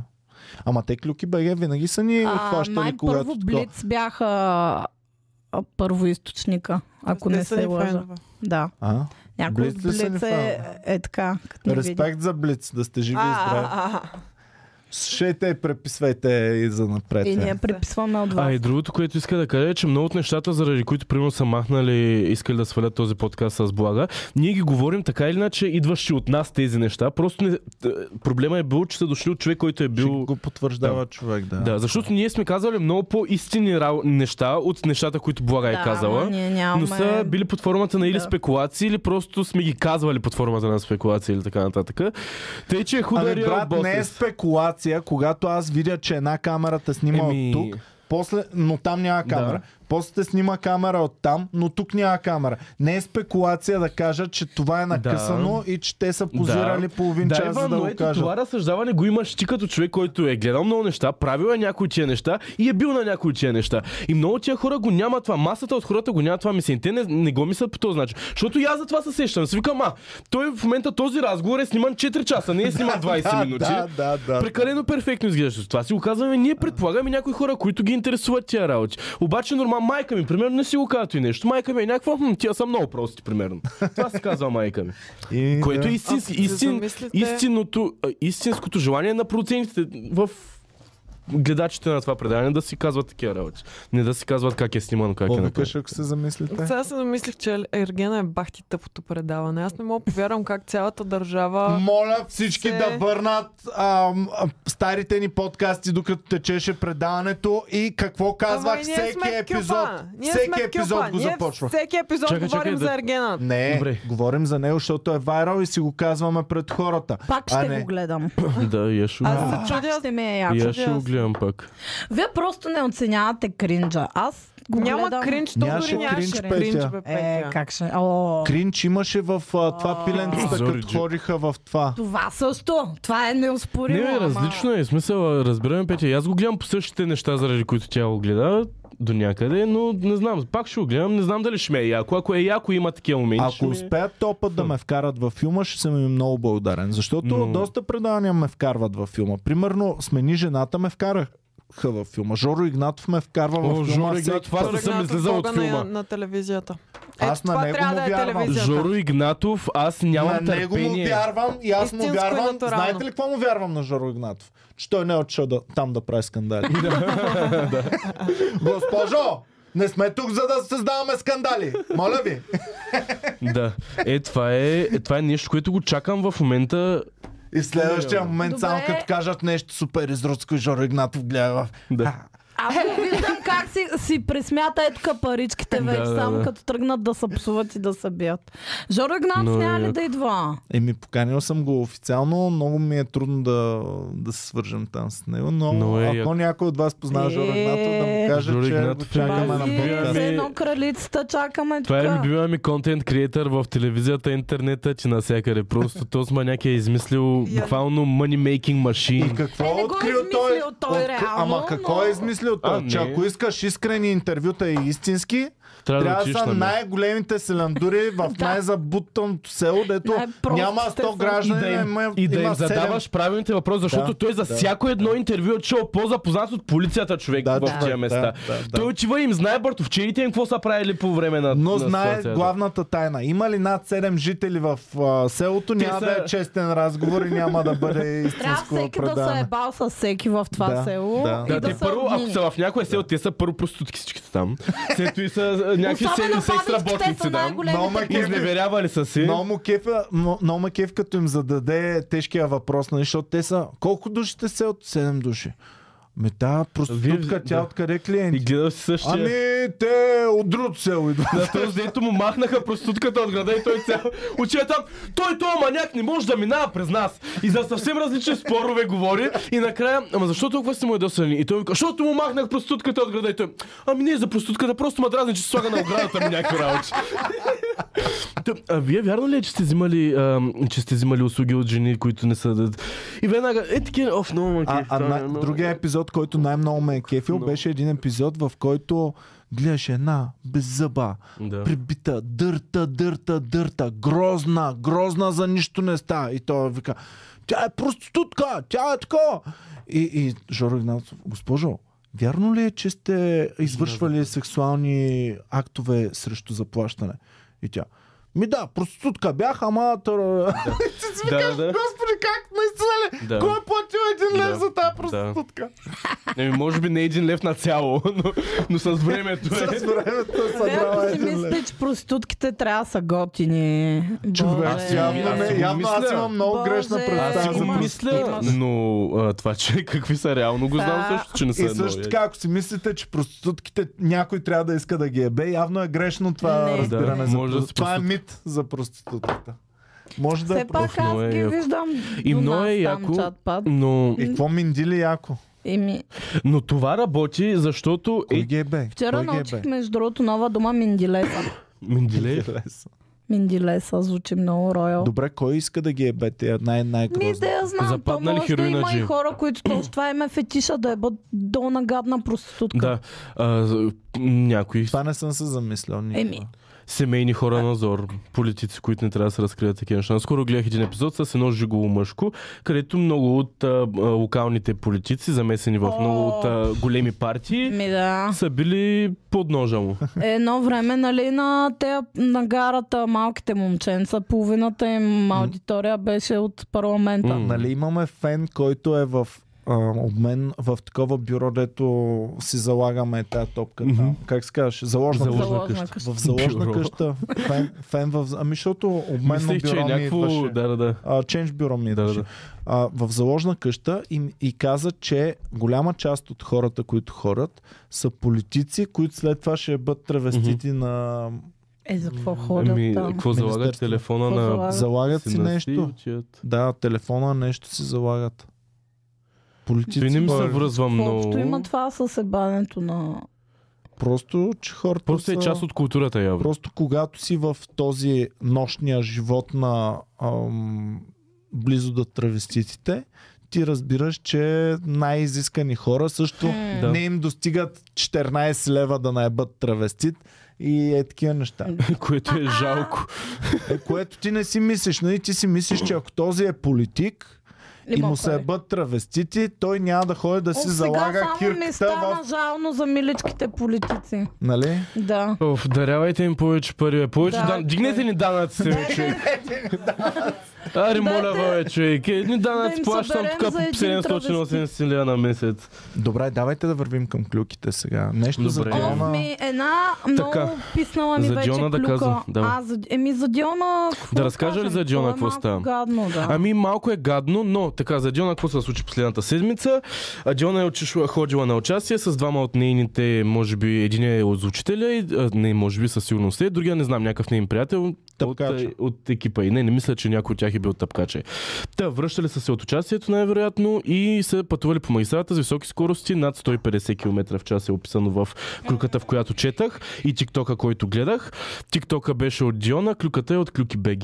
S2: Ама те клюки БГ винаги са ни хващали, когато...
S1: първо Блиц бяха а, първоисточника, ако не
S3: са
S1: се
S3: ни
S1: лъжа.
S3: фенове.
S1: Да.
S2: А?
S1: Някой от
S2: Блиц ли са ни
S1: Блиц е,
S2: фенове?
S1: е така, като ни види.
S2: Респект за Блиц, да сте живи и
S3: А,
S2: здрави.
S3: а, а, а.
S2: Шейте и преписвайте и за напред.
S1: И ние преписваме от
S4: А
S1: вас.
S4: и другото, което иска да кажа е, че много от нещата, заради които примерно са махнали, искали да свалят този подкаст с блага, ние ги говорим така или иначе, идващи от нас тези неща. Просто не... т- проблема е бил, че са дошли от човек, който е
S5: Ще
S4: бил...
S5: го потвърждава човек, да.
S4: Да, защото ние сме казали много по-истини ра- неща от нещата, които блага
S1: да,
S4: е казала.
S1: ама ние
S4: Но
S1: нямаме...
S4: са били под формата на или
S1: Да.
S4: спекулации, или просто сме ги казвали под формата на спекулации или така нататък. Тъй, че е
S2: Ами,
S4: худария
S2: брат,
S4: от
S2: не е
S4: Босес.
S2: спекулация, когато аз видя, че една камера те снима
S4: Еми-
S2: от тук, после, но там няма камера. Да. После те снима камера от там, но тук няма камера. Не е спекулация да кажа, че това е накъсано и че те са позирали половин
S4: да,
S2: час,
S4: Иван,
S2: за да
S4: но
S2: го
S4: ето
S2: кажат.
S4: Това разсъждаване го имаш ти като човек, който е гледал много неща, правил е някои тия неща и е бил на някои тия неща. И много тия хора го няма това. Масата от хората го няма това мислене. Те не, не го мислят по този начин. Защото и аз за това се сещам. Си викам, а, той в момента този разговор е сниман 4 часа, не е сниман 20
S2: да,
S4: минути.
S2: да, да, да.
S4: Прекалено перфектно изглеждаш. Това си го казваме. Ние предполагаме някои хора, които ги интересуват тия работи. Обаче, нормално, майка ми, примерно, не си го казва и нещо. Майка ми е някаква, хм, тия са много прости, примерно. Това се казва майка ми.
S2: И,
S4: Което е
S2: да.
S4: истин,
S3: Ако се
S4: истин,
S3: замислите-
S4: истинното, а, истинското желание е на продуцентите в гледачите на това предаване да си казват такива работи. Не да си казват как е снимано, как е
S2: Какво
S4: направено.
S2: викаш, ако се замислите?
S3: Сега се замислих, че Ергена е бахти тъпото предаване. Аз не мога да повярвам как цялата държава...
S2: Моля всички
S3: се-
S2: да върнат ам, а, старите ни подкасти, докато течеше предаването и какво казвах,
S3: Ама и ние сме
S2: всеки
S3: в
S2: епизод,
S3: кюпа. Ние сме
S2: всеки
S3: в кюпа.
S2: епизод го
S3: Ние
S2: започвах.
S3: Всеки епизод
S4: Чакай, чакай,
S3: говорим
S4: да-
S3: за Ергена.
S2: Не,
S4: Добре.
S2: говорим за него, защото е вайрал и си го казваме пред хората.
S1: Пак
S2: а
S1: ще
S2: не.
S1: го гледам.
S4: Да, я ще го
S3: Аз
S4: гледам.
S3: се
S1: Пак
S3: чудя...
S1: ще ми е яко.
S4: И аз ще го
S3: аз-
S4: гледам пак.
S1: Вие просто не оценявате кринджа. Аз го
S3: Няма
S1: гледам...
S3: кринч, то
S2: Нямаше
S3: дори нямаше
S1: кринч,
S2: Петя.
S3: кринч, бе,
S1: Е,
S3: Петя.
S1: как ще... О,
S2: Кринч имаше в а, това пиленцата,
S4: Зори
S2: като
S4: Джи.
S2: хориха в това.
S1: това също. Това е неоспоримо.
S4: Не, бе,
S1: ама-
S4: различно е. Смисъл, а, разбираме, Петя. И Аз го гледам по същите неща, заради които тя го гледа до някъде, но не знам. Пак ще го гледам. Не знам дали ще ме е яко. Ако е яко, има такива моменти. ще
S2: Ако
S4: ми е-
S2: успеят този път да ме вкарат във филма, ще съм им много благодарен. Защото
S4: Но-
S2: доста предавания ме вкарват във филма. Примерно, смени жената ме вкараха във филма. Жоро Игнатов ме вкарва
S4: О,
S2: във
S4: Жоро
S2: филма.
S4: Игнатов,
S2: всеки
S4: това
S2: път.
S4: Аз не съм
S3: Тръгна
S4: излизал от
S3: бога на-
S4: филма.
S3: е На телевизията.
S2: Аз
S3: Ето
S2: на
S3: това
S2: него
S3: трябва
S2: му
S3: да е
S2: вярвам.
S3: телевизията.
S4: Жоро Игнатов, аз нямам
S2: на него
S4: търпение.
S2: му вярвам и аз му
S3: Истинско и
S2: вярвам.
S3: натурално.
S2: Знаете ли какво му вярвам на Жоро Игнатов? Че той не е отишъл да, там да прави скандали. Госпожо, не сме тук за да създаваме скандали. Моля ви.
S4: Да. Е, това е, е, това е нещо, което го чакам в момента.
S2: И в следващия момент,
S1: Добре.
S2: само като кажат нещо супер изродско, Жоро Игнатов гледа в...
S4: Да.
S1: Аз го виждам как си, си пресмята е тук паричките вече,
S4: Да, да,
S1: само
S4: да.
S1: като тръгнат да се псуват и да се бият. Жоро Игнатов
S4: Но е
S1: няма ли
S4: яко.
S1: да идва?
S2: Еми, поканил съм го официално, много ми е трудно да, да се свържем там с него, но,
S4: Но е
S2: ако
S4: яко.
S2: някой от вас познава Жоро
S1: Е.
S2: Игнатов, да му каже,
S4: Жоро
S2: че го
S4: Игнатов е
S2: чакаме на
S4: любим.
S1: Все
S2: подкаст.
S4: Ами-
S1: едно кралицата чакаме тук.
S4: Това е любимия ми контент креатор в телевизията, интернета, че навсякъде. Просто този маняк е измислил буквално money making
S2: И
S4: machine.
S2: какво
S1: Е, не
S2: е
S1: го
S2: открил
S1: е
S2: той?
S1: измислил той
S2: Отк-
S1: реално,
S2: Ама какво
S1: но-
S2: е измислил той?
S4: А,
S2: че
S4: не.
S2: ако искаш искрени интервюта и истински,
S4: Трябва, да
S2: трябва да
S4: отидеш
S2: са
S4: на място.
S2: най-големите селандури в най-забутаното село, дето
S1: Най-простите
S2: няма
S1: са.
S2: 100
S4: И
S2: граждани,
S4: да им,
S2: има,
S4: и да
S2: има
S4: им
S2: седем.
S4: задаваш правилните въпроси, защото
S2: Да,
S4: той за
S2: да.
S4: всяко едно интервю е чул по-запознат от полицията човек
S2: Да,
S4: в
S2: да,
S4: тия
S2: да,
S4: места.
S2: да, да.
S4: Той отива и им знае бъртовчерите им какво са правили по време на
S2: Но
S4: на
S2: знае
S4: ситуацията.
S2: главната тайна. Има ли над 7 жители в а, селото,
S4: Те
S2: няма
S4: са-
S2: да е честен разговор и няма да бъде
S1: Трябва всеки
S2: истинско
S1: да се е
S2: предаване.
S1: бал с всеки в това
S2: Да,
S1: село.
S2: да.
S1: и
S4: Да,
S1: Ами да
S4: те
S1: са
S4: първо, ако
S1: едни.
S4: са в някои село, те са първо проститки всичките там. След това и са а, някакви
S1: Особено
S4: се- секс
S1: бабичките са
S4: работници, да.
S2: Но, ма,
S1: най-големите.
S2: кеф-
S4: Изневерявали са си.
S2: Много му кефа, но, но му е кеф, като им зададе тежкия въпрос, нали, защото те са... Колко души сте в селото? 7 души. Ме та проститутка,
S4: Вие-
S2: тя
S4: да.
S2: откъде
S4: И
S2: клиенти?
S4: гледал си същия.
S2: Ами, те от другото село идват.
S4: На този дето му махнаха простутката от града и той цял отива там. Той, той маняк не може да минава през нас. И за съвсем различни спорове говори. И накрая, ама защо толкова сте му ядосани? И той вика, защото му махнах простутката от града и той. Ами не за простутката, просто ма дразни, че се слага на оградата ми някакви работи. Та, А вие вярно ли е, че сте взимали, ам, че сте взимали услуги от жени, които не са... дед- И веднага, е такива, оф, много ме
S2: А,
S4: кеф,
S2: а
S4: това е
S2: на,
S4: много-
S2: другия епизод, който най-много ме е кефил,
S4: Много.
S2: беше един епизод, в който гледаш една беззъба,
S4: Да.
S2: прибита, дърта, дърта, дърта, грозна, грозна за нищо не става. И той вика, тя е проститутка, тя е такова. И, и Жоро Игнатов, госпожо, вярно ли е, че сте извършвали сексуални актове срещу заплащане? И тя, ми да, проститутка бях, ама... Да.
S4: Да, да, да.
S2: Господи, как наистина ли?
S4: Да.
S2: Кой е платил един лев
S4: Да.
S2: за тази проститутка?
S4: Еми, може би не е един лев на цяло, но, но с времето е.
S2: С времето събрала
S1: Вероятно си
S2: един лев.
S1: мислите, че проститутките трябва да са готини.
S2: Човек,
S1: Боже.
S4: Аз си-
S2: явно,
S4: аз си
S2: не,
S4: го
S2: явно аз
S4: мисля.
S2: имам много
S1: Боже,
S2: грешна
S4: Аз си
S2: представа.
S4: го
S1: Има,
S4: мисля,
S1: има.
S4: но а, това, че какви са реално, го знам
S1: Да.
S4: също, че не са
S2: И
S4: едно. е.
S2: също така, ако си мислите, че проститутките някой трябва да иска да ги ебе, явно е грешно това
S1: Не.
S2: разбиране.
S4: Да,
S2: за
S4: може да
S2: проститут-
S4: си
S2: това е
S4: проститутка.
S2: мит за проститутката. Може да е
S1: Все
S2: пак...
S1: пак
S4: профил,
S1: аз
S4: е
S1: ги
S4: яко.
S1: виждам.
S4: И
S1: до
S4: много е
S1: нас там
S4: яко,
S1: чат пат.
S4: но,
S2: И какво миндили яко?
S1: Еми,
S4: но това работи, защото...
S2: Кой
S4: Е,
S2: ги ебе?
S1: вчера
S2: Кой ги
S1: научих,
S2: ебе?
S1: между другото, нова дума миндилеса.
S4: Менделеев.
S2: Лесно.
S1: миндилеса звучи много роял.
S2: Добре, кой иска да ги ебе тия най най
S1: Ми да я знам,
S4: Западнали
S1: то може да има
S4: хероинаджи.
S1: и хора, които точно това им е фетиша да е бъд долна гадна проститутка.
S4: Да, а, з- някои
S2: Това не съм се замислял. никога.
S1: Еми.
S4: семейни хора на зор, политици, които не трябва да се разкрият такива неща. Скоро гледах един епизод с едно жигово мъжко, където много от а, а, локалните политици, замесени в
S1: О.
S4: много от а, големи партии,
S1: Ми да.
S4: са били под ножа му.
S1: Едно време, нали, на, те, на гарата малките момченца, половината им аудитория беше от парламента.
S4: М.
S2: Нали имаме фен, който е в а, обмен в такова бюро, дето си залагаме тази топка.
S4: Мгм.
S2: там. Как се казваш? Заложна,
S4: Заложна
S2: къща.
S1: Заложна
S4: къща.
S1: къща.
S2: В заложна
S4: Бюро.
S2: къща. Фен, фен в... Ами защото обмен на
S4: Мислех, че е
S2: бюро ми
S4: някакво...
S2: идваше.
S4: Да, да, да.
S2: А, Change бюро ми
S4: Да,
S2: идваше.
S4: да.
S2: А, в заложна къща и, и каза, че голяма част от хората, които хорат, са политици, които след това ще бъдат травестити на...
S1: Е, за какво ходят
S4: Ами,
S1: там?
S4: какво залагат
S2: Министерство.
S4: телефона
S1: Какво
S4: на...
S1: залагат?
S2: Залагат си
S4: сина и
S2: нещо.
S4: отиват.
S2: Да, телефона нещо си залагат. Политици.
S4: Той не ми се
S2: бе.
S4: връзва
S1: Колкото има
S4: много.
S1: това с ебането на...
S2: Просто, че хората
S4: Просто е
S2: са...
S4: част от културата явно.
S2: Просто когато си в този нощния живот на ам, близо до травеститите, ти разбираш, че най-изискани хора също
S1: М.
S2: да. не им достигат 14 лева да наебат травестит и е такива неща.
S4: Което е жалко.
S2: Е, което ти не си мислиш. Нали? Ти си мислиш, че ако този е политик и
S1: Има
S2: му се
S1: пари.
S2: ебат травестити, той няма да ходи да си
S1: е? О,
S2: залага
S1: сега само ми
S2: кирката
S1: стана
S2: в...
S1: жално за миличките политици.
S2: Нали?
S1: Да.
S4: Оф, дарявайте им повече пари. бе. Повече
S1: Да,
S4: да, дан... Дигнете ни данъците, бе, човек. Ари, моля, бе, човек. Едни
S1: да
S4: данъци
S1: им
S4: плащам
S1: съберем
S4: тук
S1: за един
S4: 780 лева на месец.
S2: Добре, давайте да вървим към клюките сега. Нещо за
S4: Добре.
S2: Диона.
S1: Оф,
S6: Ами,
S1: ми, една много
S4: Е, Така.
S1: писнала ми
S4: За
S1: вече
S4: Диона да
S1: клюка.
S4: казвам, давай.
S1: А, за, еми за Диона... какво
S4: Да разкажа ли
S1: кажем?
S4: за Диона
S1: То е
S4: какво
S1: малко
S4: става?
S1: Гадно, да.
S4: Ами малко е гадно, но така за Диона какво се случи последната седмица? А, Диона е отишла, ходила на участие с двама от нейните, може би един е от звучителя, и, а, не, може би със сигурност е, другия не знам, някакъв нейн приятел от,
S2: Тъпкача.
S4: а, от екипа. И не, не мисля, че някой от тях е бил тъпкаче. Та, връщали са се от участието най-вероятно и са пътували по магистралата с високи скорости, над 150 км в час е описано в клюката, в която четах и тиктока, който гледах. Тиктока беше от Диона, клюката е от Клюки БГ.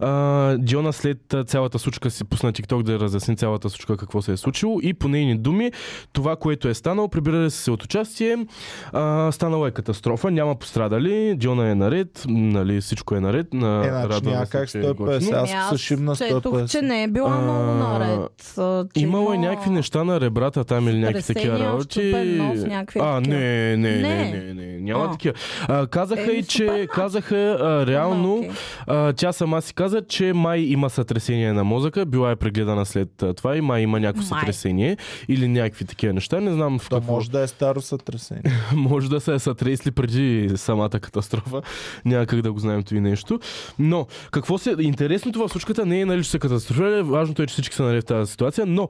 S4: А, Диона след а, цялата случка си пусна тикток да разясни цялата случка какво се е случило и по нейни думи това, което е станало, прибирали са се от участие, а, станала е катастрофа, няма пострадали, Диона е наред, нали, всичко е наред. На,
S2: Е, значи
S4: радваме
S2: няма
S4: се,
S2: как
S4: че е готино.
S2: 150. Аз
S1: Ами
S2: се шибна
S1: четох,
S2: 150.
S1: че не е била
S4: А,
S1: много наред. а, че
S4: Имало е някакви неща на ребрата там или някакви такива
S1: Сътресения,
S4: работи.
S1: щупен нос, някакви
S4: А,
S1: такива.
S4: не, не, не,
S1: Не.
S4: не, не, няма
S1: А.
S4: такива. А, казаха
S1: Еми,
S4: и, че
S1: супер,
S4: казаха а, реално,
S1: Малки.
S4: а, тя сама си каза, че май има сътресение на мозъка, била е прегледана след а, това и май има някакво
S1: Май.
S4: сътресение или някакви такива неща. Не знам в
S2: То
S4: какво
S2: може да е старо сътресение.
S4: може да се е сътресли преди самата катастрофа. Няма как да го знаем това нещо. Но, какво се... Интересното в случката не е, нали, че са катастрофирали. Важното е, че всички са наред в тази ситуация. Но,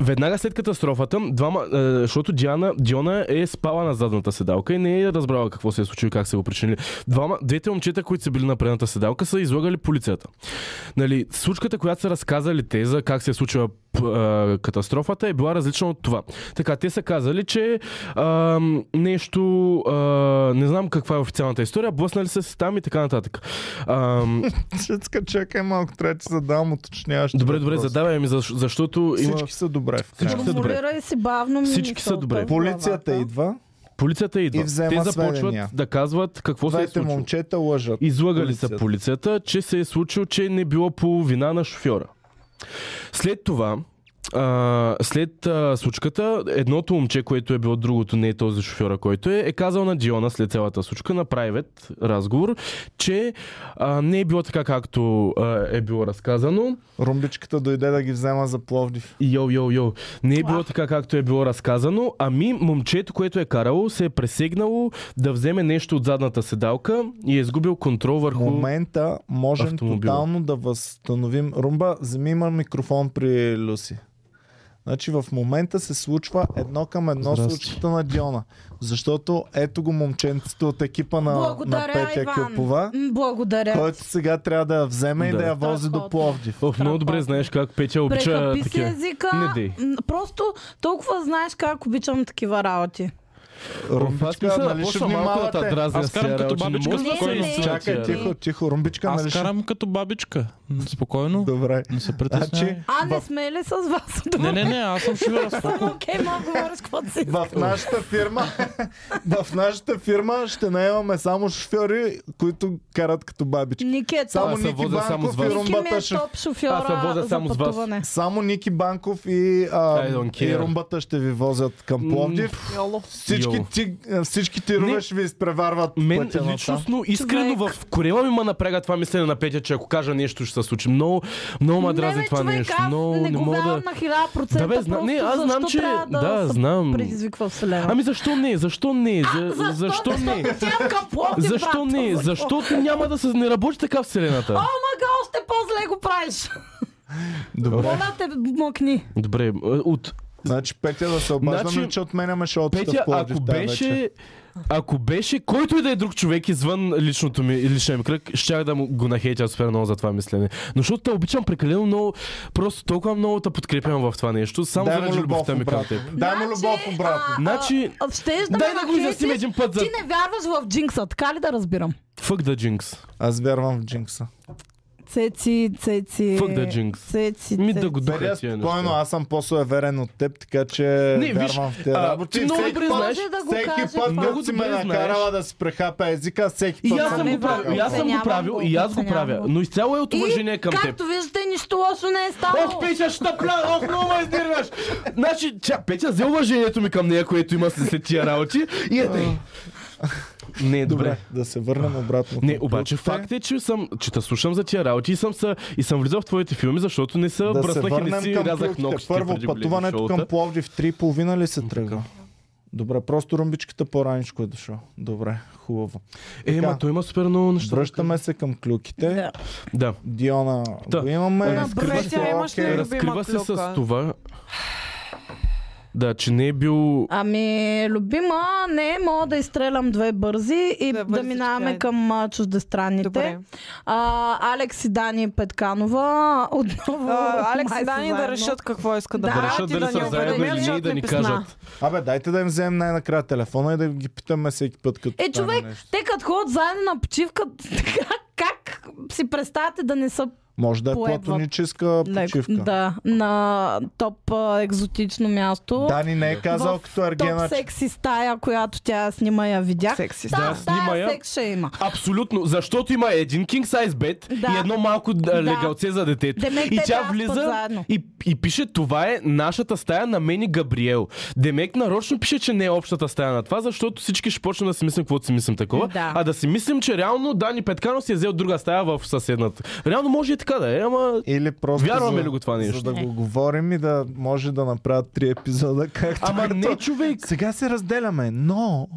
S4: веднага след катастрофата, двама, е, защото Диана, Диона е спала на задната седалка и не е разбрала какво се е случило и как са го причинили. Двама, двете момчета, които са били на предната седалка, са излагали полицията. Нали, случката, която са разказали те за как се е случила п- а, катастрофата, е била различна от това. Така, те са казали, че а, нещо, а, не знам каква е официалната история, блъснали са се там и така нататък. А,
S2: Цецка, чакай малко, трябва да ти задам уточняващи
S4: добре, добре,
S2: въпроси.
S4: задавай ми, защ- защото има...
S2: Всички са добре. в края.
S4: Всички са добре.
S1: Формулирай си бавно
S4: Всички са
S1: мисълта
S4: добре.
S1: в
S2: Полицията
S1: главата.
S2: идва.
S4: Полицията идва.
S2: И взема
S4: Те започват
S2: сведения.
S4: да казват какво се
S2: Двете
S4: е случило.
S2: момчета лъжат.
S4: Излагали са
S2: Полицията.
S4: полицията, че се е случило, че не било по вина на шофьора. След това, а, след а, случката, едното момче, което е било другото, не е този шофьора, който е, е казал на Диона след цялата случка, на прайвет разговор, че а, не е било така, както а, е било разказано.
S2: Румбичката дойде да ги взема за Пловдив.
S4: Йо, йо, йо. Не е било така, както е било разказано, ами момчето, което е карало, се е пресегнало да вземе нещо от задната седалка и е изгубил контрол
S2: В
S4: върху...
S2: момента можем
S4: автомобила.
S2: тотално да възстановим. Румба, вземи има микрофон при Люси. Значи в момента се случва едно към едно
S4: Здрасти.
S2: случката на Диона. Защото ето го момченцето от екипа на, на
S1: Благодаря,
S2: Петя
S1: Иван.
S2: Кюпова,
S1: М, Благодаря.
S2: който сега трябва да я вземе и
S4: Да.
S2: да я вози до
S1: Страхотно.
S2: Пловдив.
S4: Оф, много добре
S1: Страхотно.
S4: знаеш как Петя обича
S1: Прехъпи си
S4: такива.
S1: езика.
S4: Не дей.
S1: М, Просто толкова знаеш как обичам такива работи.
S2: Румбичка, нали ще внимавате?
S4: дразня
S6: Аз карам
S4: сега,
S6: като
S4: че не
S6: бабичка,
S4: мога да
S1: спокойно.
S4: се
S2: Чакай,
S4: изчакай,
S2: тихо, тихо. Румбичка, нали
S6: Аз
S2: ще...
S6: карам като бабичка. Спокойно.
S2: Добре.
S6: Не се притеснявай.
S2: Значи-
S1: А, не
S2: В-
S1: сме ли с вас?
S6: Не, не, не, аз съм шивера.
S1: Съм окей, мога говориш каквото си.
S2: В нашата фирма, в нашата фирма ще наемаме само шофьори, които карат като бабички.
S1: Ники е
S2: Само
S1: топ.
S4: Аз се
S2: Ники
S4: возя
S2: Банков
S4: само с вас.
S2: и
S1: Ники ми
S2: румбата
S1: е
S2: ще...
S1: топ шофьора
S4: Аз се возя само с
S1: за
S4: вас.
S1: пътуване.
S2: Само Ники Банков и, а,
S4: I don't care.
S2: и румбата ще ви возят към
S4: М,
S2: Пловдив.
S3: Йоло.
S2: Всички,
S4: йо.
S2: ти, всички тирове
S4: Не.
S2: ще ви изпреварват
S4: Мен
S2: пътя натам.
S4: личностно, искрено в корема ми ма напряга това мислене на Петя, че ако кажа нещо ще се случи. Много, много ма дразни
S1: бе,
S4: това
S1: човек,
S4: нещо.
S1: аз
S4: Много
S1: не,
S4: не
S1: го
S4: мога да...
S1: вярвам на 1000%,
S4: Да, бе, зна...
S1: просто
S4: не, аз знам,
S1: защо
S4: че...
S1: трябва Да,
S4: Да,
S1: се
S4: знам.
S1: Предизвиква вселена.
S4: Ами защо не? Защо не? За...
S1: защо,
S4: Защо не?
S1: Отивам към Пловдив,
S4: Защо
S1: брат.
S4: не? Защо няма да се не работи така вселената?
S1: О, мага, още по-зле го правиш.
S2: Добре.
S1: Моля те, мъкни.
S4: Добре, е, от
S2: Значи Петя да се обаждаме,
S4: Значи,
S2: че отменяме шоуто
S4: Петя,
S2: в Пловдив.
S4: ако
S2: тази вечер.
S4: беше, ако беше който и да е друг човек извън личното ми, личния ми кръг, щях да му го нахейтя супер много за това мислене. Но защото те обичам прекалено много, просто толкова много те подкрепям в това нещо, само
S2: Дай му
S4: заради
S2: любов,
S4: любовта ми към
S2: обратно.
S4: теб.
S2: Дай му любов,
S1: Значи,
S2: обратно.
S1: а,
S4: Значи,
S1: а, щеш да
S4: дай
S1: ме
S4: да го изясним
S1: нахейтиш,
S4: един път за...
S1: Ти не вярваш в джинкса, така ли да разбирам?
S4: Fuck the jinx.
S2: Аз вярвам в Джинкса.
S1: Цеци, цеци...
S4: Fuck the jinx.
S1: Цеци,
S4: Ми да го
S2: Петя,
S4: духа тия
S2: Е, спокойно,
S4: неща.
S2: аз съм по-суеверен от теб, така че
S4: е Не, виж,
S2: вярвам в тези
S4: а,
S2: работи.
S4: ти много
S2: Всеки
S4: добре
S2: път-
S4: знаеш,
S1: Може да го
S2: Всеки
S1: каже, пак.
S2: път, когато си ме
S4: добре знаеш.
S2: накарала да си прехапя езика, всеки
S4: И
S2: път
S4: аз
S2: съм
S4: съм
S1: не
S4: го
S2: го
S4: правил, и аз съм го
S1: оценявам
S4: правил,
S1: го,
S4: и аз го
S1: оценявам
S4: правя.
S1: го.
S4: Но изцяло е от уважение
S1: И,
S4: към теб.
S1: както виждате, нищо лошо не е ставало.
S4: Ох, Петя, ще пля, ох, много ме издирваш. Значи, тя, Петя, взе уважението ми към нея, което има след след тия работи. И ето. Не, добре.
S2: Добре, да се върнем обратно.
S4: Не,
S2: към
S4: обаче
S2: клюките.
S4: факт е, че съм, че те слушам за тия работи и съм, са, и съм влизал в твоите филми, защото не са
S2: да се
S4: бръснах и не
S2: върнем
S4: си
S2: към
S4: рязах
S2: клюките.
S4: ногтите
S2: Първо,
S4: преди големи
S2: пътуването
S4: шоута.
S2: към Пловдив 3,5 ли се тръгва? Добре, просто румбичката по-раничко е дошла. Добре, хубаво.
S4: Е, ма,
S2: Така.
S4: той има супер много неща.
S2: Връщаме се към клюките.
S1: Да.
S4: Да.
S2: Диона
S4: Та,
S2: го имаме.
S1: разкрива
S2: Петя,
S4: се-
S3: имаш ли
S2: окей.
S3: любима
S4: Разкрива се с
S3: клюка?
S4: това. Да, че не е бил...
S1: Ами, любима, не, мога да изстрелям две бързи и да,
S3: Да, бързи,
S1: минаваме
S3: чакай.
S1: към а, чуждестранните.
S3: Добре.
S1: А, Алекс и Дани Петканова отново.
S3: А, Алекс
S1: май са
S3: и Дани да
S1: заедно.
S3: решат какво искат да,
S1: Да.
S3: правят
S4: решат
S3: и
S4: дали
S3: да
S4: са
S3: ни
S4: заедно
S3: уведомят,
S4: или не и
S3: защото
S4: да
S3: ни
S4: ни
S3: писна.
S4: кажат.
S2: Абе, дайте да им вземем най-накрая телефона и да ги питаме всеки път, като
S1: Е,
S2: стане
S1: човек,
S2: нещо.
S1: те като ходят заедно на почивка, така, как си представяте да не са
S2: Може да е
S1: поедват.
S2: платоническа
S1: леко-
S2: почивка.
S1: да, на топ а, екзотично място?
S2: Дани не е казал
S1: В
S2: като
S1: Топ
S2: Ергена, че
S1: секси стая, която тя снима я видях.
S3: Секси
S1: Та,
S4: Да,
S1: да,
S4: снима я.
S1: секс ще има.
S4: Абсолютно, защото има един king size bed
S1: Да.
S4: и едно малко да.
S1: Да.
S4: легалце за детето.
S1: Демек, те
S4: и тя
S1: трябва да спят
S4: влиза
S1: заедно.
S4: и, и пише, това е нашата стая на мен и Габриел. Демек нарочно пише, че не е общата стая на това, защото всички ще почнем да си мислим каквото си мислим такова,
S1: Да.
S4: а да си мислим, че реално Дани Петканов си е взел друга стая в съседната. Реално може и така да е, ама...
S2: Или просто
S4: Вярваме
S2: за,
S4: ли го това нещо?
S2: За да го говорим и да може да направят три епизода, както
S4: Ама
S2: като-
S4: не човек!
S2: Сега се разделяме, но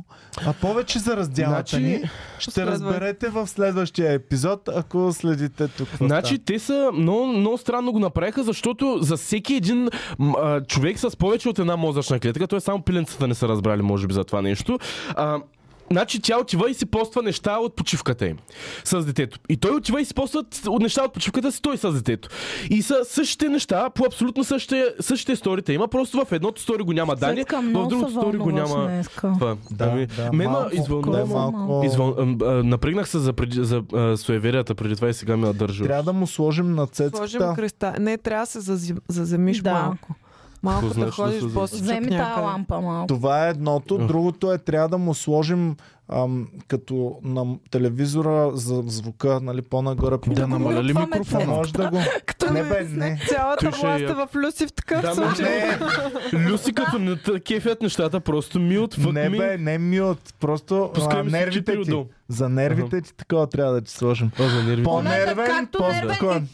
S2: а повече за разделата
S4: Значи-
S2: ни ще
S3: Следва.
S2: разберете в следващия епизод, ако следите тук. в
S4: Значи те са много, много странно го направиха, защото за всеки един м, а, човек с повече от една мозъчна клетка, т.е. само пиленцата не са разбрали, може би, за това нещо. А, Значи тя отива и си поства неща от почивката им с детето. И той отива и си поства ц- от неща от почивката си той с детето. И са същите неща, по абсолютно същите, същите сторите. Има просто в едното стори го няма Дани,
S1: Цецка,
S4: в
S1: много нали?
S4: другото
S1: се
S4: стори го
S1: вълнуваш
S4: няма...
S1: Днеска.
S4: Това.
S2: Да,
S4: ами,
S2: да,
S4: мен ма
S2: малко,
S4: извълнува.
S2: Да, е малко...
S4: Извън, ам, а, напрегнах се за, преди, за а, суеверията преди това и сега ме държа.
S2: Трябва да му сложим на
S3: Сложим
S2: цецката.
S3: креста. Не, трябва да се зазем- заземиш
S1: Да.
S3: малко. Малко да
S4: значи да
S3: ходиш
S4: се за-
S3: после
S1: Вземи тая лампа малко.
S2: Това е едното.
S4: Ох.
S2: Другото е трябва да му сложим ам, като на телевизора за звука, нали, по-нагоре.
S5: Да намаля ли
S1: Това ме
S2: Да
S5: микрофона?
S2: може да го...
S3: Като
S2: Не бе, не.
S3: Цялата
S4: Той ще
S3: власт
S4: я-
S3: е в Люси в такъв
S4: Да, но
S3: случай.
S2: Не,
S4: Люси като не те кефят нещата, просто милт, фък
S2: не
S4: ми.
S2: бе, не мют. Просто
S4: Пускай
S2: а,
S4: ми се
S2: нервите
S4: чипи
S2: ти.
S4: отдолу.
S2: За нервите ти такова трябва да ти сложим.
S4: О, за нерви.
S1: Момента,
S2: По-нервен,
S1: както нервен
S2: по-спокоен.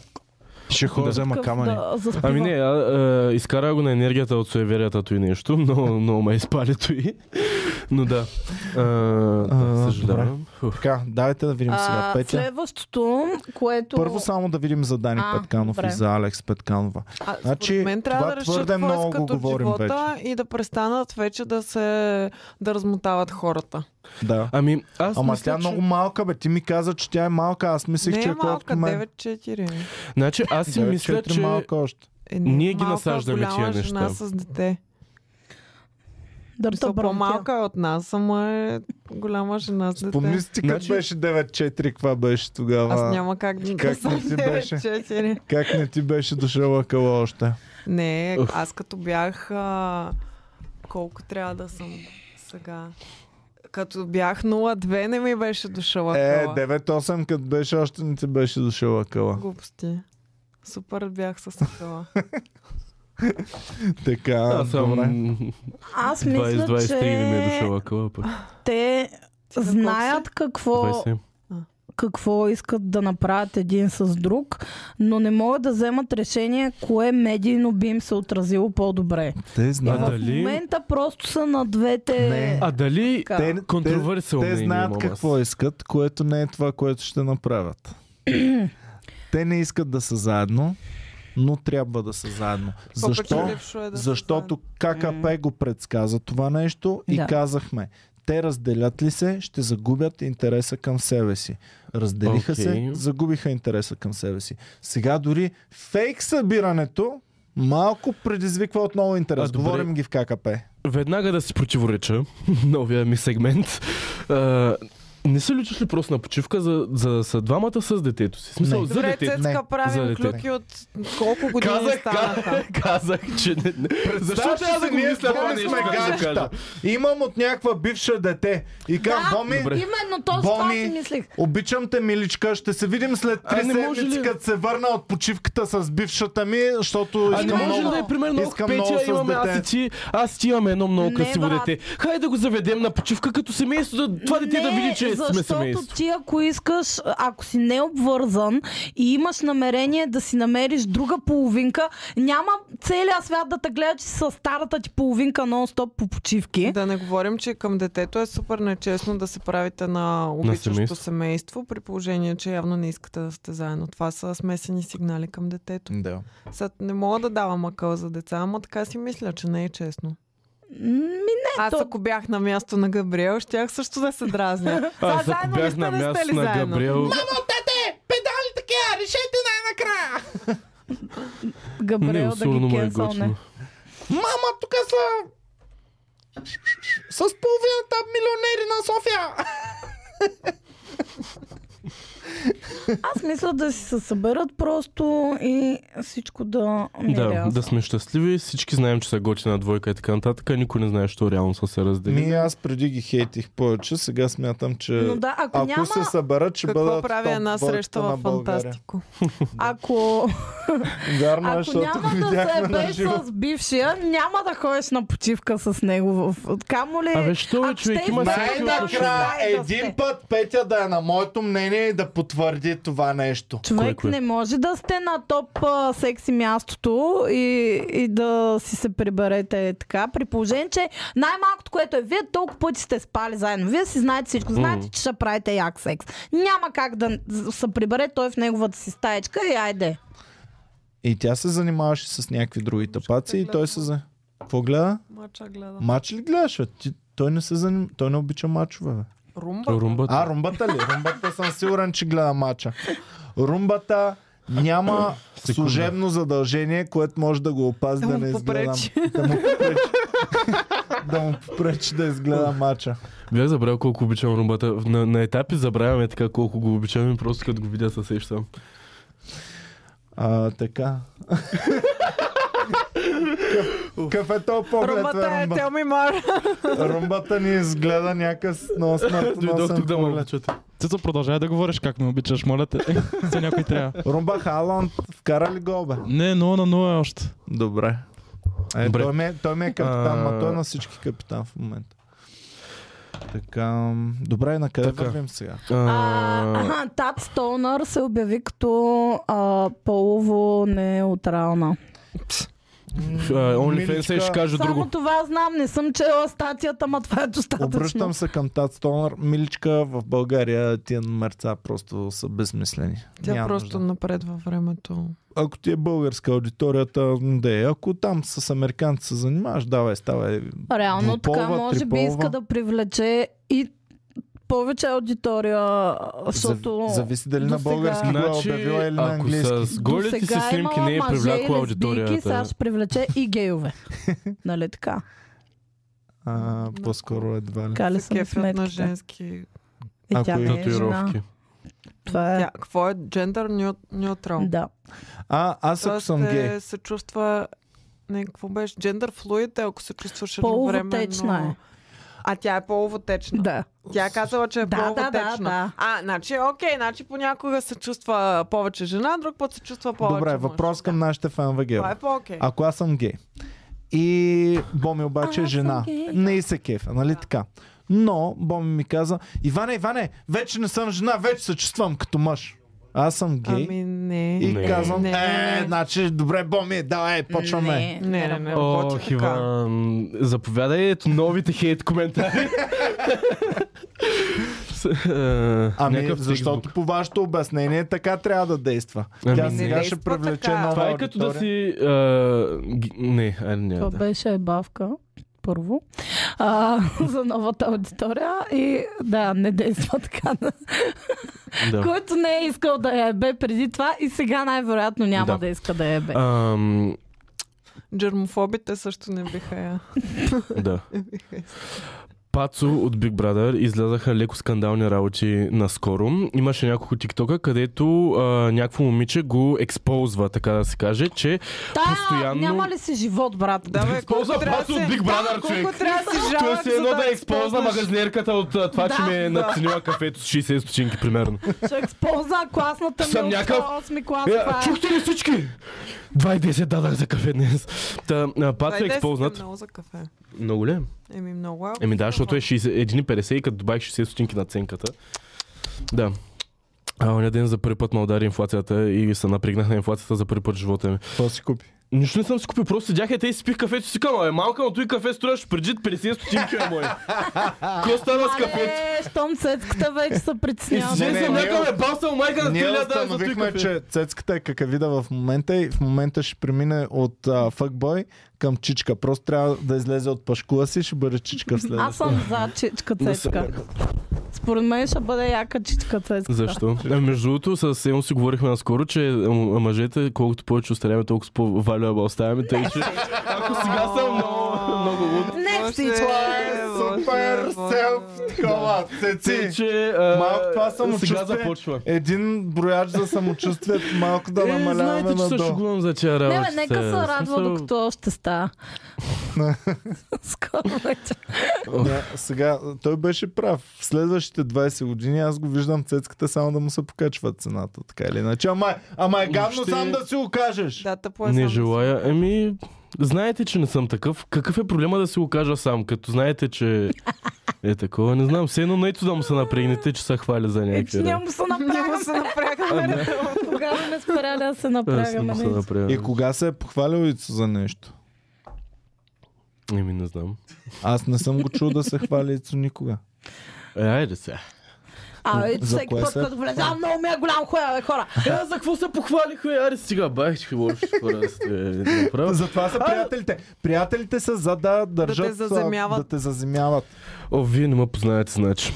S5: Ще ходя да взема камъни.
S1: Да, заспива.
S4: Ами не, а, а, изкара го на енергията от суеверията и нещо. Много, много ме изпали и. Но да. А,
S2: А,
S4: да, съжалявам. Фух.
S2: Така, давайте да видим сега
S1: А,
S2: Петя.
S1: Следващото, което...
S2: Първо само да видим за Дани
S1: А,
S2: Петканов
S1: добре.
S2: и за Алекс Петканова.
S3: А,
S2: Значи,
S3: според мен трябва
S2: това
S3: да решат
S2: твърде
S3: какво
S2: много
S3: искат
S2: го
S3: от
S2: говорим
S3: живота и да престанат вече да се да размотават хората.
S2: Да.
S4: Ами, аз
S2: Ама
S4: мисля,
S2: тя е
S4: че...
S2: много малка, бе. Ти ми каза, че тя е малка. Аз мислих,
S3: не
S2: че
S3: е
S2: е
S3: малка,
S2: колкото мен.
S3: 9-4.
S4: Значи аз си
S2: Девет,
S4: мисля,
S2: четири
S4: че...
S2: малка още.
S3: Е,
S4: Ние ги
S3: малка,
S4: насаждаме
S3: голяма
S4: тия
S3: жена
S4: неща.
S3: с дете.
S1: Дърта
S3: Са
S1: бронкия.
S3: по-малка е от нас, ама е голяма жена с дете.
S2: Спомни си ти, като
S4: Значи-
S2: беше 9-4, каква беше тогава?
S3: Аз няма как да
S2: Как не
S3: да съм
S2: си беше?
S3: 9-4.
S2: Как не ти беше дошъл акъла още?
S3: Не,
S4: Уф.
S3: аз като бях... А, колко трябва да съм сега? Като бях 0-2 не ми беше дошъл
S2: Е,
S3: акъла.
S2: 9-8, като беше още не ти беше дошъл акъла.
S3: Глупости. Супер бях с акъла.
S2: Така,
S4: Аз съм...
S2: добре.
S1: Аз
S4: 20,
S1: мисля,
S4: 23
S1: че
S4: не ми е дошъл акъла пък.
S1: те
S3: колко си?
S1: знаят какво,
S4: 27.
S1: какво искат да направят един с друг, но не могат да вземат решение кое медийно би им се отразило по-добре.
S2: Те
S4: А
S2: знаят.
S1: В
S4: дали...
S1: момента просто са на двете...
S2: Не.
S4: А дали...
S1: Така.
S2: Те,
S4: Контровърсиално
S2: те, те
S4: мнение
S2: знаят
S4: имам аз.
S2: какво искат, което не е това, което ще направят. те не искат да са заедно, но трябва да са заедно. Защо?
S3: По-печелившо е да се
S2: Защото ККП го предсказа това нещо и
S1: Да.
S2: казахме, те разделят ли се, ще загубят интереса към себе си. Разделиха се,
S4: Окей.
S2: загубиха интереса към себе си. Сега дори фейк събирането малко предизвиква отново интерес.
S4: А, добре.
S2: Говорим ги в ККП.
S4: Веднага да си противореча, новия ми сегмент. А, не се личиш ли просто на почивка за, за, за двамата с детето си? В Смисъл,
S2: Не.
S4: за
S3: Добре,
S4: детето.
S2: Не,
S3: Цецка,
S4: за
S3: правим
S4: дете.
S3: клюки от колко години
S4: Казах,
S3: станаха.
S4: казах, казах, че не... не. Защо
S2: Представяш ли Значи си,
S4: трябва да го
S2: ние
S4: мисля това
S2: двамата
S4: нещо?
S2: сме
S4: като го
S2: гаджета?
S4: кажа?
S2: Имам от някаква бивша дете и "Ами, как,
S1: Да,
S2: Боми,
S4: Добре.
S1: Именно този това
S2: Боми,
S1: си мислих.
S2: обичам те, миличка, ще се видим след
S4: А,
S2: три
S4: не може
S2: седмици,
S4: ли?
S2: като се върна от почивката с бившата ми, защото
S4: А не
S2: искам
S4: може ли
S2: много.
S4: да е примерно ох,
S2: Искам много
S4: Петя,
S2: с
S4: имаме
S2: дете.
S4: аз и ти, аз и ти имаме едно много
S1: Не,
S4: красиво
S1: брат.
S4: дете. Хайде да го заведем на почивка като семейство, да, това дете да види, че сме
S1: защото
S4: семейство.
S1: ти ако искаш, ако си необвързан и имаш намерение да си намериш друга половинка, няма целия свят да те гледа, че си с старата ти половинка нон-стоп по почивки.
S3: Да не говорим, че към детето е супер нечестно да се правите на обичащо
S4: семейство.
S3: семейство. семейство, при положение, че явно не искате да сте заедно. Това са смесени сигнали към детето.
S2: Да.
S3: Сега не мога да давам акъл за деца, ама така си мисля, че не е честно.
S1: Ми не,
S3: Аз
S1: то...
S3: ако бях на място на Габриел, щях също да се дразня. Сега
S4: Аз ако
S3: заедно ли
S4: бях
S3: сте,
S4: на
S3: не сте
S4: място
S3: ли
S4: на
S3: заедно?
S4: Габриел...
S1: Габриел да
S4: сигурно
S1: ги
S4: му е
S1: кенсъл, не.
S4: готино.
S2: Мама, тук са... С половината милионери на София!
S1: Аз мисля да си се съберат просто и всичко да не
S4: Да,
S1: рязва.
S4: да сме щастливи, всички знаем, че са готина двойка и така нататък, а никой не знае, що реално са се
S2: Ми
S4: разделили.
S2: аз преди ги хейтих повече, сега смятам, че...
S1: Но да, ако,
S2: Ако
S1: няма...
S2: се съберат, ще
S3: Какво
S2: бъдат
S3: прави
S2: топ
S3: една
S2: двойката
S3: среща
S2: на
S3: в
S2: България.
S3: Фантастико?
S1: Ако...
S2: Вярно е,
S1: Ако
S2: защото
S1: няма
S2: го
S1: да
S2: видяхме
S1: се
S2: на
S1: беш
S2: живо.
S1: с бившия, няма да ходиш на почивка с него. в- Камо ли...
S4: Абе, що бе,
S1: ако
S4: човек,
S1: ще
S4: има
S1: избере
S4: всякакви
S1: да-
S4: отношения.
S1: да,
S2: Най-накрая
S1: да
S2: е един
S1: сте.
S2: път Петя да е на моето мнение и да потвърди това нещо.
S1: Човек
S4: кое?
S1: не може да сте на топ а, секси мястото и, и да си се приберете така. При положение, че най-малкото, което е, вие толкова пъти сте спали заедно. Вие си знаете всичко. Знаете, че ще правите як секс. Няма как да се прибере той в неговата си стаечка и айде.
S2: И тя се занимаваше с някакви други тапаци и той се за... Какво гледа?
S3: Мача гледам.
S2: Мач ли гледаш? бе? Ти... Той не се заним... Той не обича мачове. бе.
S3: Румба?
S4: Румбата.
S2: А, румбата ли? Румбата съм сигурен, че гледа мача. Румбата няма служебно задължение, което може да го опази
S3: Да
S2: да
S3: му
S2: не изгледам.
S3: попречи.
S2: Да му попречи. Да му попречи да изгледа мача.
S4: Бях забравял колко обичам румбата. На, на етапи забравяме така колко го обичаме, просто като го видя се сещам.
S2: А, така. Какъв е то поглед,
S3: Румбата
S2: бе,
S3: е
S2: румба?
S3: Tell me more.
S2: Румбата ни изгледа някакъв много
S4: Дойдох тук
S2: смъртоносен
S4: да ме
S2: поглед.
S4: облечете.
S6: Цецо, продължавай да говориш как ме обичаш, моля те. За някой трябва.
S2: Румба Халанд вкара ли гол, бе?
S6: Не, 0 на 0 е още.
S2: Добре. Е,
S4: Добре.
S2: Той, ми, е- той ми е капитан,
S4: А-
S2: а... той е на всички капитан в момента. Така, м, добре, на къде
S4: Така.
S2: вървим сега?
S4: А,
S1: А, Тат Стонър се обяви като а, полово неутрална.
S4: а, OnlyFans е, ще кажа
S1: Само
S4: друго.
S1: това знам, не съм чела статията, ма това е достатъчно.
S2: Обръщам се към Тат Стонър. Миличка, в България тия номерца просто са безмислени.
S3: Тя
S2: Няма
S3: просто
S2: нужда.
S3: напред във времето.
S2: Ако ти е българска аудиторията, да е. Ако там с американци се занимаваш, давай, ставай.
S1: Реално
S2: Двуполва,
S1: така, може би
S2: триполва.
S1: иска да привлече и повече аудитория, защото...
S2: Зав- зависи дали на
S1: досега-
S2: български го е
S4: Значи,
S2: обявила или на
S4: ако
S2: английски.
S4: с голите си
S1: досега е
S4: снимки
S1: имала
S4: не е
S1: мъже и
S4: привлякла
S1: лесбийки,
S4: аудиторията.
S1: Сега ще привлече и гейове. нали така?
S2: А, по-скоро едва ли.
S1: Кали
S3: Се
S1: съм
S3: кефят на
S1: сметките.
S3: женски.
S1: Е,
S2: Ако
S1: тя не
S2: и
S1: е жена.
S4: Татуировки.
S1: Това е...
S3: Тя, какво е джендър неутрал?
S1: Да.
S2: А, аз ако
S3: Тоест,
S2: съм
S3: е,
S2: гей.
S3: се чувства... Не, какво беше? Джендър флуид, е, ако се чувстваш едновременно...
S1: Половотечна е.
S3: А тя е половотечна.
S1: Да.
S3: Тя е казала, че е
S1: Да, да,
S3: половотечна.
S1: да, да.
S3: А, значи, окей, значи понякога се чувства повече жена, друг път се чувства повече
S2: Добре,
S3: мъж.
S2: въпрос към нашите фенове гей.
S3: Това е по-окей.
S2: Ако аз съм гей и Боми обаче е
S1: Аз съм
S2: жена,
S1: гей.
S2: не и се кефа, нали така? Но Боми ми каза, Иване, Иване, вече не съм жена, вече се чувствам като мъж. Аз съм е гей
S3: Ами не.
S2: и
S4: Не.
S2: казвам,
S3: Не.
S2: е, значи, добре, Боми, давай,
S1: Не,
S2: почваме.
S3: Не, не,
S2: Е,
S3: не.
S4: О,
S3: работи така.
S4: Иван, заповядай ето новите хейт коментари. С- а,
S2: Ами,
S4: някакъв
S2: защото
S4: текстбук.
S2: по вашето обяснение така трябва да действа.
S4: Ами,
S2: Тя
S4: не
S2: сега ще
S3: действа
S2: привлече
S3: така.
S2: нова
S4: Това е като да
S2: аудитория.
S4: си... а, ги- Не,
S1: Това
S4: айде няма да.
S1: беше ебавка. Първо. А, за новата аудитория. И да, не действа така.
S4: Да.
S1: Който не е искал да я ебе преди това и сега най-вероятно няма
S4: Да.
S1: да, иска да я ебе.
S4: Ам,
S3: Джермофобите също не биха я.
S4: Да. Пацо от Big Brother излязаха леко скандални работи наскоро. Имаше няколко тиктока, където а, някакво момиче го експоузва, така да се каже, че
S1: Та,
S4: постоянно-
S1: няма ли си живот, брат?
S3: Да, бе,
S4: Ползва
S3: колко трябва
S4: пас
S3: да
S4: от
S3: се...
S4: Big Brother,
S3: Да,
S4: човек.
S3: Колко трябва да си
S4: Той
S3: жалък,
S4: си едно
S3: за
S4: да е експозна
S3: използваш.
S4: магазинерката от а, това, че
S1: Да,
S4: ми е
S3: да.
S4: наценила кафето с 60 стотинки, примерно.
S1: Ще експоза класната ми
S4: Съм
S1: от
S4: някакъв-
S1: 8 клас.
S4: Е,
S1: това е.
S4: чухте ли всички? 2,10 дадах за кафе днес. Та, а, Пацо е
S3: Дай да
S4: експознат.
S3: си Много за кафе.
S4: Много ли? е?
S3: Еми много. е.
S4: Еми да, защото е 60 1,50 и като добавих 60 стотинки на ценката. Да. А, оня ден за първи път ме удари инфлацията и се напрегнах на инфлацията за първи път в живота ми.
S2: Какво си купи?
S4: Нищо не съм си купил, просто седях и те и си пих кафето и си казвам, е малка, но той кафе струваш преди 50 стотинки, е мой. Какво става с кафето?
S1: Мале, щом цецката вече се
S4: И
S1: притеснява.
S4: си
S2: Не, не,
S4: съм
S2: ние-
S4: някъде басал майка на
S2: Ние
S4: целия да за той
S2: установихме,
S4: кафе.
S2: че цецката е какавида в момента и в момента ще премине от а, фъкбой към чичка. Просто трябва да излезе от пашкула си, ще бъде чичка в
S1: Аз
S2: следващия.
S1: съм за чичка цецка. Според мен ще бъде яка чичка цецка.
S4: Защо? А, между другото, с Емо си говорихме наскоро, че м- мъжете, колкото повече остаряваме, толкова по-валюабъл ставаме. Тъй, че ако сега съм много, много луд,
S1: Не всичко.
S3: Това
S2: Супер селф, такова,
S4: тъй,
S2: цеци!
S4: Е, че а,
S2: Малко това самочувствие.
S4: сега започва.
S2: Един брояч за самочувствието малко да
S4: е,
S2: намаляваме
S4: знаете, че се
S2: надолу.
S4: шегувам за тия
S1: Не,
S4: работа.
S1: бе, нека се радва, докато още става. Скоро вече.
S2: Не, сега, той беше прав. В следващите 20 години аз го виждам цецката само да му се покачва цената. Така или иначе. Ама, ама е гадно
S4: Ще-
S2: сам да си го кажеш.
S3: Да, тъпо е
S4: Не
S3: само-
S4: желая. Еми, знаете, че не съм такъв. Какъв е проблема да си го кажа сам, като знаете, че е такова? Не знам. Все едно на ето да му се напрегнете, че се хваля за
S1: Е, че
S4: някакви.
S1: няма да се
S3: Няма
S1: напрягаме.
S3: се напрягаме.
S1: Тогава не спряли да нали? се
S4: Аз не
S1: напрягаме.
S4: му се
S1: не.
S4: направя.
S2: И кога се е похвалил Ицо за нещо?
S4: Еми, не знам.
S2: Аз не съм го чул да се хвали Ицо никога.
S4: Е, айде сега.
S1: А, и
S2: За
S1: е, всеки
S2: кое
S1: път,
S2: се-
S1: като влезе, а много ми е голям хуя, бе, хора.
S4: Е, аз за какво се похвалих, бе? Аре сега, бах, че хубаво ще хора. сте, е, направо.
S2: Затова са приятелите. Приятелите са за да държат... а,
S3: заземяват.
S2: Да те заземяват.
S4: О, вие не ме познаете, значи.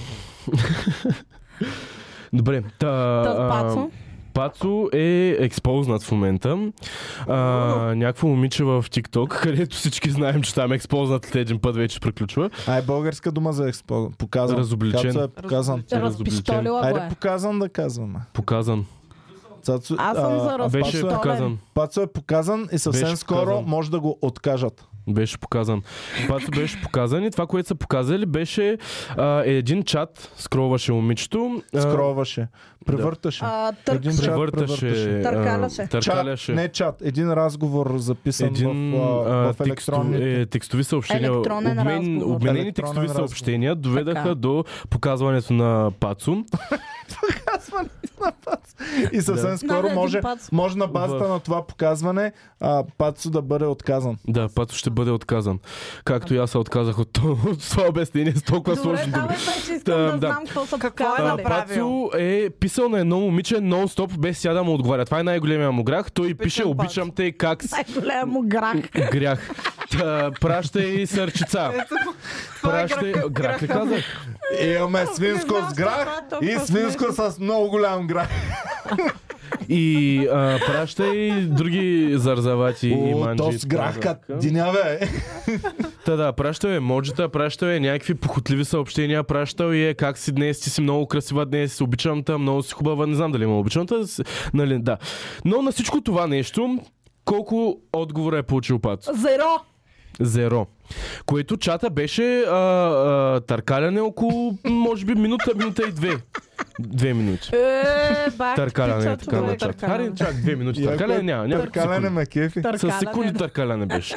S4: Добре, та,
S1: Та,
S4: а,
S1: Пацо.
S4: Пацо е експознат в момента. А, някакво момиче в TikTok, където всички знаем, че там експознат един път вече приключва.
S2: Ай, българска дума за експо. Показан.
S4: Разобличен.
S2: Кацо е показан.
S4: Разобличен.
S1: Разпиштолила го
S2: Айде
S1: е.
S2: показан да казваме.
S4: Показан.
S2: Цацо,
S1: Аз съм
S2: а,
S1: за
S2: а,
S1: раз-
S4: Беше
S1: Пасо е-
S4: показан.
S2: Пацо е показан и съвсем
S4: Беше
S2: скоро
S4: показан.
S2: може да го откажат.
S4: Беше показан. Пацо беше показан и това, което са показали, беше а, един чат, скролваше момичето. а,
S2: Скроваше. Превърташе.
S1: А, търк...
S2: Един чат
S4: Превърташе.
S2: превърташе.
S4: а,
S1: Търкаляше.
S4: Търкаляше.
S2: Чат, не чат, един разговор записан
S4: един
S2: в, а,
S4: а,
S2: в
S4: тексто,
S2: електронните.
S4: е, текстови съобщения,
S1: Електронен
S4: обмен,
S1: разговор.
S4: обменени
S2: Електронен
S4: текстови
S2: разговор.
S4: съобщения доведаха
S1: Така.
S4: до показването на Пацум.
S2: И съвсем
S4: Да.
S2: скоро
S1: Надо
S2: може,
S1: един пац.
S2: може на базата
S4: В-
S2: на това показване а, Пацо да бъде отказан.
S4: Да, Пацо ще бъде отказан. Както и аз се отказах от, то- от това обяснение с толкова
S1: Добре,
S4: сложно.
S1: давай вече искам
S4: Та,
S1: да,
S4: да.
S1: знам какво са
S3: Какво е
S1: показали.
S4: А,
S3: направил?
S4: Пацо е писал на едно момиче нон-стоп, без тя да му отговаря. Това е най-големия му грях. Той и пише,
S3: Пацо.
S4: обичам те, как с
S1: Най-голям му грах.
S4: грях. Та, праща и сърчица.
S3: Ето, това е
S4: Праща и...
S3: грах,
S4: Грах ли казах?
S2: И имаме свинско
S3: знам,
S2: с грах
S3: това толкова
S2: и свинско с много голям грах.
S4: И а, праща и други зарзавати и
S2: О,
S4: манджи.
S2: то
S4: и
S2: с
S4: така
S2: грах
S4: нататък.
S2: като диня, бе.
S4: Та да, пращал е моджета, пращал е някакви похотливи съобщения, пращал и е как си днес, ти си много красива днес, обичам те, много си хубава, не знам дали има обичам те, с- нали, да. Но на всичко това нещо, колко отговора е получил Пацо?
S1: Зеро.
S4: Зеро. Което чата беше а, а, търкаляне около, може би, минута, минута и две. Две минути.
S1: Е, бак.
S4: Търкаляне,
S1: ти,
S4: така на
S1: човек,
S4: чат. Харе,
S1: търкаляне.
S4: чак, две минути.
S2: Яко е.
S4: Търкаляне няма, няма.
S2: Търкаляне ме кефи.
S4: С секунди
S1: Търкаляне.
S4: търкаляне беше.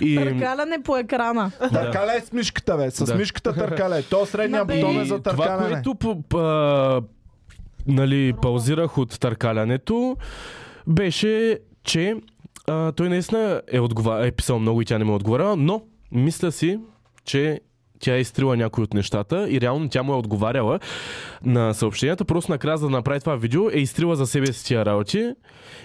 S4: И,
S1: Търкаляне по екрана.
S2: Търкаляй е с мишката, бе. С
S4: Да.
S2: мишката търкаляй. То средния
S1: Ма, бе.
S2: бутон е
S4: И
S2: за
S4: Това,
S2: търкаляне.
S4: което п- п- а, нали, паузирах от търкалянето, беше, че а, той наистина е, отгова... е писал много и тя не му е отговаряла, но мисля си, че тя е изтрила някои от нещата и реално тя му е отговаряла на съобщенията. Просто накрая, за да направи това видео, е изтрила за себе си тия работи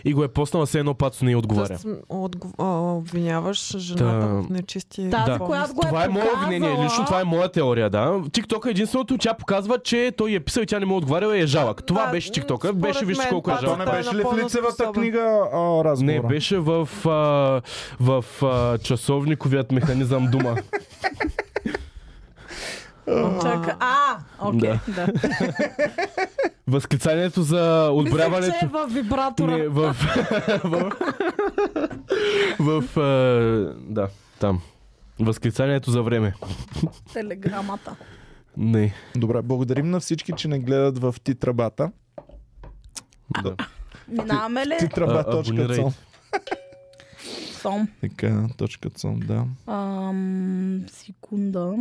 S4: и го е поснала все едно пацо не й отговаря.
S3: Тоест, отгов... а, обвиняваш жената
S4: Та.
S3: в нечисти
S1: Тази,
S4: Да.
S1: която го е
S4: Това е мое
S1: показала,
S4: мнение, лично това е моя теория, да. Тиктока е единственото, тя показва, че той е писал и тя не му е отговаряла и е жалък. Това
S3: Да,
S4: беше Тиктока,
S3: според
S4: беше вижте
S3: мен,
S4: колко е
S3: това
S2: То
S4: жалък.
S2: не
S3: Той е
S2: беше ли в
S3: напълно
S2: лицевата
S3: способен.
S2: книга а, разговора?
S4: Не, беше в, а, в а, часовниковият механизъм дума.
S1: Чака.
S4: Е,
S1: А, окей. Да.
S4: Възклицанието за
S1: Мисля, че е
S4: отбряването.
S1: във
S4: Не,
S1: вибратора.
S4: в... в... в а, да, там. Възклицанието за време.
S1: Телеграмата.
S4: Не.
S2: Добре, благодарим на всички, че не гледат в титрабата.
S4: Да.
S1: Минаваме
S3: Е.
S1: ли?
S2: Титраба.com
S4: абонирайте.
S1: Сом.
S2: Така, точка .com, да.
S1: Ам, секунда.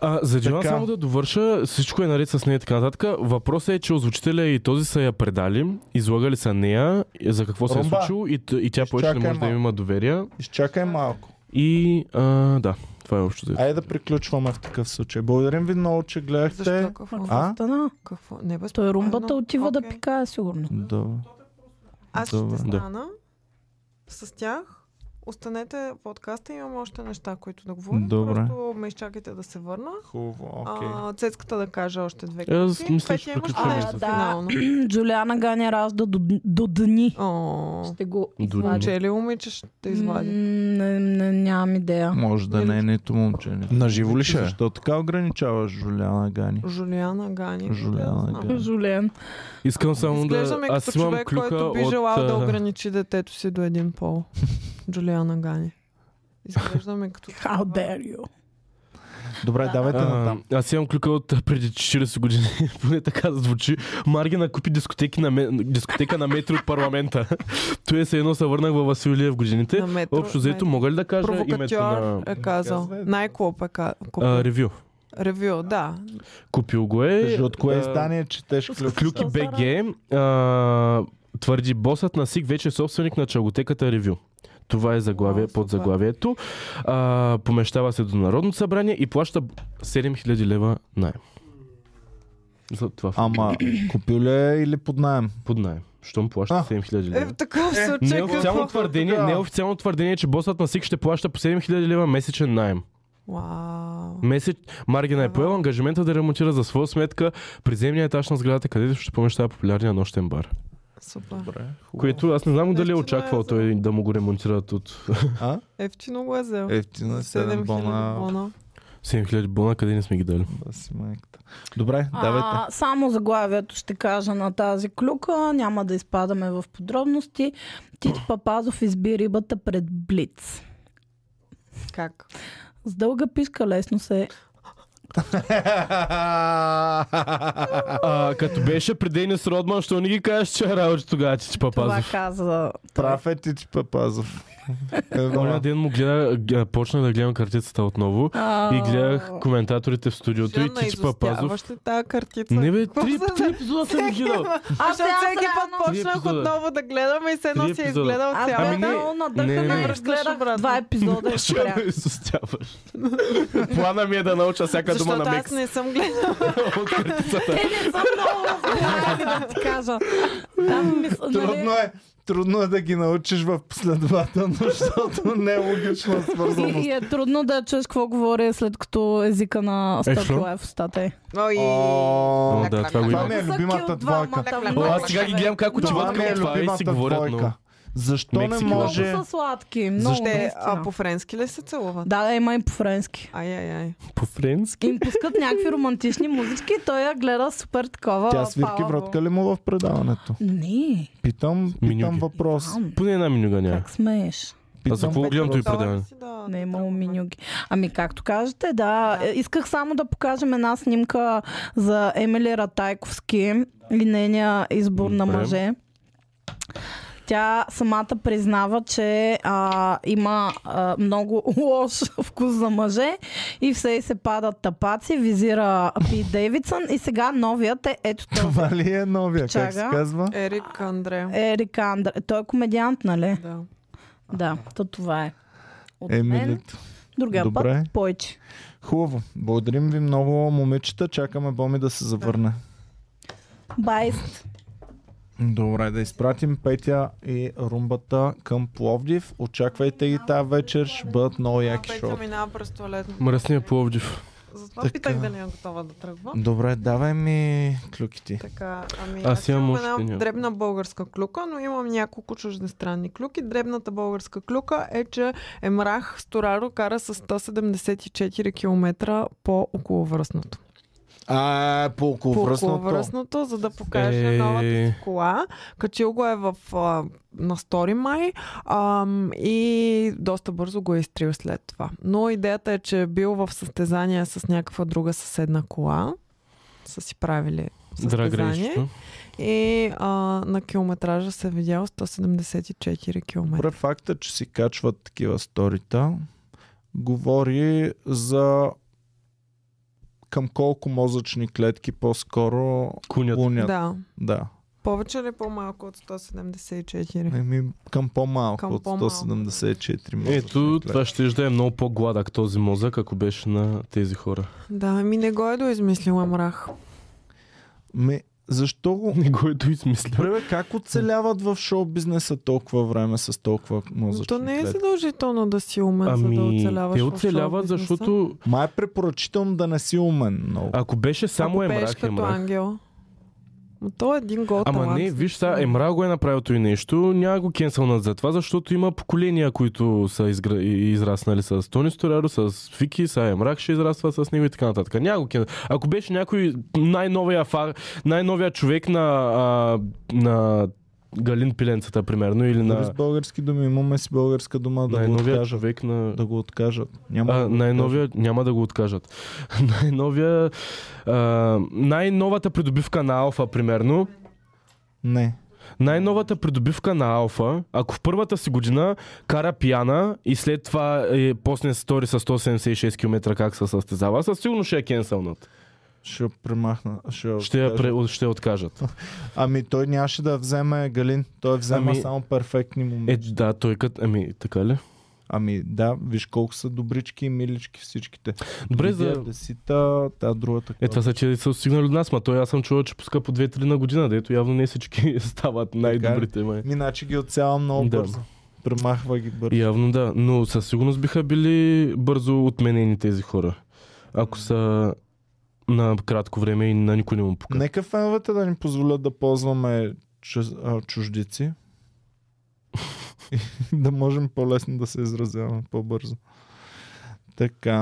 S4: А, за Джоан
S2: Така.
S4: само да довърша, всичко е наред с нея и така нататък. Въпросът е, че озвучителя и този са я предали, излагали са нея, е, за какво се е
S2: Румба.
S4: случило и, т- и тя повече не
S2: Изчакай
S4: може да им
S2: малко.
S4: има доверие.
S2: Изчакай малко.
S4: И а, да, това е общо. взето.
S2: Айде да приключваме в такъв случай. Благодарим ви много, че гледахте.
S3: Защо? Какво?
S2: А?
S1: Стана.
S3: Какво? Не, бе,
S1: Той
S3: спокойно.
S1: румбата отива да
S3: Окей.
S1: пикае, сигурно.
S2: Да.
S3: Аз
S2: Добре.
S3: ще
S2: Да.
S3: стана с тях. Останете подкаста, имам още неща, които да говорим.
S2: Добре.
S3: Просто ме изчакайте да се върна.
S2: Хубаво, окей.
S3: Okay. А, цецката да каже още две
S4: Е, аз мисля,
S3: Петя,
S4: че
S3: имаш ли
S4: приключваме
S3: нещо
S1: с това.
S3: финално?
S1: Джулиана Гани ражда до, до дни.
S3: О,
S1: Ще го
S4: До дни.
S1: извадя.
S3: че ли момиче ще
S1: М,
S3: извади?
S1: Не, не, нямам идея.
S2: Може да не е нито момче. нито-
S5: Наживо ли ще е?
S2: Защо така ограничаваш Жуляна Гани?
S3: Жулиана Гани.
S2: Жулиана
S3: Не знам.
S2: Гани.
S1: Жулен.
S4: Искам само да...
S3: Изглеждаме
S4: Аз
S3: като
S4: имам
S3: човек,
S4: клюка
S3: който би
S4: от,
S3: желал да
S4: а,
S3: ограничи детето си до един пол. Джулиана Гани. Изглеждаме като...
S1: How dare you?
S2: Добре, давайте
S4: А,
S2: натам.
S4: аз имам клюка от а, преди 40 години, поне така да звучи. Маргина купи дискотеки на, ме- дискотека на метри от парламента. Той е се едно се върнах във Василия в годините.
S3: На метро.
S4: Общо взето, мога ли да кажа името
S3: Провокатьор
S4: на
S3: е казал.
S2: Казва е.
S3: Най-клоп е ка- купил.
S4: а, ревю?
S3: Ревю, да.
S4: Купил го е.
S2: Кажи, от кое
S4: а,
S2: издание четеш клюк?
S4: Клюки БГ а, твърди босът на СИК вече е собственик на чаготеката ревю. Това е заглавие
S3: Вау,
S4: под
S3: супер.
S4: заглавието. А, помещава се до Народното събрание и плаща 7000 лева найем. За това
S2: Ама купил ли е или под наем?
S4: под найем. Щом плаща
S2: А.
S4: 7000
S3: Е,
S4: лева.
S3: в такъв случай.
S4: Неофициално
S3: какво?
S4: твърдение,
S2: тогава?
S4: неофициално твърдение, е, че босът на СИК ще плаща по 7000 лева месечен найем.
S3: Вау.
S4: Месеч... Маргина е поел ангажимента да ремонтира за своя сметка приземния етаж на сградата, където ще помещава популярния нощен бар.
S3: Супер.
S4: Което аз не знам дали е
S3: Наистина е
S4: очаквал
S3: за-
S4: той да му го ремонтират от...
S2: А?
S3: Ефтино го е взел.
S2: Ефтино е 7
S3: 7000
S2: бона.
S3: бона.
S4: 7000 бона, къде не сме ги дали?
S5: Да си майката. Добре, давайте.
S1: А, само заглавието ще кажа на тази клюка. Няма да изпадаме в подробности. Тити Папазов изби рибата пред Блиц.
S3: Как?
S1: С дълга писка лесно се...
S4: А, като беше при Денис Родман, що не ги кажеш, че е работи тогава, че ти
S1: Това
S4: папазов.
S1: каза...
S2: Прав е ти, ти Папазов.
S4: Оня ден му гледа, г- почна да гледам картицата отново
S1: А,
S4: и гледах коментаторите в студиото и
S3: Жена,
S4: Тичи Папазов.
S3: изостяваш ли тази картица?
S4: Не бе,
S3: Какво
S4: три,
S3: за-
S4: три епизода съм ги гледал.
S1: Аз сега
S3: Защото всеки
S1: заедно-
S3: път почнах
S4: епизода.
S3: отново да гледам и се едно
S4: Три
S3: си
S4: епизода.
S3: изгледал
S1: Аз
S3: цялата.
S1: бях
S4: Ами не,
S1: много
S4: не,
S1: надъхана
S4: не.
S1: и разгледах два епизода и
S4: Ще
S1: спрях.
S4: ме изостяваш. Плана ми е да науча всяка дума
S3: Защото
S4: на
S3: аз
S4: Мекс.
S3: не съм гледала.
S4: от картицата.
S1: Те Е, не са много разбирали, да ти кажа. Там мисля, нали,
S2: Трудно е, трудно е да ги научиш в последователно, защото не е логична
S1: И, и
S2: свързаност.
S1: е трудно да чуеш какво говори след като езика на
S4: Е,
S1: стъкла е в устата й.
S3: Ой.
S2: О,
S4: О, да, това го
S2: Това
S4: има.
S2: ми е
S1: Са
S2: любимата
S1: кил
S2: двойка.
S1: двамата,
S3: О,
S1: много
S4: О, аз сега ги гледам как
S2: Това
S4: отиват
S2: ми е
S4: към това и си
S2: любимата
S4: говорят много.
S2: двойка. Защо не
S4: Мексики,
S2: може...
S1: Много са сладки, много
S4: Защо?
S3: Те, Е, а
S1: наистина.
S3: по-френски ли се целуват?
S1: Да, да, има и по-френски.
S3: Ай-яй-яй.
S4: По-френски?
S1: Им пускат някакви романтични музички и той я гледа супер такова.
S2: Тя свирки
S1: палаво.
S2: вратка ли му в предаването?
S1: Не,
S2: Питам, питам
S4: Менюги.
S2: въпрос.
S1: ам,
S4: Поне една минуга няма.
S1: как смееш?
S2: Питам
S4: А за какво
S2: въпрос.
S4: гледам той предаване?
S3: Салата си, да,
S1: Не е
S3: да
S1: имало
S3: тръгваме.
S1: минюги. Ами както кажете, да.
S3: Да.
S1: Е, Исках само да покажем една снимка за Емили Ратайковски и нейния избор на
S4: Добре.
S1: мъже. Тя самата признава, че а, има а, много лош вкус за мъже и все й се падат тапаци, визира Пи Дейвидсън и сега новият е ето този.
S2: Това ли е новия? Как се
S1: Чага.
S2: казва?
S3: Ерик Андре.
S1: Ерик Андре. Той е комедиант, нали?
S3: Да.
S1: Да, то това е. От мен,
S2: Емилит.
S1: другия
S2: Добре.
S1: път, повече.
S2: Хубаво. Благодарим ви много, момичета. Чакаме Боми да се завърне.
S1: Байст.
S2: Добре, да изпратим Петя и румбата към Пловдив. Очаквайте ги тази вечер. Ще бъдат много яки
S3: Петя
S2: шоу.
S3: минава през туалетно.
S4: Мръсния Пловдив.
S3: Затова
S2: Така.
S3: питах дали е готова да тръгва.
S2: Добре, давай ми клюките.
S3: Така, ами
S4: Аз имам още
S3: една
S4: няколко.
S3: дребна българска клюка, но имам няколко чуждестранни клюки. Дребната българска клюка е, че Емрах Стораро кара с 174 км по околовръстното.
S2: А, по
S3: По
S2: околовръстното.
S3: околовръстното, за да покаже
S4: Е.
S3: новата си кола. Качил го е в, а, на 2 май ам, и доста бързо го е изтрил след това. Но идеята е, че е бил в състезание с някаква друга съседна кола. Са си правили
S4: Драг
S3: състезание.
S4: рейчето.
S3: И а, на километража се е видял 174 км.
S2: Добре, факта, че си качват такива сторита, говори за към колко мозъчни клетки по-скоро
S4: Кунят.
S2: лунят. Да.
S3: Да.
S2: да.
S3: Повече ли по-малко от 174?
S2: Еми, Ами, към по-малко
S3: Към
S2: от
S3: по-малко.
S2: 174 мозъчни
S4: Ето,
S2: клетки.
S4: това ще да е много по-гладък този мозък, ако беше на тези хора.
S3: Да, ми не го е доизмислила мрах.
S2: Ме, Ами, защо го...
S4: Не го е доизмислил.
S2: Пребе, как оцеляват в шоу-бизнеса толкова време с толкова
S3: Но
S2: мозъчни
S3: То не е
S2: клетки?
S3: задължително да си умен, за да
S4: Ами,
S3: оцеляваш.
S4: те
S3: в
S4: оцеляват,
S3: шоу-бизнеса.
S4: защото
S2: Май е препоръчително да не си умен много.
S4: ако беше само е
S3: Ако пееш
S4: Емрах,
S3: като
S4: Емрах.
S3: ангел. Но то е един гол
S4: Ама
S3: талант.
S4: не, виж сега, Емра го е направил и нещо, няма го кенселнат за това, защото има поколения, които са изгра... и- израснали с Тони Стораро, с Фики, с Емрак ще израства с него и така нататък. Няма го кен... Ако беше някой най-новия, фар... най-новия човек на, а, на Галин Пиленцата, примерно, или
S2: Дори с
S4: на
S2: български думи имаме си българска дума да го
S4: най-новия
S2: откажат.
S4: човек на...
S2: Да го откажат. Няма да
S4: А,
S2: го
S4: най-новия, няма да го откажат. най-новия, а, най-новата придобивка на Алфа, примерно,
S2: откажат. Не.
S4: Най-новата придобивка на Алфа, ако в първата си година кара пияна и след това е посне стори с 176 км как се състезава, със сигурно ще е кенселнат.
S2: Ще я премахна. Ще, я
S4: Ще, я
S2: откажа.
S4: пре, ще я откажат.
S2: Ами той нямаше да вземе Галин. Той взема
S4: Ами-
S2: само перфектни моменти.
S4: Е, да, той кът... Ами, така ли?
S2: Ами да, виж колко са добрички и милички всичките.
S4: Добре,
S2: Лидия
S4: за...
S2: Десита, та другата.
S4: Е, това са, че са стигнали от нас, ма той аз съм чувал, че пуска по 2-3 на година, дето явно не всички стават най-добрите. Май.
S2: Миначе Ами, значи ги отсява много
S4: Да.
S2: бързо. Премахва ги бързо.
S4: Явно да, но със сигурност биха били бързо отменени тези хора. Ако са на кратко време и на никой не му пука.
S2: Нека феновете да ни позволят да ползваме чуз, а, чуждици. И да можем по-лесно да се изразяваме по-бързо. Така,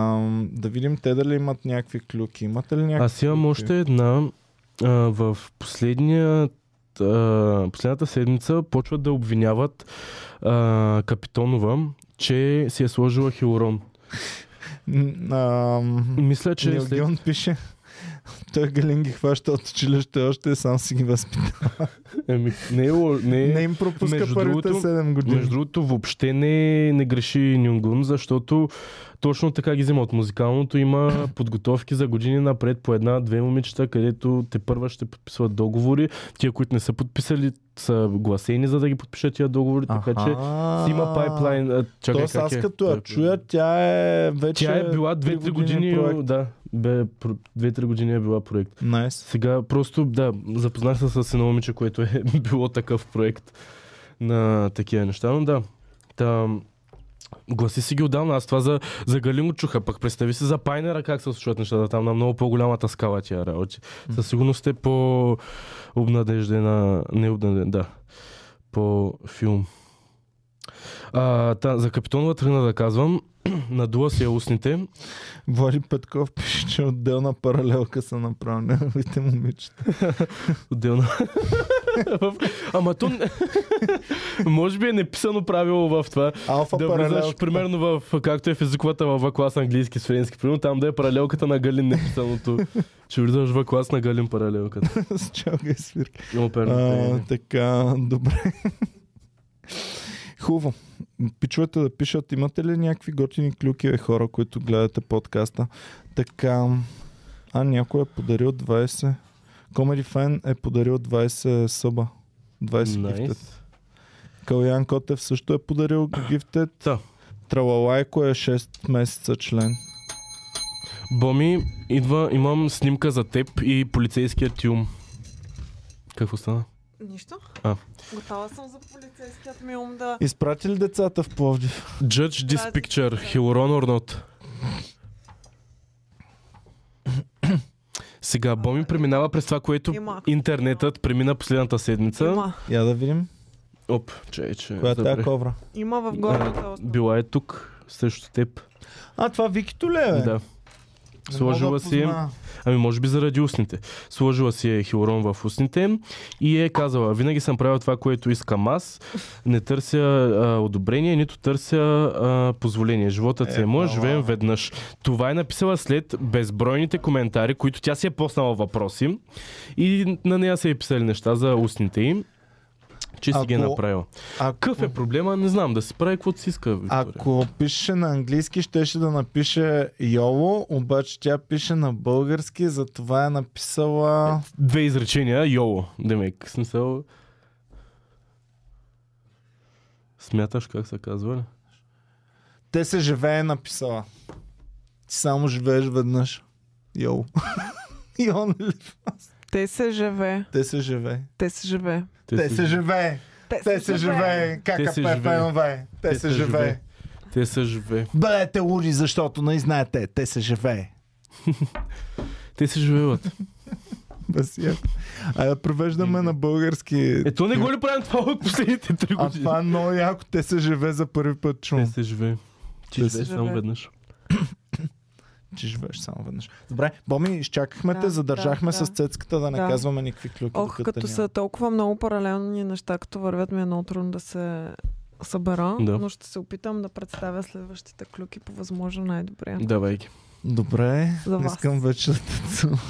S2: да видим те дали имат някакви клюки. Имате ли някакви
S4: Аз имам
S2: клюки?
S4: още една. А, в последния а, последната седмица почват да обвиняват а, Капитонова, че си е сложила хилорон.
S2: М, ам,
S4: Мисля, че
S2: Нил
S4: след...
S2: Гион пише, той Галин ги хваща от училище още, сам си ги възпитава.
S4: Еми, не е, ло- не е...
S2: Не им пропуска
S4: между
S2: първите
S4: другото-
S2: 7 години.
S4: Между другото, въобще не, не греши Нюнгун, защото точно така ги взима от музикалното. Има подготовки за години напред по една-две момичета, където те първа ще подписват договори. Тия, които не са подписали, са гласени, за да ги подпишат тия договори. Така че си има пайплайн. А, Чакай,
S2: Тоест
S4: как
S2: аз
S4: е?
S2: като я
S4: Той-
S2: чуя, тя е вече...
S4: Тя е била
S2: три
S4: 2-3 години.
S2: проект.
S4: Да, бе, про- 2-3 години е била проект.
S2: Найс.
S4: Сега просто, да, запознах се с едно момиче, което е било такъв проект на такива неща, но да. Там, гласи си ги отдавна, аз това за, за Галин го чуха, пък представи си за Пайнера как се случват нещата там на много по-голямата скала тия работи. Със сигурност е по-обнадеждена, не обнадеждена, да, по филм. А, та, за Капитонова тръгна да казвам, надула си я устните,
S2: Вали Петков пише, че отделна паралелка са направени новите момичета.
S4: Отделно. В- Ама то... не- Може би е неписано правило в това.
S2: Алфа
S4: Да влизаш,
S2: паралелка.
S4: примерно, в, както е в езиковата в клас английски с френски, примерно, там да е паралелката на Галин неписаното. Че влизаш в клас на Галин паралелката.
S2: С чалга и свирка.
S4: Много
S2: А,
S4: перно.
S2: така, добре. Хубаво. Пичовете да пишат, имате ли някакви готини клюки, бе, хора, които гледате подкаста? Така, а някой е подарил 20. Comedy Fan е подарил 20 съба. 20 nice.
S4: Найс.
S2: Калян Котев също е подарил гифтет.
S4: Та.
S2: Тралалайко е 6 месеца член.
S4: Боми, идва, имам снимка за теб и полицейския тюм. Какво стана?
S3: Нищо.
S4: А.
S3: Готова съм за полицейският ми ум да...
S2: Изпрати ли децата в Пловдив?
S4: Judge this picture, Hyaluron or not. Сега, Боми преминава през това, което
S3: Има.
S4: интернетът премина последната седмица.
S3: Има.
S2: Я да видим.
S4: Оп, чай, че.
S2: Коя е тая
S4: забрах.
S2: ковра?
S3: Има в горната
S4: А,
S3: оста.
S4: Била е тук, срещу теб.
S2: А, това Викито ли е? бе?
S4: Да.
S2: Не
S4: Сложила
S2: мога да
S4: си е,
S2: позна.
S4: ами може би заради устните. Сложила си е хилорон в устните и е казала, винаги съм правила това, което искам аз. Не търся а, одобрение, нито търся а, позволение. Животът си е
S2: Е,
S4: мъж,
S2: ала.
S4: живеем веднъж. Това е написала след безбройните коментари, които тя си е поснала въпроси и на нея са е писали неща за устните им, че си ги е
S2: Ако-
S4: направила.
S2: Ако,
S4: Какъв е проблема? Не знам, да си прави каквото си иска. Виктория.
S2: ако пише на английски, щеше да напише Йоло, обаче тя пише на български, затова е написала...
S4: две изречения, йоло, демек. В Смисъл... Смяташ как се казва ли?
S2: Те се живее е написала. Ти само живееш веднъж. Йоло. Йон ли?
S3: Те се живе.
S2: е Те се живее.
S3: Те се живе.
S2: Те се живее. Те се живее.
S4: Те се
S2: ККП
S4: живее.
S2: фенове. Те се живее.
S4: Те са живе.
S2: Бъдете луди, защото не знаете. Те се живее.
S4: Те се живеят.
S2: Басиев. А да превеждаме на български.
S4: Ето не го ли правим това от последните три
S2: А
S4: години?
S2: това е много яко. Те се живее за първи път
S4: Те
S2: чум.
S4: се живее. Ти
S2: Те
S4: живееш
S2: се
S4: само
S3: живее.
S4: веднъж.
S2: Че живееш само веднъж. Добре, Боми, изчакахме
S3: Да,
S2: те, задържахме
S3: да, да.
S2: с цецката да не
S3: Да.
S2: казваме никакви клюки.
S3: Ох,
S2: докато
S3: като
S2: няма.
S3: са толкова много паралелни неща, като вървят ми е много трудно да се събера,
S4: Да.
S3: но ще се опитам да представя следващите клюки по възможно най-добре.
S4: Давай ги.
S2: Добре,
S3: За вас.
S2: искам вече да те целувам.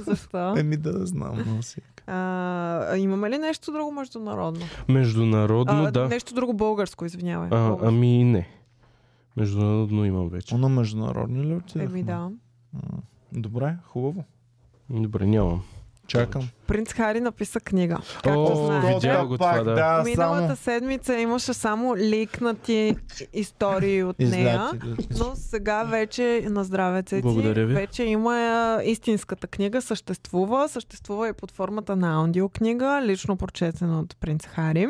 S3: Защо?
S2: Еми да знам. но си.
S3: А, имаме ли нещо друго международно?
S4: Международно,
S3: а,
S4: да.
S3: Нещо друго българско, извинявай.
S4: А,
S3: Българско.
S4: ами не. Международно имам вече.
S2: О, на международни ли отидахме?
S3: Еми да.
S2: М, Добре, хубаво.
S4: Добре, нямам.
S2: Чакам.
S3: Принц Хари написа книга. Както
S4: О,
S3: знаеш.
S4: видях го това,
S2: пак,
S4: да.
S2: само...
S3: Миналата седмица имаше само ликнати истории от нея.
S2: Изляти, да.
S3: Но сега вече на здраве цеци,
S4: Благодаря ви.
S3: вече има а, истинската книга, съществува, съществува и под формата на аудиокнига, лично прочетена от принц Хари.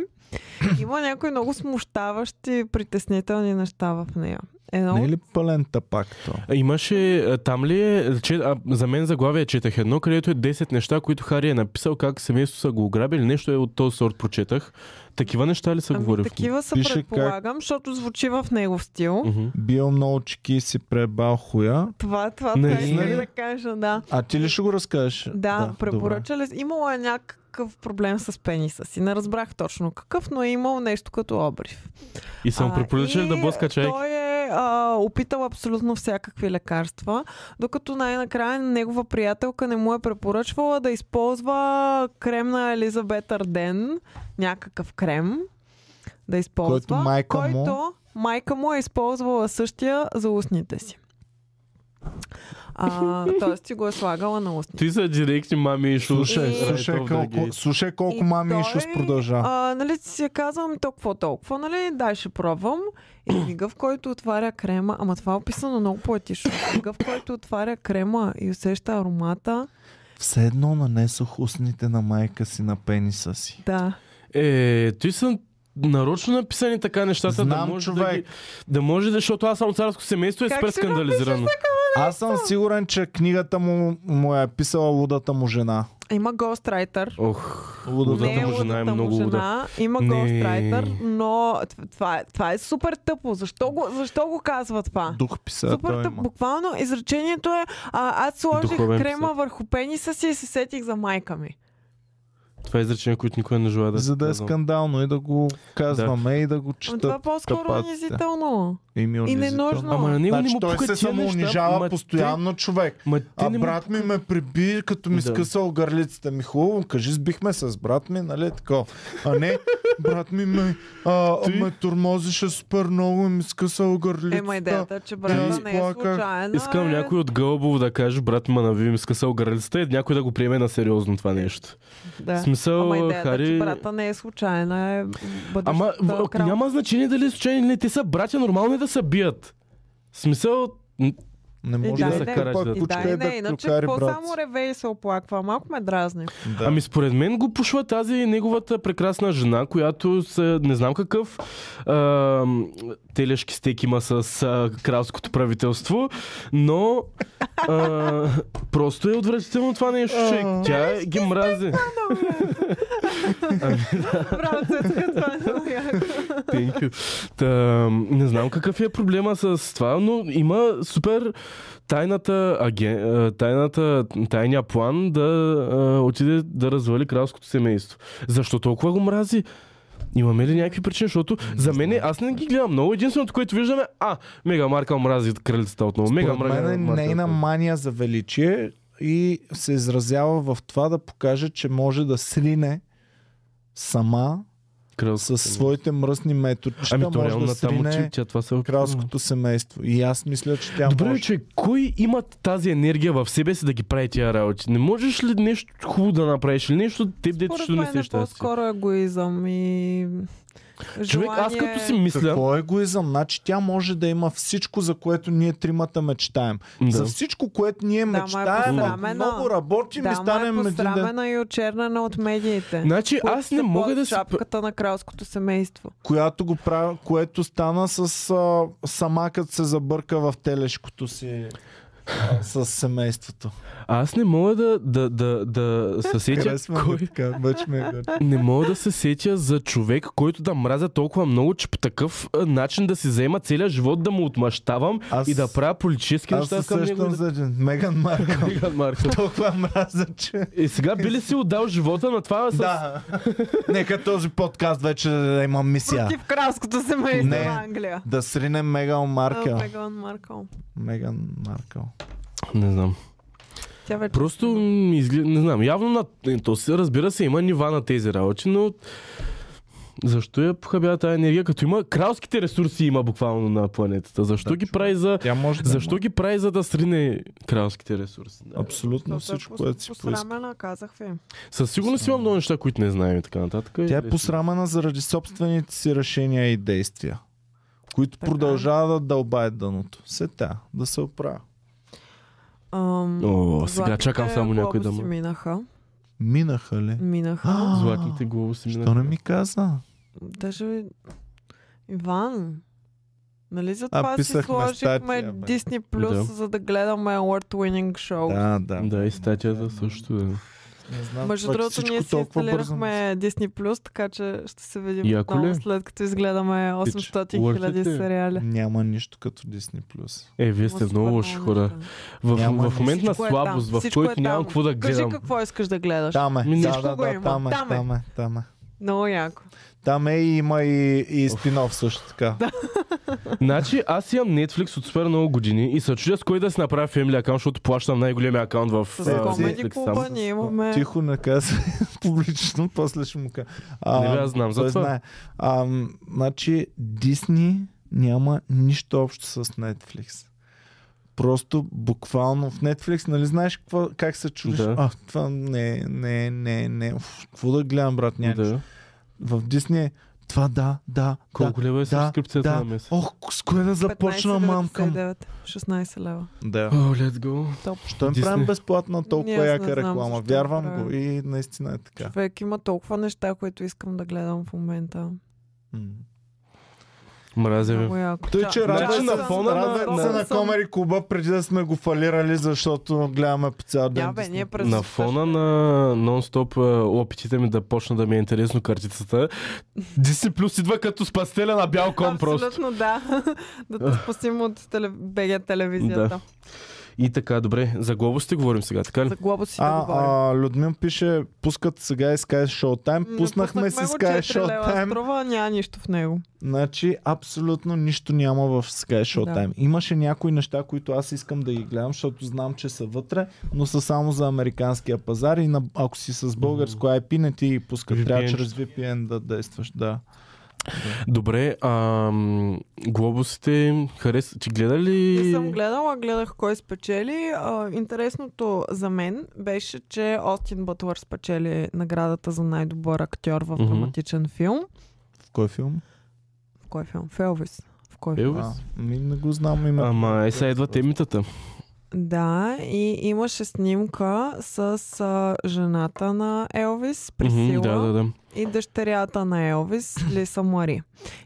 S3: Има някои много смущаващи, притеснителни неща в нея. Едно
S2: Не е ли пълен тапак то?
S4: Имаше, а, там ли е, че, а, за мен заглавие четах едно, където е 10 неща, които Хари е написал, как семейството са го ограбили, нещо е от този сорт прочетах. Такива неща ли са говорил?
S3: Ами,
S4: в-
S3: такива са
S2: Пише как-
S3: предполагам, защото звучи в негов стил.
S4: Мгм.
S2: Бил много чеки и си пребал хуя.
S3: Това, е това
S4: Не,
S3: не, не,
S2: не.
S3: да кажа, да.
S2: А ти ли ще го разкажеш?
S3: Да,
S2: добре.
S3: да препоръчали. с- Имало е някакъв проблем с пениса си. Не разбрах точно какъв, но е имал нещо като обрив.
S4: И съм
S3: А,
S4: препоръчал
S3: и
S4: да блъска чайки.
S3: Той е а, опитал абсолютно всякакви лекарства, докато най-накрая негова приятелка не му е препоръчвала да използва крем на Елизабет Арден, някакъв крем да използва,
S2: Който майка му-
S3: който майка му е използвала същия за устните си. А, тоест ти го е слагала на устните.
S4: Ти са директни мами и шо.
S2: Слушай,
S4: е,
S3: И-
S2: слушай колко, слушай колко мами и шус продължа.
S3: А, нали, си казвам толкова толкова, нали, дай ще пробвам. И мига, в който отваря крема, ама това е описано много поетично. Мига, в който отваря крема и усеща аромата,
S2: Все едно нанесох устните на майка си на пениса си.
S3: да.
S4: Е, ти са нарочно написани така нещата, да
S2: Знам,
S4: може да ги...
S2: човек.
S4: Да може, защото аз съм царско семейство и е
S3: Как
S4: супер
S3: ще го
S4: скандализирано.
S2: Аз съм сигурен, че книгата му, му е писала лудата му жена.
S3: Има гострайтер.
S4: Ох,
S2: Лудата
S3: Не е
S4: му жена е
S3: лудата му
S4: много луда.
S3: жена, има
S4: Не.
S3: гострайтер, но т- това, е- това е супер тъпо. Защо го, защо го казва това?
S2: Дух писа,
S3: Супер
S4: е
S2: той
S3: тъп.
S2: има.
S3: Буквално изречението е а, аз сложих
S4: Духовен
S3: крема
S4: псът.
S3: върху пениса си и се сетих за майка ми.
S4: това е изречение, което никога не желая да
S2: За да е
S4: казвам.
S2: скандално и да го казваме и да го
S3: Но това е
S2: четат.
S3: по-скоро
S2: тъпаците.
S3: унизително.
S2: И ми е
S3: И
S2: унизително.
S3: ненужно.
S4: Ама на него не
S2: Значи
S4: му
S2: той
S4: пука
S2: се
S4: тия неща,
S2: самоунижава
S4: ма те-
S2: постоянно човек.
S4: Ма ти
S2: А
S4: не му
S2: брат ми ме приби, като ми
S4: Да.
S2: скъсал гърлицата ми. Хубаво, кажи, сбихме се с брат ми, нали тако. А не, брат ми ме, а, ме тормозеше супер много и ми скъсал гърлицата.
S3: Ема идеята, е, че
S2: аз
S3: брата не е
S2: плаках.
S3: случайна.
S4: Искам
S3: е...
S4: някой от Гълбово да каже, брат ма нави ми скъсал гърлицата и някой да го приеме на сериозно това нещо. В
S3: Да.
S4: смисъл,
S3: Ама идеята, Хари... че
S4: Хари...
S3: брата не е случайна. Е бъдещата
S4: Ама в-
S3: крал.
S4: няма значение дали е случайно или не. Те са братя, нормално е да се бият. В смисъл, н-
S2: Не
S3: И
S2: може
S3: Е,
S2: да,
S3: да,
S4: и
S2: се
S4: да,
S2: кара
S4: и да,
S3: И да,
S2: кучка
S3: и
S2: и
S3: не,
S2: да
S3: иначе
S2: клюкари
S3: какво
S2: брат.
S3: само реве и се оплаква? Малко ме дразни.
S2: Да.
S4: Ами според мен го пушва тази неговата прекрасна жена, която са, не знам какъв а, телешки стек има с а, кралското правителство, но а, просто е отвратително това нещо, че тя
S3: Ами
S4: е- ги мрази.
S3: Браво, Цецка, това е много яко.
S4: Thank you. Та, не знам какъв е проблема с това, но има супер тайната, аген, а, тайната тайния план да а, отиде да развали кралското семейство. Защо толкова го мрази? Имаме ли някакви причини? Защото за мен аз не ги гледам много. Единственото, което виждаме, а, Мега Марка мрази кралицата отново. Мега
S2: Според
S4: Марка.
S2: мен е нейна мания за величие и се изразява в това да покаже, че може да срине сама със своите мръсни методчета,
S4: Ами то
S2: може
S4: реално
S2: да
S4: там очи,
S2: срине
S4: тя това се е опитва.
S2: кралското семейство. И аз мисля, че тя
S4: Добре, бе,
S2: може.
S4: че кой има тази енергия в себе си да ги прави тия работи? Не можеш ли нещо хубаво да направиш или нещо теб дете
S3: Според
S4: ще не
S3: мен
S4: се
S3: е
S4: щастие?
S3: по-скоро егоизъм и...
S4: Човек, аз
S3: желание-
S4: като си мисля,
S2: Какво е егоизъм? Значи тя може да има всичко, за което ние тримата мечтаем.
S4: Да.
S2: За всичко, което ние
S3: ма е
S2: мечтаем,
S3: посрамено.
S2: много работим и
S3: Да,
S2: станем
S3: ма е
S2: един ден.
S3: посрамена и очернена от медиите.
S4: значи
S3: които
S4: аз не
S3: са
S4: мога
S3: под
S4: да си...
S3: шапката на кралското семейство.
S2: която го прави, което стана с а, сама като се забърка в телешкото си а, с семейството.
S4: Аз не мога да, да, да, да се сетя
S2: Харесва
S4: кой...
S2: ми така, вече ми е гадно.
S4: Не мога да се сетя за човек, който да мразя толкова много, че по такъв а, начин да си заема целия живот, да му отмъщавам
S2: Аз-
S4: и да правя политически
S2: Аз
S4: неща
S2: се
S4: към него. и
S2: сещам
S4: да-
S2: за един Меган Маркъл.
S4: Меган Маркъл.
S2: Толкова мраза, че...
S4: И Е, сега би ли си отдал живота на това с
S2: Да. Нека този подкаст вече да има мисия.
S3: Против кралското семейство
S2: Не.
S3: на Англия.
S2: Да сринем Меган
S3: А,
S2: Маркъл.
S3: Меган Маркъл.
S2: Меган Маркъл.
S4: Не знам.
S3: Тя вече...
S4: Просто м, изгля... не знам, явно на... е, То се, разбира се, има нива на тези работи, но защо я похабява тази енергия, като има кралските ресурси има буквално на планетата? Защо
S2: Да,
S4: ги
S2: човек.
S4: прави за...
S2: Тя може да
S4: Защо
S2: има
S4: ги прави за да срине кралските ресурси? Да.
S2: Абсолютно
S3: Защото е
S2: всичко, което си поиска.
S3: Посрамена, казах ви.
S4: Със сигурност има много неща, които не знаем и така нататък.
S2: Тя е посрамена заради собствените си решения и действия, които
S3: Така.
S2: продължава да дълбае дъното. Се тя, да се оправя.
S3: Ам,
S4: О, сега
S3: златните
S4: чакам само някой да
S3: глобуси
S4: ме-
S3: Минаха.
S2: Минаха ли?
S3: Минаха.
S2: А,
S4: Златните глави си
S2: Що не ми каза?
S3: Даже Иван. Нали за
S5: А,
S3: това си
S5: писахме
S3: сложихме
S5: статия, бе.
S3: Disney Plus,
S4: Да.
S3: за да гледаме Award Winning Show.
S5: Да, да.
S4: Да, и статията също е.
S2: Не знам,
S3: Между
S2: пък
S3: другото,
S2: всичко
S3: ние си
S2: толкова бързо.
S3: инсталирахме Disney Plus, така че ще се видим
S4: Яко ли
S3: отново
S4: е?
S3: след като изгледаме 800
S4: worth it ли е?
S3: хиляди сериали.
S2: Няма нищо като Disney+. Plus.
S4: Е, вие сте
S3: Супер
S4: много лоши
S3: много
S4: хора.
S3: неща.
S4: В,
S2: Няма
S4: в момент на
S3: Всичко е там.
S4: слабост, в
S3: Всичко е
S4: който нямам
S3: там.
S4: какво да
S3: Кажи
S4: гледам.
S3: какво искаш да гледаш.
S2: Там е.
S4: Ми,
S2: Да,
S3: нещо
S2: да,
S3: Ами го
S2: да,
S3: има.
S2: там е,
S3: Там е.
S2: там е, там е.
S3: Много яко.
S2: Там е и има и, и спин-офф също така.
S4: Значи аз имам Netflix от супер много години и се чудя с кой да си направя Family аккаунт, защото плащам най-големия акаунт в
S3: С
S4: а,
S2: Comedy
S4: Netflix
S3: Comedy
S4: само.
S3: клуба ние имаме...
S2: Тихо не казвай публично, после ще му кажа. А,
S4: Не бе, аз знам за
S2: той
S4: това.
S2: знае. А, м, значи, Дисни няма нищо общо с Netflix. Просто буквално в Netflix, нали знаеш какво, как се чудиш?
S4: Да.
S2: А, това не, не, не, не. Уф, какво да гледам, брат, няма. Да.
S4: Да.
S2: В Дисни е, това да, да,
S4: Колко лева е
S2: да,
S4: субскрипцията
S2: да, да.
S4: на месец?
S2: Ох, с кое да започна, мамка? му?
S3: 15,99, 16 е лева.
S2: Да.
S4: О, let's go.
S2: Що им
S4: Disney.
S2: правим безплатна толкова
S3: Ами Аз не
S2: яка
S3: знам
S2: реклама?
S3: защо
S2: Вярвам
S3: правим.
S2: го и наистина е така.
S3: Човек има толкова неща, които искам да гледам в момента.
S2: М.
S4: Мразя ви.
S3: Много е яко.
S2: Тъй,
S3: Ча-
S2: че радвам
S3: чакай
S4: на
S2: се
S3: да-
S4: фона на-
S2: радвам
S4: на-
S2: се на Комери Клуба преди да сме го фалирали, защото гледаме по цял ден.
S3: Я бе, ние през
S4: На
S3: нощта
S4: фона
S3: ще-
S4: на нон-стоп а, опитите ми да почна да ми е интересно картицата, Disney Plus идва като с пастеля на бял кон просто.
S3: Абсолютно да. да те спасим от теле... БГ телевизията.
S4: И така, добре, за глобусите говорим сега, така ли?
S3: За глобус си да
S2: А,
S3: говорим.
S2: а, Людмил пише, пускат сега и Sky Showtime. Пуснахме си Sky Showtime.
S3: Струва, няма нищо в него.
S2: Значи абсолютно нищо няма в Sky Showtime. Да. Имаше някои неща, които аз искам да ги гледам, защото знам, че са вътре, но са само за американския пазар и на, ако си с българско IP не ти ги пускат. Трябва
S4: VPN.
S2: чрез VPN да действаш. Да.
S4: Добре, ам, глобусите харес... Ти гледа ли?
S3: Не съм гледала, гледах кой спечели. А, интересното за мен беше, че Остин Бътлър спечели наградата за най-добър актьор в
S4: Мгм.
S3: драматичен филм.
S2: В кой филм?
S3: В кой филм? В Елвис. В кой филм?
S4: Елвис?
S2: А, ми не го знам името.
S4: Ама е, сега идва темитата.
S3: Да, и имаше снимка с а, жената на Елвис,
S4: Мгм,
S3: Присила,
S4: Да, да, да.
S3: и дъщерята на Елвис, Лиса Мари.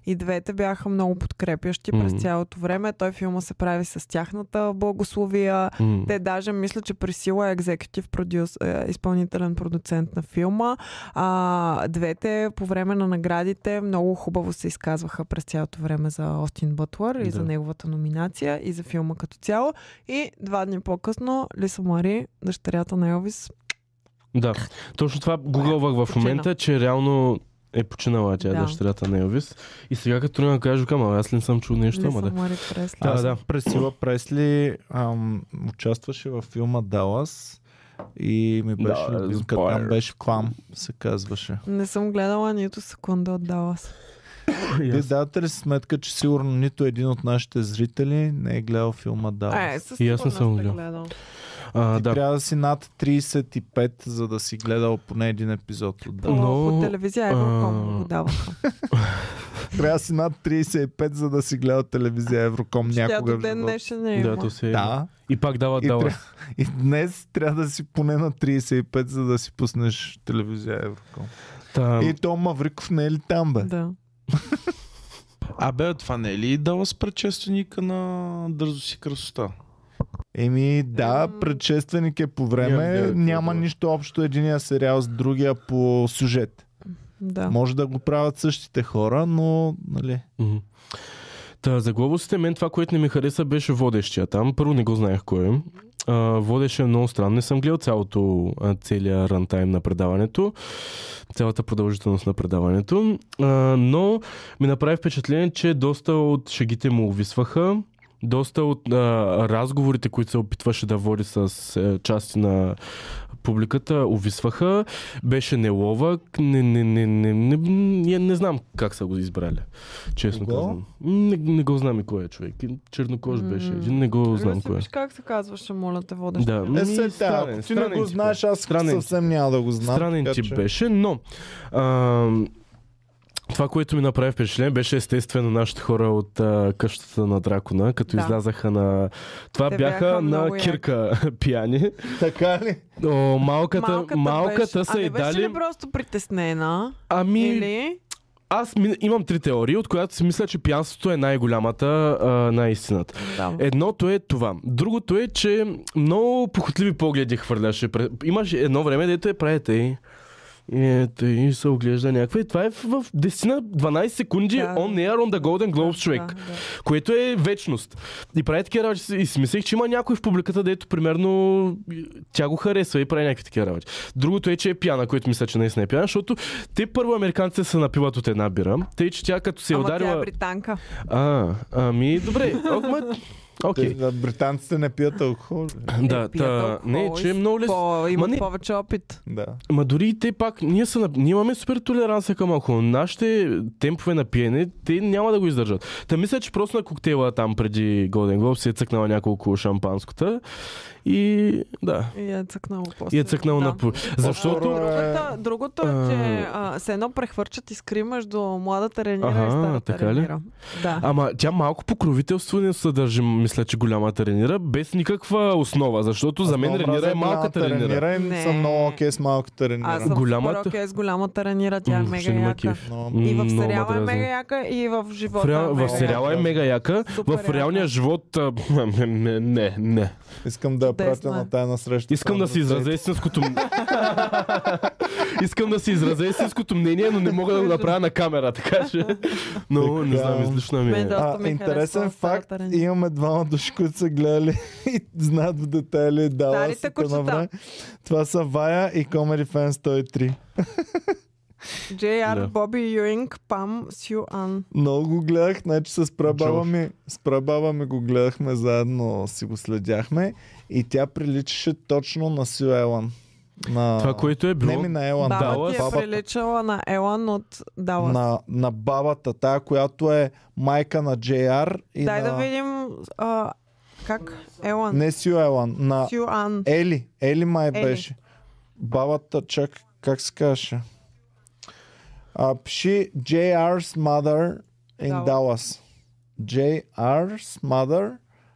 S3: И двете бяха много подкрепящи
S4: Мгм.
S3: през цялото време. Той филма се прави с тяхната благословия.
S4: М.
S3: Те даже мисля, че Присила е екзекутив продюс, е, изпълнителен продуцент на филма. А, двете по време на наградите много хубаво се изказваха през цялото време за Остин Бътлър и
S4: Да.
S3: за неговата номинация и за филма като цяло. И два дни по-късно Лиса Мари, дъщерята на Елвис,
S4: Да, точно това гугълвах в
S3: Почина.
S4: момента, че реално е починала тя
S3: Да.
S4: дъщерята на Елвис. И сега като тръгна да кажа, кама, аз ли не съм чул нещо,
S3: Лиса
S4: ама да.
S3: Мари Пресли.
S4: Е, Да,
S2: Аз
S4: да.
S2: Пресила Пресли ам, участваше във филма Далас и ми беше
S4: Да,
S2: любимка.
S4: Spire.
S2: Там беше Клам, се казваше.
S3: Не съм гледала нито секунда от Далас.
S2: Вие давате ли си сметка, че сигурно нито един от нашите зрители не е гледал филма
S3: Е,
S2: Далас?
S3: със
S4: И аз не
S3: сигурност
S4: съм
S3: сте
S4: гледал.
S3: гледал.
S4: А,
S2: Ти
S4: да.
S2: трябва да си над 35, за да си гледал поне един епизод от
S3: По,
S2: Далас.
S4: Но,
S3: по телевизия Евроком
S4: а,
S3: го даваха.
S2: трябва да си над 35, за да си гледал телевизия Евроком
S3: Тя
S2: някога
S3: до
S2: в
S3: ден
S2: живота.
S3: днешен не
S4: Да,
S3: има.
S4: то се е.
S2: Да,
S4: И пак дава
S2: и,
S4: дала.
S2: тря... и днес трябва да си поне на 35, за да си пуснеш телевизия Евроком.
S4: Та,
S2: И то Мавриков не е ли там, бе?
S3: Да.
S5: Абе, това не е ли дала с предшественика на Дързо си красота?
S2: Еми да,
S3: М.
S2: предшественик е по
S4: Нямам
S2: време,
S4: идея какво
S2: няма
S4: е това.
S2: нищо общо единия сериал с другия по сюжет.
S3: Да.
S2: Може да го правят същите хора, но нали...
S4: мгм. Та, за глобусите, мен това, което не ми хареса, беше водещия там. Първо не го знаех кой е. А, водеше много странно. Не съм гледал цялото, а, целия рантайм на предаването, цялата продължителност на предаването, а, но ми направи впечатление, че доста от шегите му увисваха, доста от а, разговорите, които се опитваше да води с а, части на публиката, увисваха. Беше неловък. Не, не, не, не, не, не, не знам как са го избрали. Честно
S2: Кого?
S4: казвам. Не, не го знам и кой е човек. Чернокож беше.
S3: М.
S4: един, Не го знам
S3: Люси,
S4: кой е.
S3: виж как се казваше, моля те, водещ.
S4: Да,
S2: Е,
S4: ми,
S2: се, да,
S4: Ами, странен,
S2: ако ти не
S4: странен
S2: го
S4: тип е.
S2: знаеш, аз
S4: Странен
S2: съвсем няма да го знам.
S4: Странен
S2: така
S4: тип
S2: че-
S4: беше, но а, това, което ми направи впечатление, беше естествено нашите хора от а, къщата на дракона, като
S3: Да.
S4: излязаха на... Това
S3: Те
S4: бяха,
S3: бяха много
S4: на
S3: яки.
S4: кирка пияни.
S2: Така ли?
S4: О, малката, малката,
S3: беше.
S4: са
S3: а
S4: и
S3: не беше
S4: дали...
S3: ли просто притеснена?
S4: Ами,
S3: Или...
S4: аз ми, имам три теории, от която си мисля, че пиянството е най-голямата а, на истината.
S3: Да.
S4: Едното е това. Другото е, че много похотливи погледи хвърляше. Пре- Имаше едно време, дето е правите и... Ето и се оглежда някаква и това е в, в 10 на 12 секунди
S3: Да.
S4: да. on air on the Golden Globes човек,
S3: Да, да.
S4: което е вечност. И прави такива работи и си мислех, че има някой в публиката, дето примерно тя го харесва и прави някакви такива работи. Другото е, че е пяна, което мисля, че наистина е пяна, защото те първо американците се напиват от една бира, тъй че тя като се е
S3: Ама
S4: ударила...
S3: тя е британка.
S4: А, ами добре, окма... Окей.
S2: Те- да, Британците не пият алкохол. бе.
S4: Да,
S3: пият
S4: та,
S3: алкохол
S4: не,
S3: и
S4: че е много лесно.
S3: По, има
S4: не-
S3: повече опит.
S2: Да.
S4: Ма дори и те пак, ние, са, на- ние имаме супер толеранса към алкохол. Нашите темпове на пиене, те няма да го издържат. Та мисля, че просто на коктейла там преди Golden Globe си е цъкнала няколко шампанскота и да.
S3: И е цъкнало после.
S4: И е цъкнала
S3: да.
S4: на... пу- Защото...
S2: По-скоро е-
S3: Другото, другото е, че а, се едно прехвърчат искри между младата ренира и
S4: Аха,
S3: старата
S4: така ли?
S3: ренира. Да.
S4: Ама тя малко покровителство не съдържи, мисля, че голямата ренира, без никаква основа, защото за мен
S2: Аз
S4: ренира е
S2: мразя
S4: малката
S2: голямата
S4: ренира.
S2: ренира и
S3: Не.
S2: съм много окей с малката ренира.
S3: Аз съм голямата...
S4: Голямата-
S3: супер окей е с голямата ренира, тя е
S4: М,
S3: мега
S4: ще нема
S3: яка.
S4: кеф.
S2: Но
S3: И в
S4: Много ме
S3: сериала е
S4: дразни.
S3: мега яка, и в живота
S4: В, реал,
S3: е
S4: в
S3: мега яка.
S4: сериала е мега яка,
S3: Супер
S4: в реалния
S3: яка.
S4: живот... а, Не, не, не.
S2: искам да я пратя
S3: Чудесно е.
S2: на тайна среща.
S4: Искам да си изразя истинското м- Искам да си изразя истинското мнение, но не мога да го направя на камера, така че... Но не знам, излишна ми
S3: Мен
S4: е.
S3: да. Доста
S2: А,
S3: ми
S2: интересен
S3: харесва
S2: факт,
S3: старата ренира.
S2: имаме двама души, които са гледали и знаят в детайли дала
S3: Старите
S2: си
S3: кучета.
S2: на време. Това са Вая и Comedy Fan 103.
S3: J.R.
S4: Да.
S3: Боби Юинг, Пам Сю Ан.
S2: Много го гледах, значи с прабаба
S4: Джош.
S2: ми, с прабаба ми го гледахме заедно, си го следяхме и тя приличаше точно на Сю Елан. На...
S4: Това, което е
S2: Не
S4: било...
S2: ми на Елан,
S3: Баба ти е
S2: бабата.
S3: приличала на Елан от Далас.
S2: на, на бабата, тая, която е майка на JR и
S3: Дай
S2: на...
S3: да видим а, как Елан.
S2: Не Сю Елан, на
S3: Сю Ан.
S2: Ели. Ели май
S3: Ели.
S2: беше. Бабата, чак, как се казваше? А, пиши JR's mother in
S3: Dallas.
S2: Dallas. JR's mother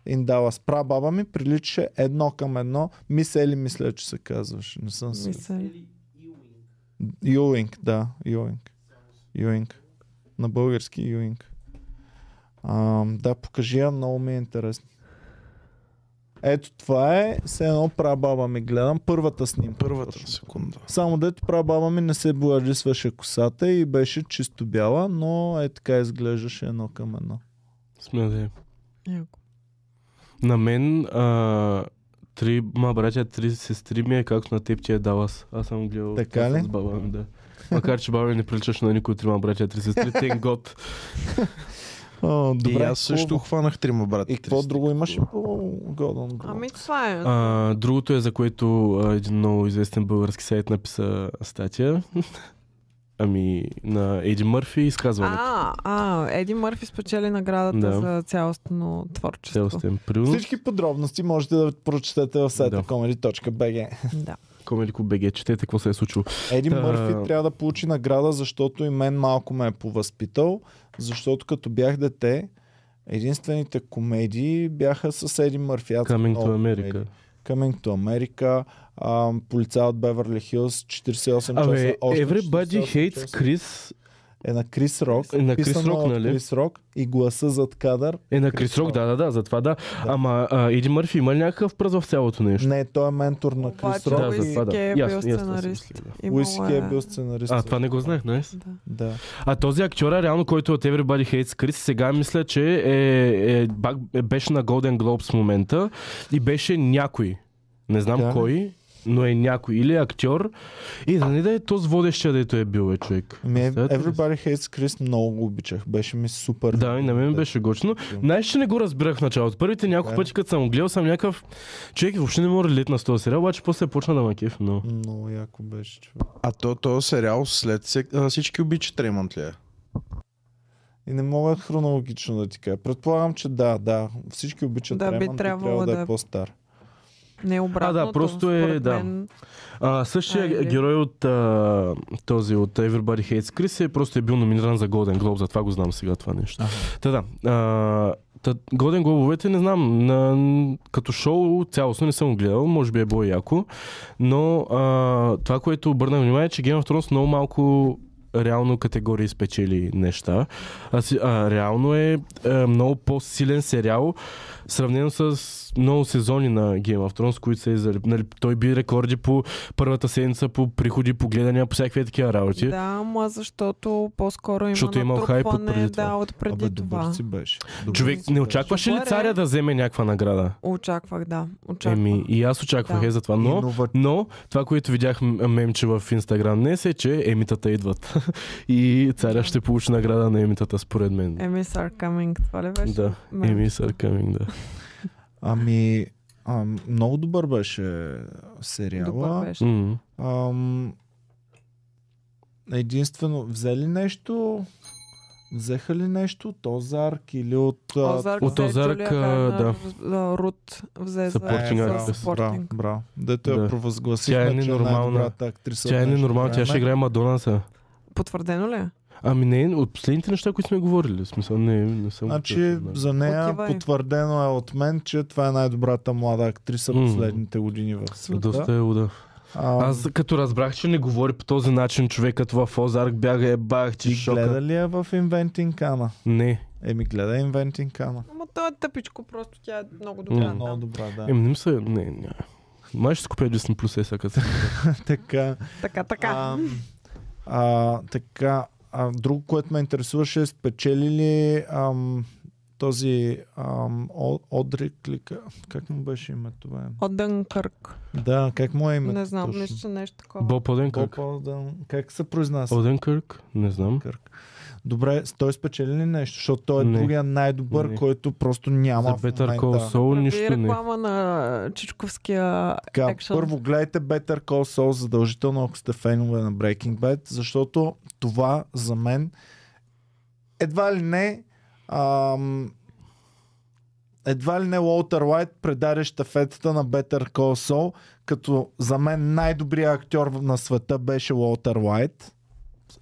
S2: in Dallas. Прабаба ми приличаше едно към едно. Мис Ели мисля, че се казваше. Не съм сигурен.
S3: Мисля.
S2: Юинг, да, Юинг. Юинг. На български Юинг. А, да, покажи я, много ми е интересно. Ето това е, все едно прабаба ми гледам, първата снимка.
S5: Първата секунда.
S2: Само дето прабаба ми не се боядисваше косата и беше чисто бяла, но е така изглеждаше едно към едно.
S4: Смея да е.
S3: Яко.
S4: На мен а, три ма братя, три сестри ми е както на теб ти е Далас. Аз съм гледал
S2: Така
S4: това
S2: ли?
S4: с баба ми, да. Макар, че баба ми не приличаш на никой от трима братя, три сестри, тен год.
S2: О,
S5: Добре,
S2: добре,
S5: и аз също
S2: хубаво.
S5: хванах трима брата.
S2: И какво друго имаше по Годон?
S3: Ами това е.
S4: А, другото е, за което а, един много известен български сайт написа статия. Ами, на Еди Мърфи и изказването.
S3: А, а, Еди Мърфи спечели наградата
S4: Да.
S3: за цялостно творчество.
S4: Целостен принос.
S2: Всички подробности можете да прочетете в сайта
S4: Да.
S2: comedy.bg.
S3: Да.
S4: Комелико БГ, четете какво се е случило.
S2: Еди
S4: Та-
S2: Мърфи трябва да получи награда, защото и мен малко ме е повъзпитал, защото като бях дете, единствените комедии бяха с Еди Мърфи. Аз
S4: Coming
S2: много
S4: to America.
S2: комедии. Coming to America, а, полица от Беверли Хилс, 48 Ами, часа.
S4: Абе,
S2: осем,
S4: Ами, Everybody
S2: 48
S4: Hates
S2: часа.
S4: Chris
S2: Е на Крис Рок.
S4: Е, на Крис
S2: писано
S4: Рок,
S2: от
S4: нали?
S2: Крис Рок и гласа зад кадър.
S4: е на Крис Рок, да, да, да, затова да. Ама а, Еди Мърфи има ли някакъв пръз в цялото нещо?
S2: Не, той е ментор на Крис
S3: Обаче
S2: Рок.
S4: да,
S3: Уиси
S4: затова да.
S3: Кей е бил
S4: Ясно, ясно, аз си
S3: сценарист.
S4: мислих, да.
S3: Имало
S2: Уиси Кей е бил сценарист.
S4: А, това не го знаех, най
S3: Да.
S2: Да.
S4: А този актьор, реално, който е от Everybody Hates Chris, сега мисля, че е, е, бак, е, беше на Golden Globes в момента и беше някой. Не знам
S2: Така ли?
S4: кой, но е някой. Или актьор. И да не да е то с водещия, дето е бил, е човек.
S2: Ами,
S4: Представяте ли си?
S2: Everybody Hates Chris много го обичах. Беше ми супер.
S4: Да, и на мен
S2: Да.
S4: беше гочно. Знаеш, че не го разбирах в началото. Първите няколко
S2: Да.
S4: пъти, като съм го гледал, съм някакъв човек, въобще не мога да лет на този сериал, обаче после почна да ме кеф, но...
S2: Много яко беше. човек.
S5: А то, то сериал след сек... а, всички обичат Реймонд ли е?
S2: И не мога хронологично да ти кажа. Предполагам, че да, да. Всички обичат
S3: Да, би
S2: Реман,
S3: трябвало
S2: трябва да е
S3: да-
S2: по-стар.
S3: Не обратното.
S4: А, да, просто е,
S3: според
S4: да.
S3: Мен,
S4: А,
S3: Ай,
S4: същия
S3: бе.
S4: герой от а, този от Everybody Hates Chris е просто е бил номиниран за Golden Globe, затова го знам сега това нещо. Та да. А, та, Golden Globe-овете не знам, на, като шоу цялостно не съм го гледал, може би е било яко, но а, това, което обърнах внимание е, че Game of Thrones много малко реално категории спечели неща. А, си- а реално е, е много по-силен сериал, сравнено с много сезони на Game of Thrones, които са излезли. Нали, той би рекорди по първата седмица, по приходи, по гледания, по всякакви такива работи.
S3: Да, ма защото по-скоро има
S4: Защото е имал хайп от
S3: натрупване,
S4: преди това.
S3: Да, от преди
S2: Абе, добър
S3: това.
S2: си беше. Добър
S4: Човек,
S2: си
S4: не
S2: беше.
S4: очакваше ли
S3: Добре.
S4: царя да вземе някаква награда?
S3: Очаквах, да. Очаквах.
S4: Еми, и аз очаквах
S3: Да.
S4: е за това. Но,
S2: Инова-
S4: но това, което видях м- мемче в Инстаграм днес е, че емитата идват. и царя ще получи награда на емитата, според мен.
S3: Еми, Sir Coming, това ли беше?
S4: Да,
S3: Ме-
S4: еми са coming, да.
S2: Ами, а, много добър беше сериала.
S3: Добър беше.
S4: М.
S2: Ам, единствено, взели нещо, взеха ли нещо от Озарк или от... а,
S3: Озарк
S4: От
S3: взе
S4: Озарк,
S3: Джулия
S4: а,
S3: Гарнер,
S4: да.
S3: з- Рут взе за
S4: Supporting
S3: за
S4: actress.
S2: Бра,
S3: supporting.
S2: бра. Дето я
S4: Да.
S2: провъзгласихме,
S4: Тя е
S2: че
S4: ненормална.
S2: най-добрата актриса.
S4: Тя е
S2: в днешно
S4: ненормална, тя
S2: време.
S4: ще играе Мадона сега.
S3: Потвърдено ли? е?
S4: Ами не, от последните неща, които сме говорили. В смисъл, не, не съм...
S2: Значи
S4: да.
S2: за нея
S3: Отивай.
S2: потвърдено е от мен, че това е най-добрата млада актриса
S4: М.
S2: последните години в света.
S4: Доста е луда.
S2: А,
S4: Аз като разбрах, че не говори по този начин човек като в Озарк, бях е бах, че
S2: ти
S4: шока.
S2: гледа ли я в Inventing Anna?
S4: Не,
S2: Еми гледа Inventing Anna.
S3: Ама той е тъпичко, просто тя е много
S4: М.
S2: Тя е
S3: добра.
S2: много
S3: Да.
S2: добра, да.
S4: еми не ми се... Не, не. Май ще си купя Disney Plus е сега. като се-
S2: Така.
S3: Така, така.
S2: А, а, така. А, друго, което ме интересуваше, е спечели ли ам, този ам, О- Одрик ли? ка- Как му беше името? Бе?
S3: От Дънкърк.
S2: Да, как му е името?
S3: Не знам,
S2: точно?
S3: мисля, че нещо такова.
S4: Боб Оденкърк.
S2: Боб Оден- Как се произнася?
S4: Оденкърк? Не знам.
S2: Кърк. Добре, с- той спечели ли нещо? Защото той е
S4: Не.
S2: другия най-добър,
S4: Не.
S2: който просто няма.
S4: За
S2: в
S4: Better
S2: момента.
S4: Call Saul
S3: Прави
S4: нищо не.
S3: реклама на Чичковския
S2: Така,
S3: Action.
S2: първо гледайте Better Call Saul задължително, ако сте фенове на Breaking Bad, защото това за мен едва ли не ам, едва ли не Уолтер Уайт предаде щафетата на Better Call Saul, като за мен най-добрият актьор на света беше Уолтер Уайт.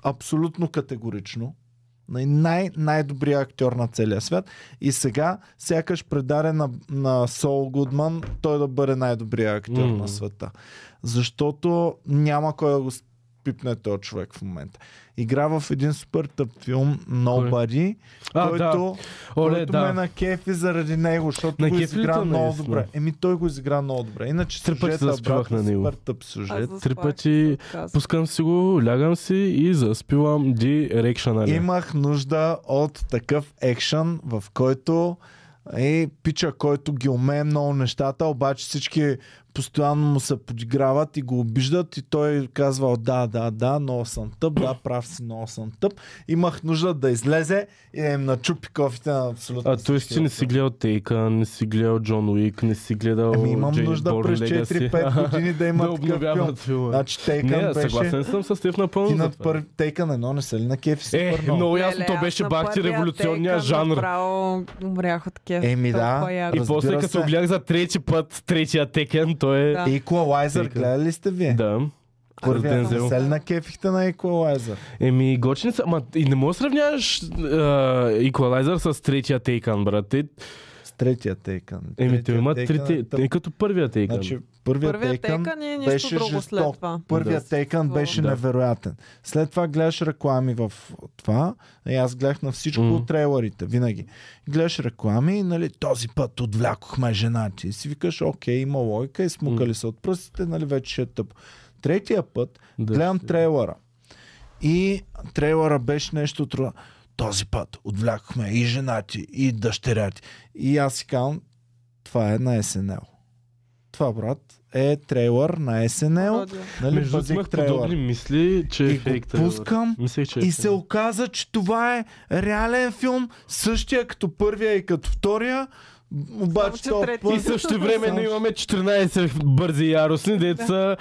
S2: Абсолютно категорично. Най- Най- най-добрият актьор на целия свят. И сега, сякаш предаде на, на Сол Гудман, той да бъде най-добрият актьор
S4: М.
S2: на света. Защото няма кой да го пипне този човек в момента. Игра в един супер тъп филм Nobody,
S4: А, да.
S2: който,
S4: Оле,
S2: който ме е
S4: да.
S2: на кефи заради него, защото
S4: На
S2: го
S4: кефи ли
S2: изигра
S4: то,
S2: много
S4: наистина?
S2: добре. Еми той го изигра много добре. Иначе
S4: Три пъти
S2: сюжета,
S4: заспивах
S2: брат, е
S4: на него.
S2: супер тъп сюжет.
S3: Аз
S4: Е, Три
S3: заспах,
S4: пъти
S3: се отказах.
S4: Пускам си го, лягам си и заспивам дирекшън. нали? аля.
S2: Имах нужда от такъв екшън, в който е пича, който ги умее много нещата, обаче всички постоянно му се подиграват и го обиждат и той казва да, да, да, но съм тъп, да, прав си, но съм тъп. Имах нужда да излезе и да им начупи кофите на абсолютно
S4: А т.е.
S2: всички
S4: ти не си гледал Тейка, не си гледал Джон Уик, не си гледал
S2: Ами имам
S4: Джейн
S2: нужда
S4: Борн
S2: през
S4: Легаси.
S2: 4-5 години да има
S4: да
S2: такъв филм.
S4: обновяват филма.
S2: Значи Тейкън
S4: Не,
S2: беше...
S4: съгласен съм с теб напълно
S2: Ти
S4: за
S2: на
S4: това.
S2: първи Тейкън едно не се ли на кефи си
S4: Е,
S2: върнал?
S4: много
S3: Леле,
S4: ясно, то
S3: аз
S4: беше
S3: на
S4: бахти
S3: първия
S4: революционния
S3: тейка
S4: жанр.
S3: Направо умрях от кеф. е
S2: Еми
S3: Толкова
S2: да.
S4: И
S3: яко.
S2: разбира
S4: после
S2: се.
S4: като гледах за трети път, третия текен, то е...
S3: Да.
S2: Equalizer,
S4: Тейкън.
S2: гледали ли сте вие?
S4: Да. е
S2: Първия
S4: Дензел.
S2: не се ли на кефихте на Equalizer?
S4: Еми, готини са. Ма, и не мога да сравняваш а, Equalizer с третия Тейкан, брат. Те,
S2: С третия Тейкън.
S4: еми, те
S2: Третия
S4: имат
S2: Taken е
S4: трите.
S2: тъп.
S4: Е като първия Тейкан.
S2: Значи, първия
S3: Първият
S2: Тейкън
S3: тейка ни е
S2: беше
S3: нищо друго
S2: жесток.
S3: след това.
S2: Първият
S4: Да.
S2: Тейкън беше
S4: Да.
S2: невероятен. След това гледаш реклами в това. И аз гледах на всичко
S4: Мгм.
S2: от трейлерите, винаги. Гледаш реклами и нали, този път отвлякохме женати. И си викаш, окей, има лойка и смукали се от пръстите, нали, вече ще е тъпо. Третия път
S4: Да,
S2: гледам
S4: ще- е.
S2: трейлера. И трейлера беше нещо трудно. Този път отвлякохме и женати, и дъщеряти. И аз си казвам, това е на SNL. Това, брат, е трейлър на SNL.
S3: Родио.
S2: Нали,
S4: Между
S2: Базик
S4: другото, имах
S2: трейлър.
S4: подобни мисли, че
S2: И
S4: е
S2: го
S4: фейк трейлър.
S2: пускам
S4: Мислех, че е
S2: И
S4: фейк.
S2: се оказа, че това е реален филм, същия като първия и като втория. Обаче
S3: че
S2: този
S3: третия.
S2: път-
S4: И също време
S2: Само,
S4: ние
S2: че-
S4: имаме 14 бързи яростни деца.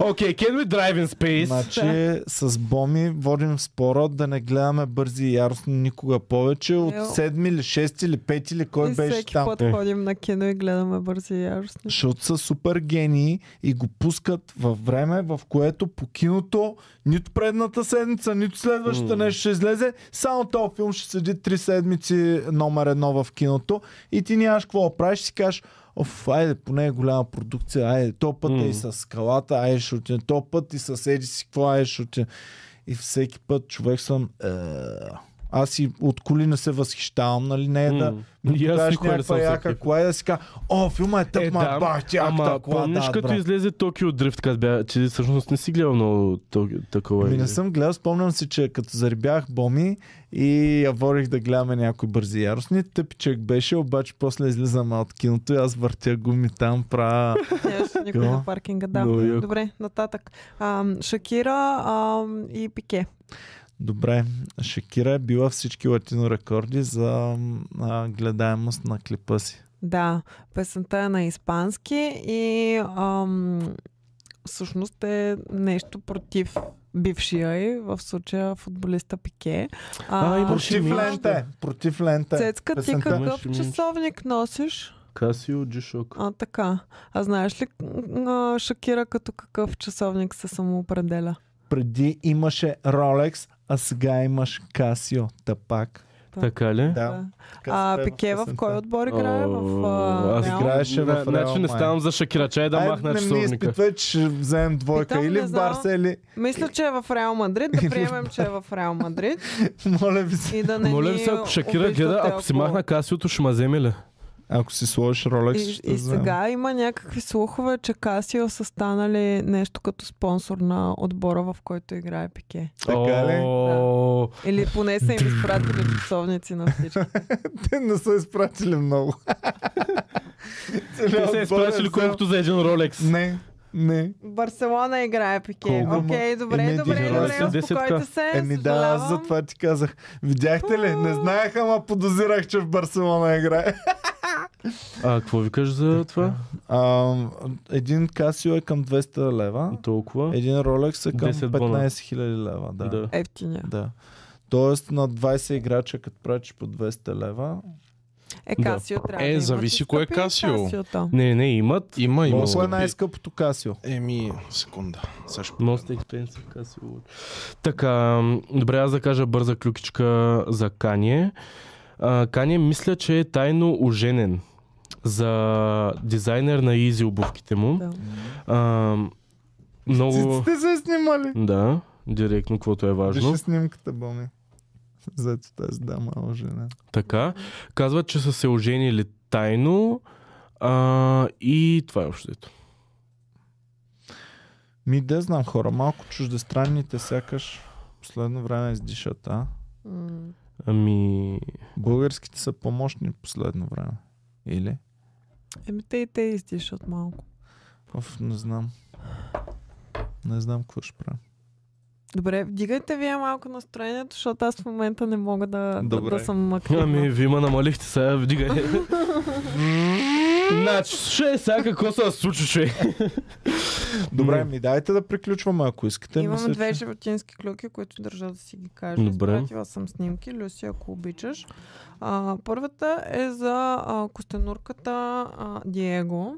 S4: Окей, okay, can we drive in space?
S2: Значи с Боми водим спора да не гледаме бързи и яростно никога повече от
S3: Ел.
S2: седми или шести или пети или кой
S3: И
S2: беше
S3: всеки
S2: там.
S3: път
S4: Е.
S3: ходим на кино и гледаме бързи и яростни.
S2: Защото са супер гении и го пускат във време, в което по киното нито предната седмица, нито следващата нещо ще излезе. Само този филм ще седи три седмици номер едно в киното и ти нямаш какво да правиш, ще си кажеш Оф, айде, поне е голяма продукция, айде, то път е
S4: М.
S2: и с скалата, айде ще отиде, то път и с еди си какво, айде ще отиде. И всеки път човек съм... Е... Аз и от коли не се възхищавам, нали? Не е да
S4: М.
S2: ми
S4: И аз
S2: покажеш
S4: никога не
S2: някаква
S4: съм се
S2: яка
S4: клипал.
S2: кола и да си кажа, о, филма е тъп, ма, бах, тя,
S4: ама
S2: такова,
S4: помниш
S2: да,
S4: като
S2: брат.
S4: излезе Токио Дрифт, така бя, че всъщност не си гледал много Токио- такова.
S2: Ми
S4: игра.
S2: Ами не съм гледал, спомням си, че като зарибях боми и я ворих да гледаме някой бързи яростни, тъпичък беше, обаче после излизам от киното и аз въртя гуми там, правя...
S3: Нямаше никой
S2: Да.
S3: на паркинга, да.
S4: Много яко.
S3: Добре, нататък. Ам, Шакира ам, и Пике.
S2: Добре, Шакира е била всички латино рекорди за а, гледаемост на клипа си.
S3: Да, песента е на испански и ам, всъщност е нещо против бившия и в случая футболиста Пике.
S4: А, има Против
S2: Против ленте! Против ленте!
S3: Цецка, ти
S2: Песента.
S3: какъв
S4: Имаше минус.
S3: часовник носиш?
S4: Касио Джишок.
S3: А, така. А знаеш ли м, а, Шакира като какъв часовник се самоопределя?
S2: Преди имаше Rolex, а сега имаш Casio. Тапак.
S4: Така ли?
S2: Да.
S3: А Пике в кой отбор играе? В, а,
S4: Аз
S3: Реал?
S2: играеше в
S4: на-
S2: Реал
S4: Значи не
S2: май.
S4: ставам за Шакира, чай да
S2: е Ай,
S4: махна
S2: не ми
S4: часовника.
S2: изпитвай, че ще вземем двойка.
S3: Питам,
S2: или в
S3: не знам.
S2: Барса, или...
S3: Мисля, че е в Реал Мадрид. Да приемем, че е в Реал Мадрид.
S2: Моля ви се.
S3: И да не
S4: Моля
S3: ни
S4: ви се, ако Шакира
S3: обиждате,
S4: гледа, ако си махна касиото, ще ма вземе ли?
S2: Ако си сложиш Rolex,
S3: И, и сега има някакви слухове, че Касио са станали нещо като спонсор на отбора, в който играе Пике.
S2: Така ли?
S4: О,
S3: Или поне са им изпратили часовници на всички.
S2: Те не са изпратили много.
S4: Те са изпратили е колкото за един Ролекс.
S2: Не, не.
S3: Барселона играе Пике.
S2: Колко,
S3: Окей, добре,
S2: Еми,
S3: добре,
S2: един
S4: Ролекс
S3: добре,
S4: е
S3: успокойте
S4: десетка.
S3: се.
S2: Еми да, аз
S3: съжалявам.
S2: затова ти казах. Видяхте ли? Не знаех, ама подозирах, че в Барселона играе.
S4: А, какво ви кажеш за това?
S2: А, един Касио е към 200 лева.
S4: Толкова.
S2: Един Rolex е към
S4: 10
S2: 15
S4: бона.
S2: 000 лева. Да. да.
S4: Да.
S3: Ефтиния.
S2: да. Тоест на 20 играча, като прачиш по 200 лева,
S3: Е,
S4: Да.
S3: Касио трябва
S5: Е,
S3: да има
S5: зависи кое е
S3: достъпи и
S5: Casio.
S3: Casio-то.
S4: Не, не, имат.
S5: Има, има.
S2: Колко е
S5: скъпи.
S2: най-скъпото Касио?
S5: Еми, секунда. Също.
S4: Most expensive Casio. Така, м, добре, аз да кажа бърза клюкичка за Кание. А, Кание мисля, че е тайно оженен за дизайнер на Изи обувките му.
S3: Да.
S4: А, много...
S2: Циците се снимали.
S4: Да, директно, каквото е важно.
S2: Вижте снимката, Боми. Зато тази дама е жена.
S4: Така. Казват, че са се оженили тайно. А, и това е общо. дето.
S2: Ми да знам хора, малко чуждестранните сякаш последно време издишат, а?
S3: М.
S4: Ами...
S2: Българските са помощни последно време. Или?
S3: Еми те и те издишат малко.
S2: Оф, не знам. Не знам какво ще правя.
S3: Добре, вдигайте вие малко настроението, защото аз в момента не мога да, да,
S2: Добре.
S3: да съм активна.
S4: Ами, ви ма намалихте, сега вдигай. Значи, слушай сега какво се случи, че.
S2: Добре,
S4: Не.
S2: ми дайте да приключваме, ако искате.
S3: Имам
S2: Мисля,
S3: две
S2: че-
S3: животински клюки, които държа да си ги кажа.
S4: Добре.
S3: Изпратила съм снимки, Люси, ако обичаш. А, първата е за а, костенурката а, Диего,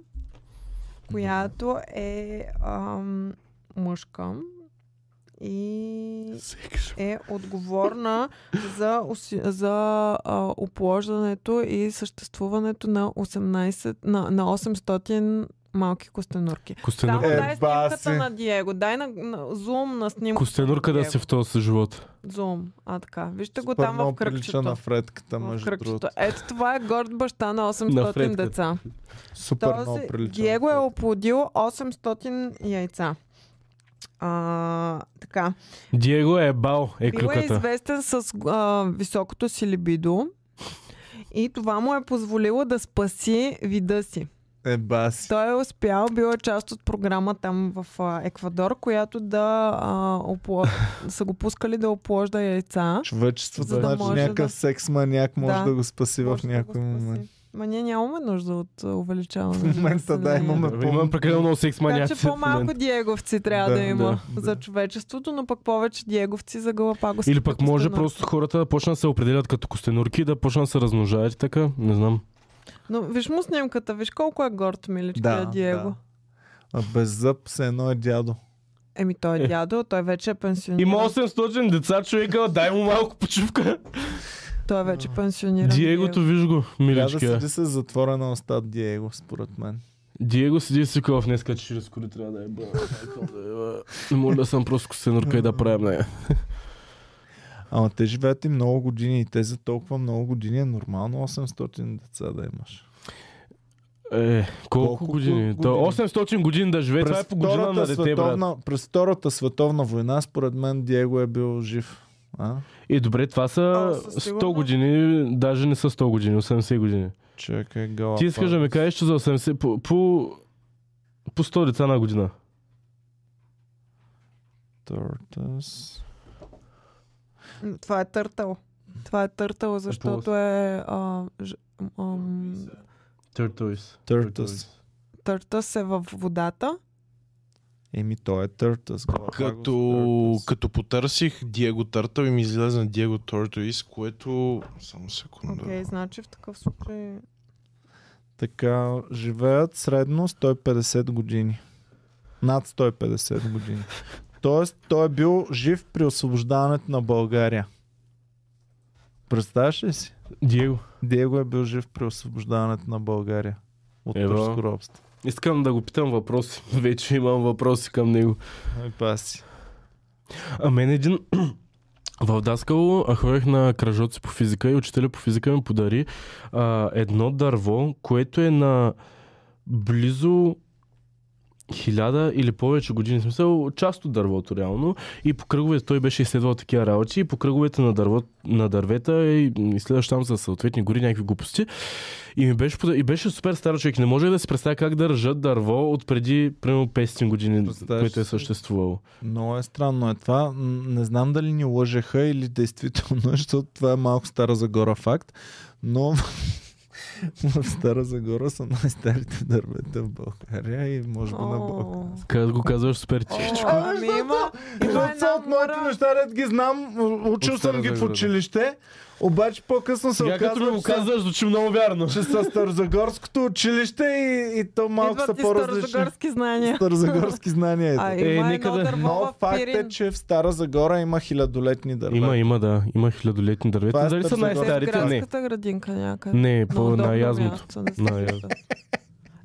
S3: която е ам, мъжка и е отговорна за, уси- за а, оплождането и съществуването на 18, на, на 800 малки костенурки. Само
S4: Костенурка.
S2: Е,
S3: дай снимката
S2: баси.
S3: на Диего. Дай на, на зум на снимката.
S4: Костенурка
S3: на
S4: да си в този живот.
S3: Зум. А, така. Вижте го
S2: Супер
S3: там в
S2: много прилича
S3: кръгчето.
S2: на Фредката,
S3: в
S2: между
S3: кръгчето.
S2: другото.
S3: Ето това е горд баща на 800
S4: фредката.
S3: деца.
S2: Супер много
S3: Този
S2: прилича. на
S3: Диего е
S2: Фредката.
S3: оплодил 800 яйца. А, така.
S4: Диего е бал, е
S3: Бил е
S4: клюката.
S3: известен с а, високото си либидо. И това му е позволило да спаси вида си.
S2: Е, баси.
S3: Той е успял, бил е част от програма там в а, Еквадор, която да а, опло... са го пускали да опложда яйца.
S2: Човечеството,
S3: За да
S2: значи
S3: може
S2: някакъв
S3: да-
S2: секс маняк може
S3: Да.
S2: да го спаси в
S3: Може да
S2: някой
S3: го спаси.
S2: момент.
S3: Ма ние нямаме нужда от а, увеличаване.
S2: В
S3: на
S2: момента да
S3: населението.
S2: имаме
S4: Имам прекалено много секс
S3: Така че
S4: маняци. в
S3: по-малко
S4: момента.
S3: диеговци трябва да,
S2: Да,
S3: да има
S2: да,
S3: за
S2: да.
S3: човечеството, но пък повече диеговци за Галапагос.
S4: Или пък може
S3: Костенурка.
S4: просто хората да почнат да се определят като костенурки и да почнат да се размножават и така. Не знам.
S3: Но виж му снимката, виж колко е горд миличкия
S2: Да,
S3: Диего.
S2: да. А без зъб се едно е дядо.
S3: Еми той е дядо, той вече е пенсиониран.
S4: Има 800 деца, човека, дай му малко почивка.
S3: Той е вече пенсиониран.
S4: Диегото, виж го,
S2: Трябва да
S4: миличкия.
S2: седи с затворена уста Диего, според мен.
S4: Диего седи и си казва, в днеска 40 кори трябва да е бъл. Не мога да съм просто косенурка и да правим нея.
S2: Ама те живеят и много години и те за толкова много години е нормално 800 деца да имаш.
S4: Е, колко,
S2: Колко
S4: години?
S2: години?
S4: Та 800 години да живее, това е по година на дете, брат.
S2: световна, през Втората световна война, според мен, Диего е бил жив. А?
S4: И добре, това са
S3: А, със
S4: 100
S3: сигурност.
S4: години, даже не са 100 години, 80 години.
S2: Чакай, е гала.
S4: Ти искаш да ми кажеш, че за 80 по, по, по 100 деца на година.
S2: Тортас.
S3: М, Това е търтъл. Това е търтъл, защото е... А, ж, ам,
S4: Turtles.
S2: Turtles.
S3: търтъс е във водата.
S2: Еми, той е Търтас. гала.
S5: Като, като потърсих Диего Търтъл и ми излезе на Диего Тортуис, което... Само секунда.
S3: Окей, okay,
S5: Okay.
S3: значи в такъв случай...
S2: Така, живеят средно 150 години. Над 150 години. Тоест, той е бил жив при освобождаването на България. Представяш ли си?
S4: Диего.
S2: Диего е бил жив при освобождаването на България от
S4: Ева.
S2: турско робство.
S4: Искам да го питам въпроси. Вече имам въпроси към него.
S2: Ами, паси.
S4: А мен един в Даскало а, ходех на кръжоци по физика и учителя по физика ми подари а, едно дърво, което е на близо хиляда или повече години, в смисъл част от дървото реално и по кръговете той беше изследвал такива работи и по кръговете на, дърво, на дървета е, и изследваш там за съответни гори някакви глупости и, ми беше, пода- и беше супер стар човек. Не може да си представя как държат дърво от преди примерно 500 години,
S2: Представяш
S4: което е
S2: си?
S4: съществувало.
S2: Много е странно е това. М, Не знам дали ни лъжеха или действително, защото това е малко Стара Загора факт, но в Стара Загора са най-старите дървета в България и може би на България.
S3: О,
S4: Как го казваш супер
S3: О,
S4: тихичко.
S3: ами има, има
S2: Деца
S3: една
S2: от моите
S3: гора.
S2: неща, ред ги знам, учил
S4: От Стара
S2: съм ги в
S4: Загора.
S2: училище, обаче по-късно се
S4: Сега като ми
S2: оказва,
S4: го
S2: че са-
S4: казваш, звучи много вярно.
S2: че са Старозагорското училище и, и то малко са
S3: Идват и
S2: по-различни.
S3: старозагорски знания.
S2: Старозагорски знания. е
S3: А
S2: това.
S3: има едно
S4: никъде.
S2: Но
S3: дърво в
S2: факт
S3: Пирин.
S2: е, че в Стара Загора има хилядолетни дървета.
S4: Има, има, да. Има хилядолетни
S2: Това
S4: дървета.
S2: е
S4: Дали са
S2: Стара Загора.
S4: най-старите? Не.
S3: градската градинка някъде.
S4: Не,
S3: На
S4: по
S3: удобно
S4: на язмото.
S3: място да се
S4: На я-
S3: срещат.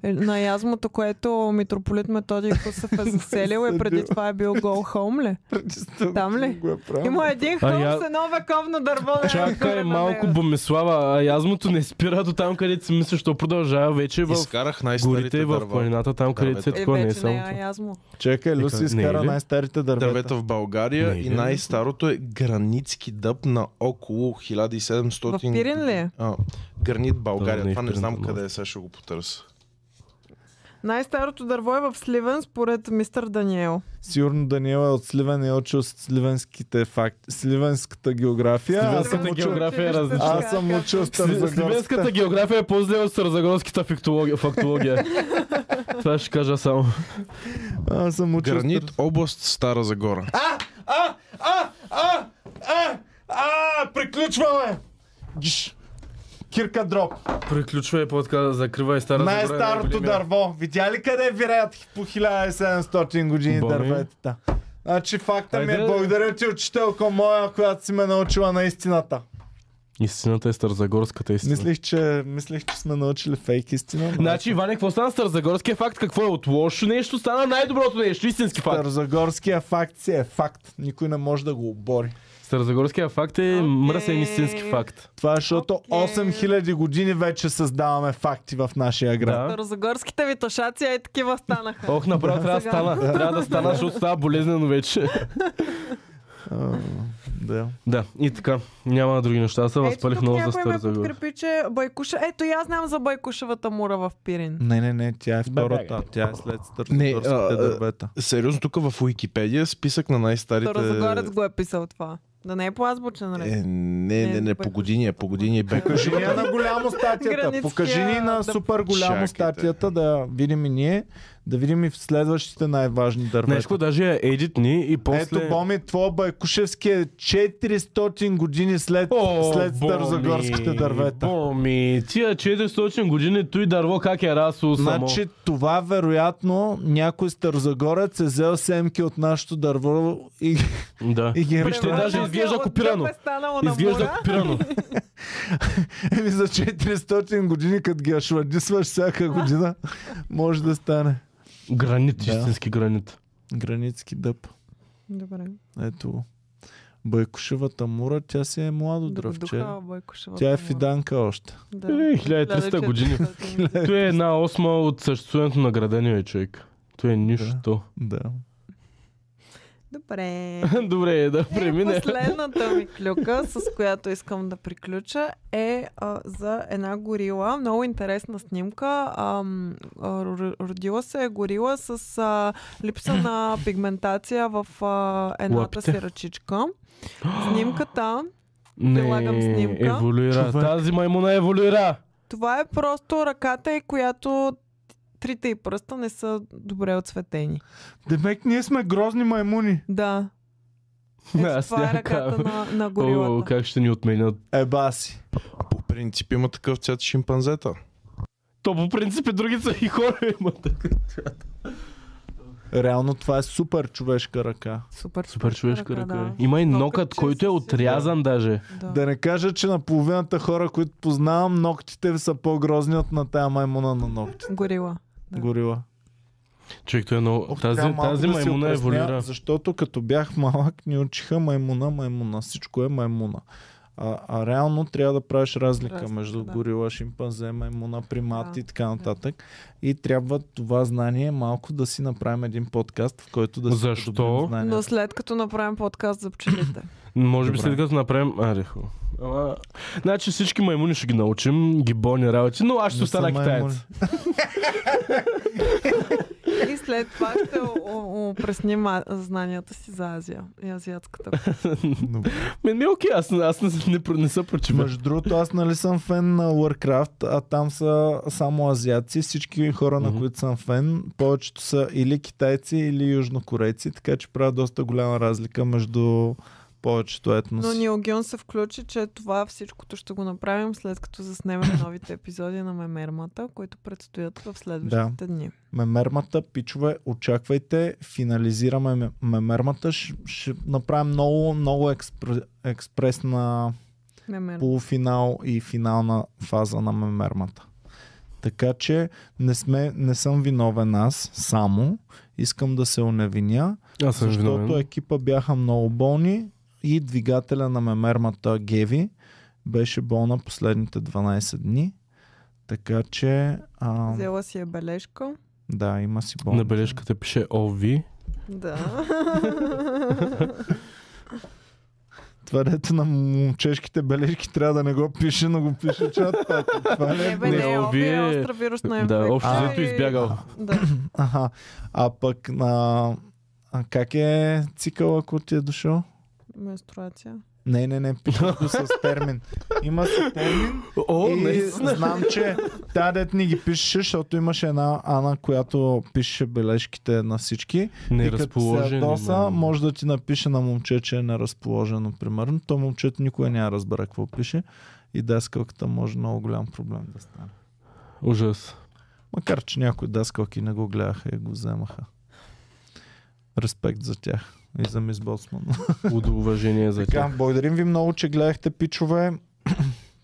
S3: Е, На язмото, което митрополит Методий Косев е заселил и преди това е бил гол хом ли?
S2: Преди сто
S3: Там ли?
S2: години Го е правил.
S3: Има един
S4: А
S3: хълм
S4: я-
S3: с едно вековно дърво. да е отгоре
S4: Чакай
S3: на
S4: малко,
S3: него.
S4: Бомислава, а язмото не спира до там, където си мислиш, то продължава вече
S5: Е,
S4: в
S5: Изкарах
S4: горите
S5: най-старите
S4: и в
S5: дърва.
S4: планината, там където се
S5: Дървета.
S3: Е,
S4: такова, не е
S3: вече
S4: само
S3: не е
S4: това.
S3: язмо.
S2: Чакай, Люси
S4: Нека- не е
S2: изкара
S4: ли?
S2: най-старите дървета.
S5: дървета в
S4: Не
S5: България
S4: е ли?
S5: и най-старото е границки дъб на около 1700...
S3: В Пирин ли е?
S5: А, гранит България.
S4: Да, не е
S5: Това
S4: в
S5: не
S4: Пирин,
S5: знам
S4: да,
S5: къде е, сега ще го потърся.
S3: Най-старото дърво е в Сливен, според мистър Даниел.
S2: Сигурно Даниел е от Сливен и е учил сливенските факти. Сливенската география. Аз съм
S4: Сливенската
S2: учил,
S4: география. е различна.
S2: аз съм учил Старозагорската.
S4: Сливенската география е по-зле от Саразагорската фактология- фактология. Това ще кажа само.
S2: Аз съм учил
S5: Гранит, област Стара Загора.
S2: А, а, а, а, а, приключваме! Гиш. Кирка Дроп.
S4: Приключва и подкаст, закривай стара
S2: Най-старото дърво. Видя ли къде вираят по 1700 години
S4: Боми.
S2: дърветата? Значи факта ми
S4: Хайде.
S2: е благодаря ти, учителко моя, която си ме научила на истината.
S4: Истината е Старозагорската истина.
S2: Мислих, че, мислих, че сме научили фейк истина. но-
S4: Значи, Иване, какво стана Старозагорския факт? Какво е от лошо нещо? Стана най-доброто нещо, истински факт.
S2: Старозагорския факт си е факт. Никой не може да го обори.
S4: Старозагорския факт е
S3: Окей.
S4: мръсен истински факт.
S2: Това е защото
S3: Окей.
S2: 8000 години вече създаваме факти в нашия град.
S4: Да.
S3: Старозагорските ви ташаци, ай такива станаха.
S4: Ох, направо трябва да
S3: Сега.
S4: стана. Трябва да стана, защото става болезнено вече.
S2: А, да.
S4: да, и така. Няма други неща. Аз се
S3: Ето
S4: възпалих
S3: тук
S4: много за
S3: някой ме
S4: Старозагор.
S3: подкрепи, че Байкуша... Ето и аз знам за Байкушевата мура в Пирин.
S2: Не, не, не, тя е втората.
S4: бягай.
S2: Тя е след
S5: Не, а,
S2: Старозагорските
S5: а,
S2: дървета.
S5: Сериозно, тук в Уикипедия е списък на най-старите...
S3: Старозагорец го е писал това. Да не е по азбучен ред.
S5: Е, не, не, не, по години е, по години е бе.
S2: Покажи ни я на голямо статията.
S3: Гранитския
S2: Покажи ни на
S3: дъб.
S2: супер голямо
S5: Чакайте.
S2: статията да видим и ние, да видим и в следващите най-важни
S4: Нещо
S2: дървета.
S4: даже е едитни и после...
S2: Ето, Боми, твой Байкушевски е 400 години след,
S4: О,
S2: след
S4: Боми,
S2: Старозагорските дървета.
S4: Боми, тия 400 години той дърво как е расло само.
S2: Значи това вероятно някой старозагорец е взел семки от нашето дърво и,
S4: да.
S2: и ги е
S4: Вижте,
S2: направил.
S4: даже изглежда
S3: От
S4: копирано.
S3: дъб е станало на
S4: Изглежда
S3: мура.
S4: копирано.
S2: Еми за 400 години, като ги ашладисваш всяка година, може да стане.
S4: Гранит,
S2: Да.
S4: истински гранит.
S2: Границки дъб.
S3: Добре.
S2: Ето го. Байкушевата мура, тя си е младо дръвче.
S3: Духа, Бойкошева,
S2: Тя е
S3: Тамара.
S2: фиданка още.
S3: Да.
S4: Е, 1300 години.
S3: 1400.
S4: Той е една осма от съществуването на градения е човек. Той е нищо.
S2: Да.
S3: Добре.
S4: Добре, да
S3: Е,
S4: премине.
S3: последната ми клюка, с която искам да приключа, е а, за една горила. Много интересна снимка. Ам, а, ро- родила се е горила с а, липса на пигментация в а, едната
S4: Лапите.
S3: си ръчичка. Снимката, Прилагам
S4: Не,
S3: снимка.
S4: еволюира.
S2: Човек.
S4: Тази маймуна еволюира.
S3: това е просто ръката, и която трите и пръста не са добре оцветени.
S2: Демек, ние сме грозни маймуни.
S3: Да. Ето
S4: Аз
S3: това е
S4: няма
S3: ръката
S4: как.
S3: на, на
S4: О,
S3: горилата.
S4: как ще ни отменят.
S2: Еба си.
S5: По принцип има такъв цвят шимпанзета.
S4: То по принцип и други са и хора имат.
S2: Реално това е супер човешка ръка.
S3: Супер,
S4: Супер човешка
S3: ръка,
S4: ръка.
S3: да.
S4: е. Има и
S3: Токът,
S4: нокът,
S3: че
S4: който е
S3: си-
S4: отрязан даже.
S3: Да.
S2: Да не кажа, че на половината хора, които познавам, ногтите са по-грозни от на тая маймуна на ногти.
S3: Горила. Да.
S2: Горила.
S4: Човек, той е много...
S2: Ох,
S4: Тази,
S2: трябва малко да
S4: тази
S2: си
S4: маймуна
S2: опресня,
S4: еволюира.
S2: Защото като бях малък, ни учиха маймуна, маймуна. Всичко е маймуна. А, а реално трябва да правиш разлика
S3: Разлика,
S2: между
S3: да.
S2: горила, шимпанзе, маймуна, примат
S3: Да,
S2: и така нататък. И трябва това знание малко да си направим един подкаст, в който да си
S4: Защо?
S2: подобрим
S3: Но
S2: знанието.
S3: след като направим подкаст за пчелите.
S4: Може би
S2: Добре.
S4: след като направим... Аре, хубаво. Ама... Значи всички маймуни ще ги научим, гибони работи, но аз ще
S2: Не са
S4: остана
S2: маймуни.
S4: китаец.
S3: И след това ще опресним знанията си за Азия и азиатската.
S2: Добре.
S4: Мен ми е окей, аз, аз не, не, не, не се прочива.
S2: Между другото, аз нали съм фен на Warcraft, а там са само азиаци. Всички хора, на
S4: Мгм.
S2: които съм фен, повечето са или китайци, или южнокорейци, така че правя доста голяма разлика между повечето
S3: Но
S2: етноси.
S3: Нил Гюн се включи, че това всичкото ще го направим след като заснемем новите епизоди на Мемермата, които предстоят в следващите дни.
S2: Мемермата, пичове, очаквайте, финализираме ме- мемермата. Ще, ще направим много, много експр... експресна
S3: Мемермата.
S2: полуфинал и финална фаза на мемермата. Така че не, сме, не съм виновен аз само. Искам да се оневиня,
S4: Аз съм
S2: защото е
S4: виновен.
S2: екипа бяха много болни и двигателя на мемермата Геви беше болна последните 12 дни. Така че, а,
S3: Взела си е бележка.
S2: да, има си болна.
S4: На бележката пише OV.
S3: Да.
S2: Това дето на момчешките бележки трябва да не го пише, но го пише чат пак. Това не е
S3: Не, бе, не, ови е
S4: Не, ови е-
S3: остра вирусна
S4: Да,
S3: инфекция.
S4: общо
S2: А. е,
S4: взето
S3: и-
S4: избягал.
S3: Да.
S2: Аха. А пък на... А как е цикъл, ако ти е дошъл?
S3: Менструация.
S2: Не, не, не, пише го с термин. Има си термин
S4: О,
S2: е, и
S4: не.
S2: знам, че тя дет ни ги пише, защото имаше една Ана, която пише бележките на всички.
S4: Не
S2: и като се
S4: разположен.
S2: ядоса, може да ти напише на момче, че е неразположено, примерно. То момчето никога няма разбере какво пише. И даскалката може много голям проблем да стане.
S4: Ужас.
S2: Макар, че някои даскалки не го гледаха и го вземаха. Респект за тях и за мис Боцман.
S4: Удоважение за
S2: Така,
S4: тях.
S2: благодарим ви много, че гледахте пичове.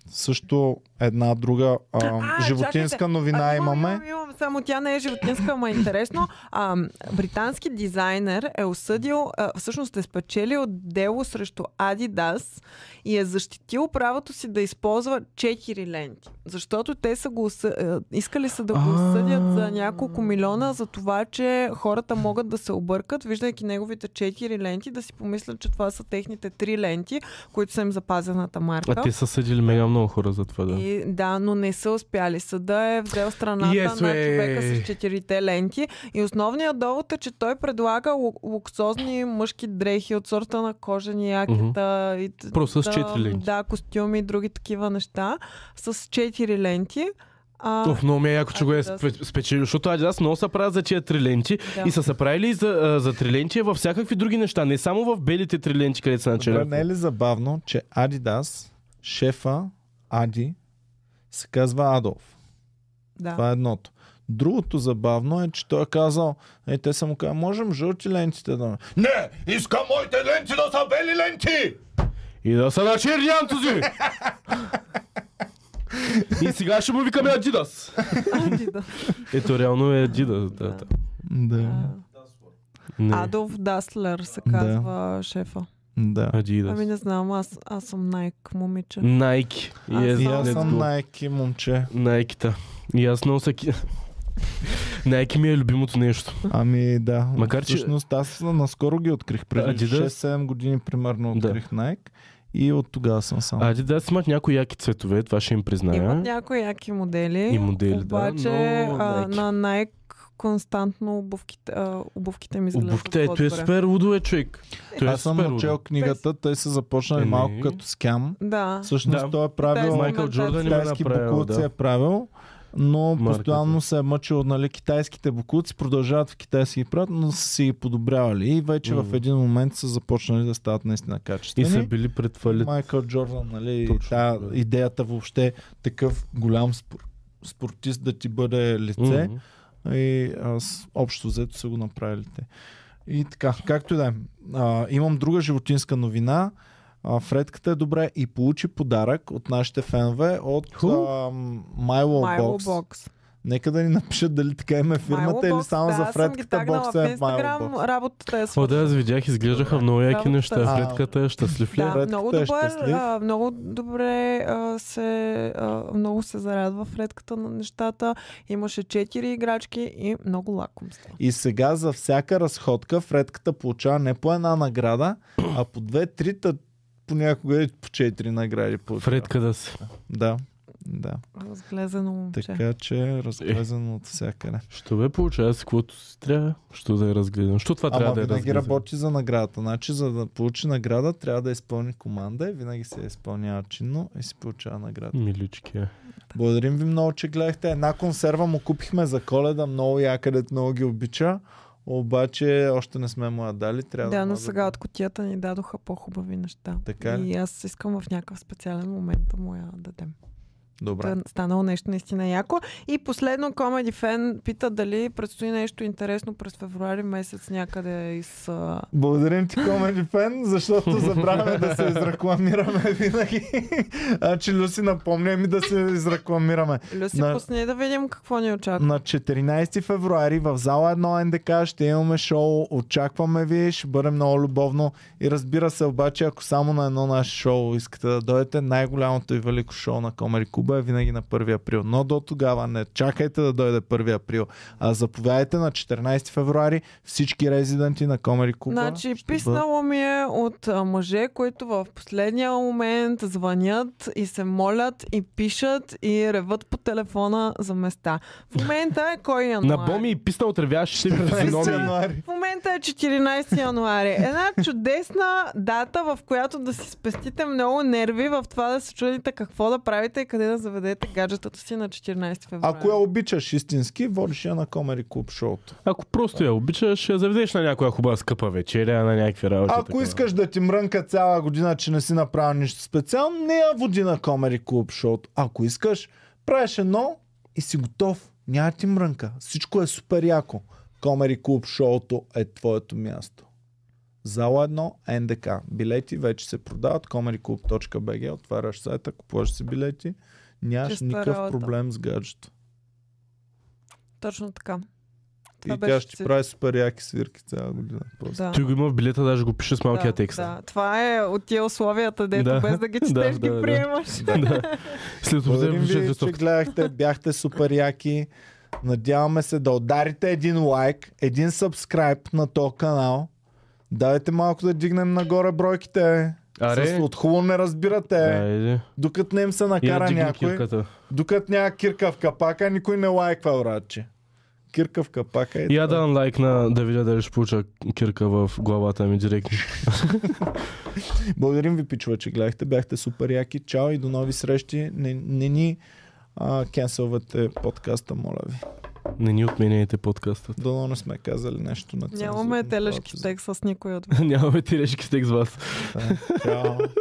S2: Също една друга а,
S3: А,
S2: животинска
S3: чакайте.
S2: новина
S3: А,
S2: имаме.
S3: Имам, имам, само тя не е животинска, ама е интересно. А, британски дизайнер е осъдил, а, всъщност е спечелил дело срещу Adidas и е защитил правото си да използва 4 ленти. Защото те са го осъ... а, искали са да го осъдят за няколко милиона за това, че хората могат да се объркат, виждайки неговите 4 ленти, да си помислят, че това са техните 3 ленти, които са им запазената марка.
S4: А те са съдили мега много хора за това, да.
S3: И, да, но не са успяли. Съда е взел страната
S4: Yes,
S3: на
S4: way.
S3: човека с четирите ленти. И основният довод е, че той предлага лу- луксозни мъжки дрехи от сорта на кожени якета. и, т-
S4: Просто с
S3: да,
S4: четири ленти.
S3: Да, костюми и други такива неща. С четири ленти. А,
S4: Оф, много ми е яко, че го е
S3: Adidas.
S4: спе- спечелил, защото Adidas много са правят за тия три ленти
S3: Да.
S4: и са се правили и за, а, за три ленти във всякакви други неща, не само в белите три ленти, където са
S2: Добре, не
S4: начали.
S2: е ли забавно, че Адидас, шефа Ади, се казва Адолф?
S3: да.
S2: Това е едното. Другото забавно е, че той е казал, е, те са му казали, можем жълти лентите да... ме-" Не! Искам моите ленти да са бели ленти!
S4: И да са на черни антузи! И сега ще му викаме Adidas. Ето реално е Adidas. Да, да.
S2: Да.
S4: Не.
S3: Адолф Даслер се
S2: Да.
S3: казва шефа.
S2: Да.
S3: Ами
S4: Adidas.
S3: не знам, аз, аз съм Nike момиче.
S4: Nike.
S3: Аз
S4: Yes,
S2: И
S3: съм-
S2: аз
S4: let's
S2: съм
S4: go.
S2: Nike момче.
S4: Найкита. И аз много всеки... Найки ми е любимото нещо.
S2: Ами да.
S4: Макар, че-
S2: Всъщност аз наскоро ги открих. Преди
S4: Adidas?
S2: 6-7 години примерно
S4: Да.
S2: открих Nike. И от тогава съм само.
S4: Ади да си имат някои яки цветове, това ще им
S3: Имат
S4: призная.
S3: някои яки модели.
S4: И модели, да,
S3: обаче,
S4: но
S3: а,
S4: Nike.
S3: на Nike константно обувките, а, обувките ми изглеждат
S4: Обувките, ето е
S3: по-добре.
S4: супер лудо е човек. То е
S2: Аз съм
S4: супер
S2: учел
S4: лудо.
S2: книгата, те са започнали
S4: Еми.
S2: малко като скям.
S3: Да.
S2: Всъщност
S4: Да.
S2: той е правил
S3: Китайски
S4: Майкъл Джордан им е
S2: китайски
S4: направил,
S2: букулци е
S4: да.
S2: правил, но
S4: Марката.
S2: постоянно се е мъчил, нали, китайските букулци продължават в китайски прат, но са си ги подобрявали и вече в
S4: Мгм.
S2: един момент са започнали да стават наистина
S4: И са
S2: качествени.
S4: били пред фалит.
S2: Майкъл Джордан, нали,
S4: Точно,
S2: та,
S4: да.
S2: идеята въобще такъв голям спор, спортист да ти бъде лице
S4: Мгм.
S2: и аз общо взето са го направили те. И така, както и да е. А, Имам друга животинска новина. А, Фредката е добре и получи подарък от нашите фенове от а,
S4: Ху.
S2: Milo,
S3: Milo
S2: Box.
S3: Box.
S2: Нека да ни напишат дали така им е фирмата
S3: Milo
S2: или
S3: Box,
S2: само
S3: да,
S2: за
S3: аз съм ги
S2: Фредката
S3: тагнала
S2: бокса е
S3: в
S2: Milo
S3: Instagram,
S2: Box.
S3: работата е свършена.
S4: О, да, аз видях, изглеждаха много яки
S3: Работа.
S4: неща.
S2: А.
S4: Фредката е щастлив ли? е?
S3: Да,
S2: Фредката
S3: много
S2: е
S3: добър,
S2: щастлив.
S3: а, много добре а, се, а, много се зарадва в редката на нещата. Имаше четири играчки и много лакомства.
S2: И сега за всяка разходка Фредката получава не по една награда, а по две-три, та понякога и по четири награди получава.
S4: Фредка да си.
S2: Да, да.
S3: Разглезено момче.
S2: Така че разглезено от всякъде.
S4: Що бе получава си, каквото си трябва? Що да я разгледам? Що това трябва
S2: Ама
S4: да е я
S2: винаги
S4: разгледам?
S2: работи за наградата. Значи, за да получи награда, трябва да изпълни команда и винаги се я изпълнява чинно и си получава награда.
S4: Милички. е.
S2: Благодарим ви много, че гледахте. Една консерва му купихме за коледа, много яка, дето много ги обича. Обаче още не сме му я дали. Трябва
S3: Да,
S2: да, му
S3: но
S2: я
S3: сега
S2: дадем.
S3: от котията ни дадоха по-хубави неща.
S2: Така ли?
S3: И аз искам в някакъв специален момент да му я дадем.
S2: Добре.
S3: Да е станало нещо наистина яко. И последно Comedy Fan пита дали предстои нещо интересно през февруари месец някъде из... а,
S2: Благодарим ти, Comedy Fan, защото забравяме да се изрекламираме винаги. а че Люси напомня ми да се изрекламираме.
S3: Люси,
S2: На-
S3: пусни да видим какво ни очаква.
S2: На 14 февруари в зала 1 НДК ще имаме шоу. Очакваме ви, ще бъде много любовно. И разбира се, обаче, ако само на едно наше шоу искате да дойдете, най-голямото и велико шоу на Комери Куба е винаги на 1 април. Но до тогава не чакайте да дойде 1 април. А заповядайте на 14 февруари всички резиденти на Комери Куба.
S3: Значи,
S2: ще бъдат-
S3: писнало ми е от а, мъже, които в последния момент звънят и се молят и пишат и реват по телефона за места. В момента е кой януари?
S4: На боми и писта от ревящите ми
S2: 14
S4: физиономии.
S2: януари.
S3: В момента е 14 януари. Една чудесна дата, в която да си спестите много нерви в това да се чудите какво да правите и къде да заведете гаджетата си на 14 февруари.
S4: е
S2: Ако я обичаш истински, водиш я на Комери Клуб шоуто.
S4: Ако просто я обичаш, я заведеш на някоя хубава скъпа вечеря, на някакви работи.
S2: Ако
S4: такива.
S2: искаш да ти мрънка цяла година, че не си направил нищо специално, не я води на Комери Клуб шоуто. Ако искаш, правиш едно и си готов. Няма ти мрънка. Всичко е супер яко. Комери Клуб шоуто е твоето място. Зала 1 НДК. Билети вече се продават. comedyclub.bg Отваряш сайта, купуваш си билети. Нямаш
S3: Чиста
S2: никакъв
S3: работа.
S2: проблем с гаджето.
S3: Точно така. Това
S2: и
S3: беше
S2: тя ще ти
S3: всичко.
S2: прави супер яки свирки цяла година. Просто.
S3: Да.
S4: Той го има в билета, даже го пише с малкия
S3: да,
S4: текст.
S3: Да. Това е от тия условията, дето
S4: Да.
S3: без да ги
S4: Да,
S3: четеш, ги
S4: да, да.
S3: приемаш.
S4: Да. След
S2: Благодарим
S4: обзор
S2: ви,
S4: пише
S2: че гледахте, бяхте супер яки. Надяваме се да ударите един лайк, един сабскрайб на този канал. Дайте малко да дигнем нагоре бройките. С,
S4: Аре,
S2: от хубаво не разбирате.
S4: айде.
S2: Докато не им се
S4: Я
S2: накара
S4: дигни
S2: някой,
S4: кирката.
S2: докато няма кирка в капака, никой не лайква, братче. Кирка в капака е.
S4: Я дам лайк на да видя дали ще получа кирка в главата ми директно.
S2: Благодарим ви, пичува, че гледахте. Бяхте супер яки. Чао и до нови срещи. Не, не ни а, кенселвате подкаста, моля ви.
S4: Не ни отменяйте подкаста.
S2: Дано не сме казали нещо на цензурно.
S3: Нямаме телешки
S2: Това е
S3: текст с никой от
S4: Нямаме тирешки с текст с вас.
S2: Чао.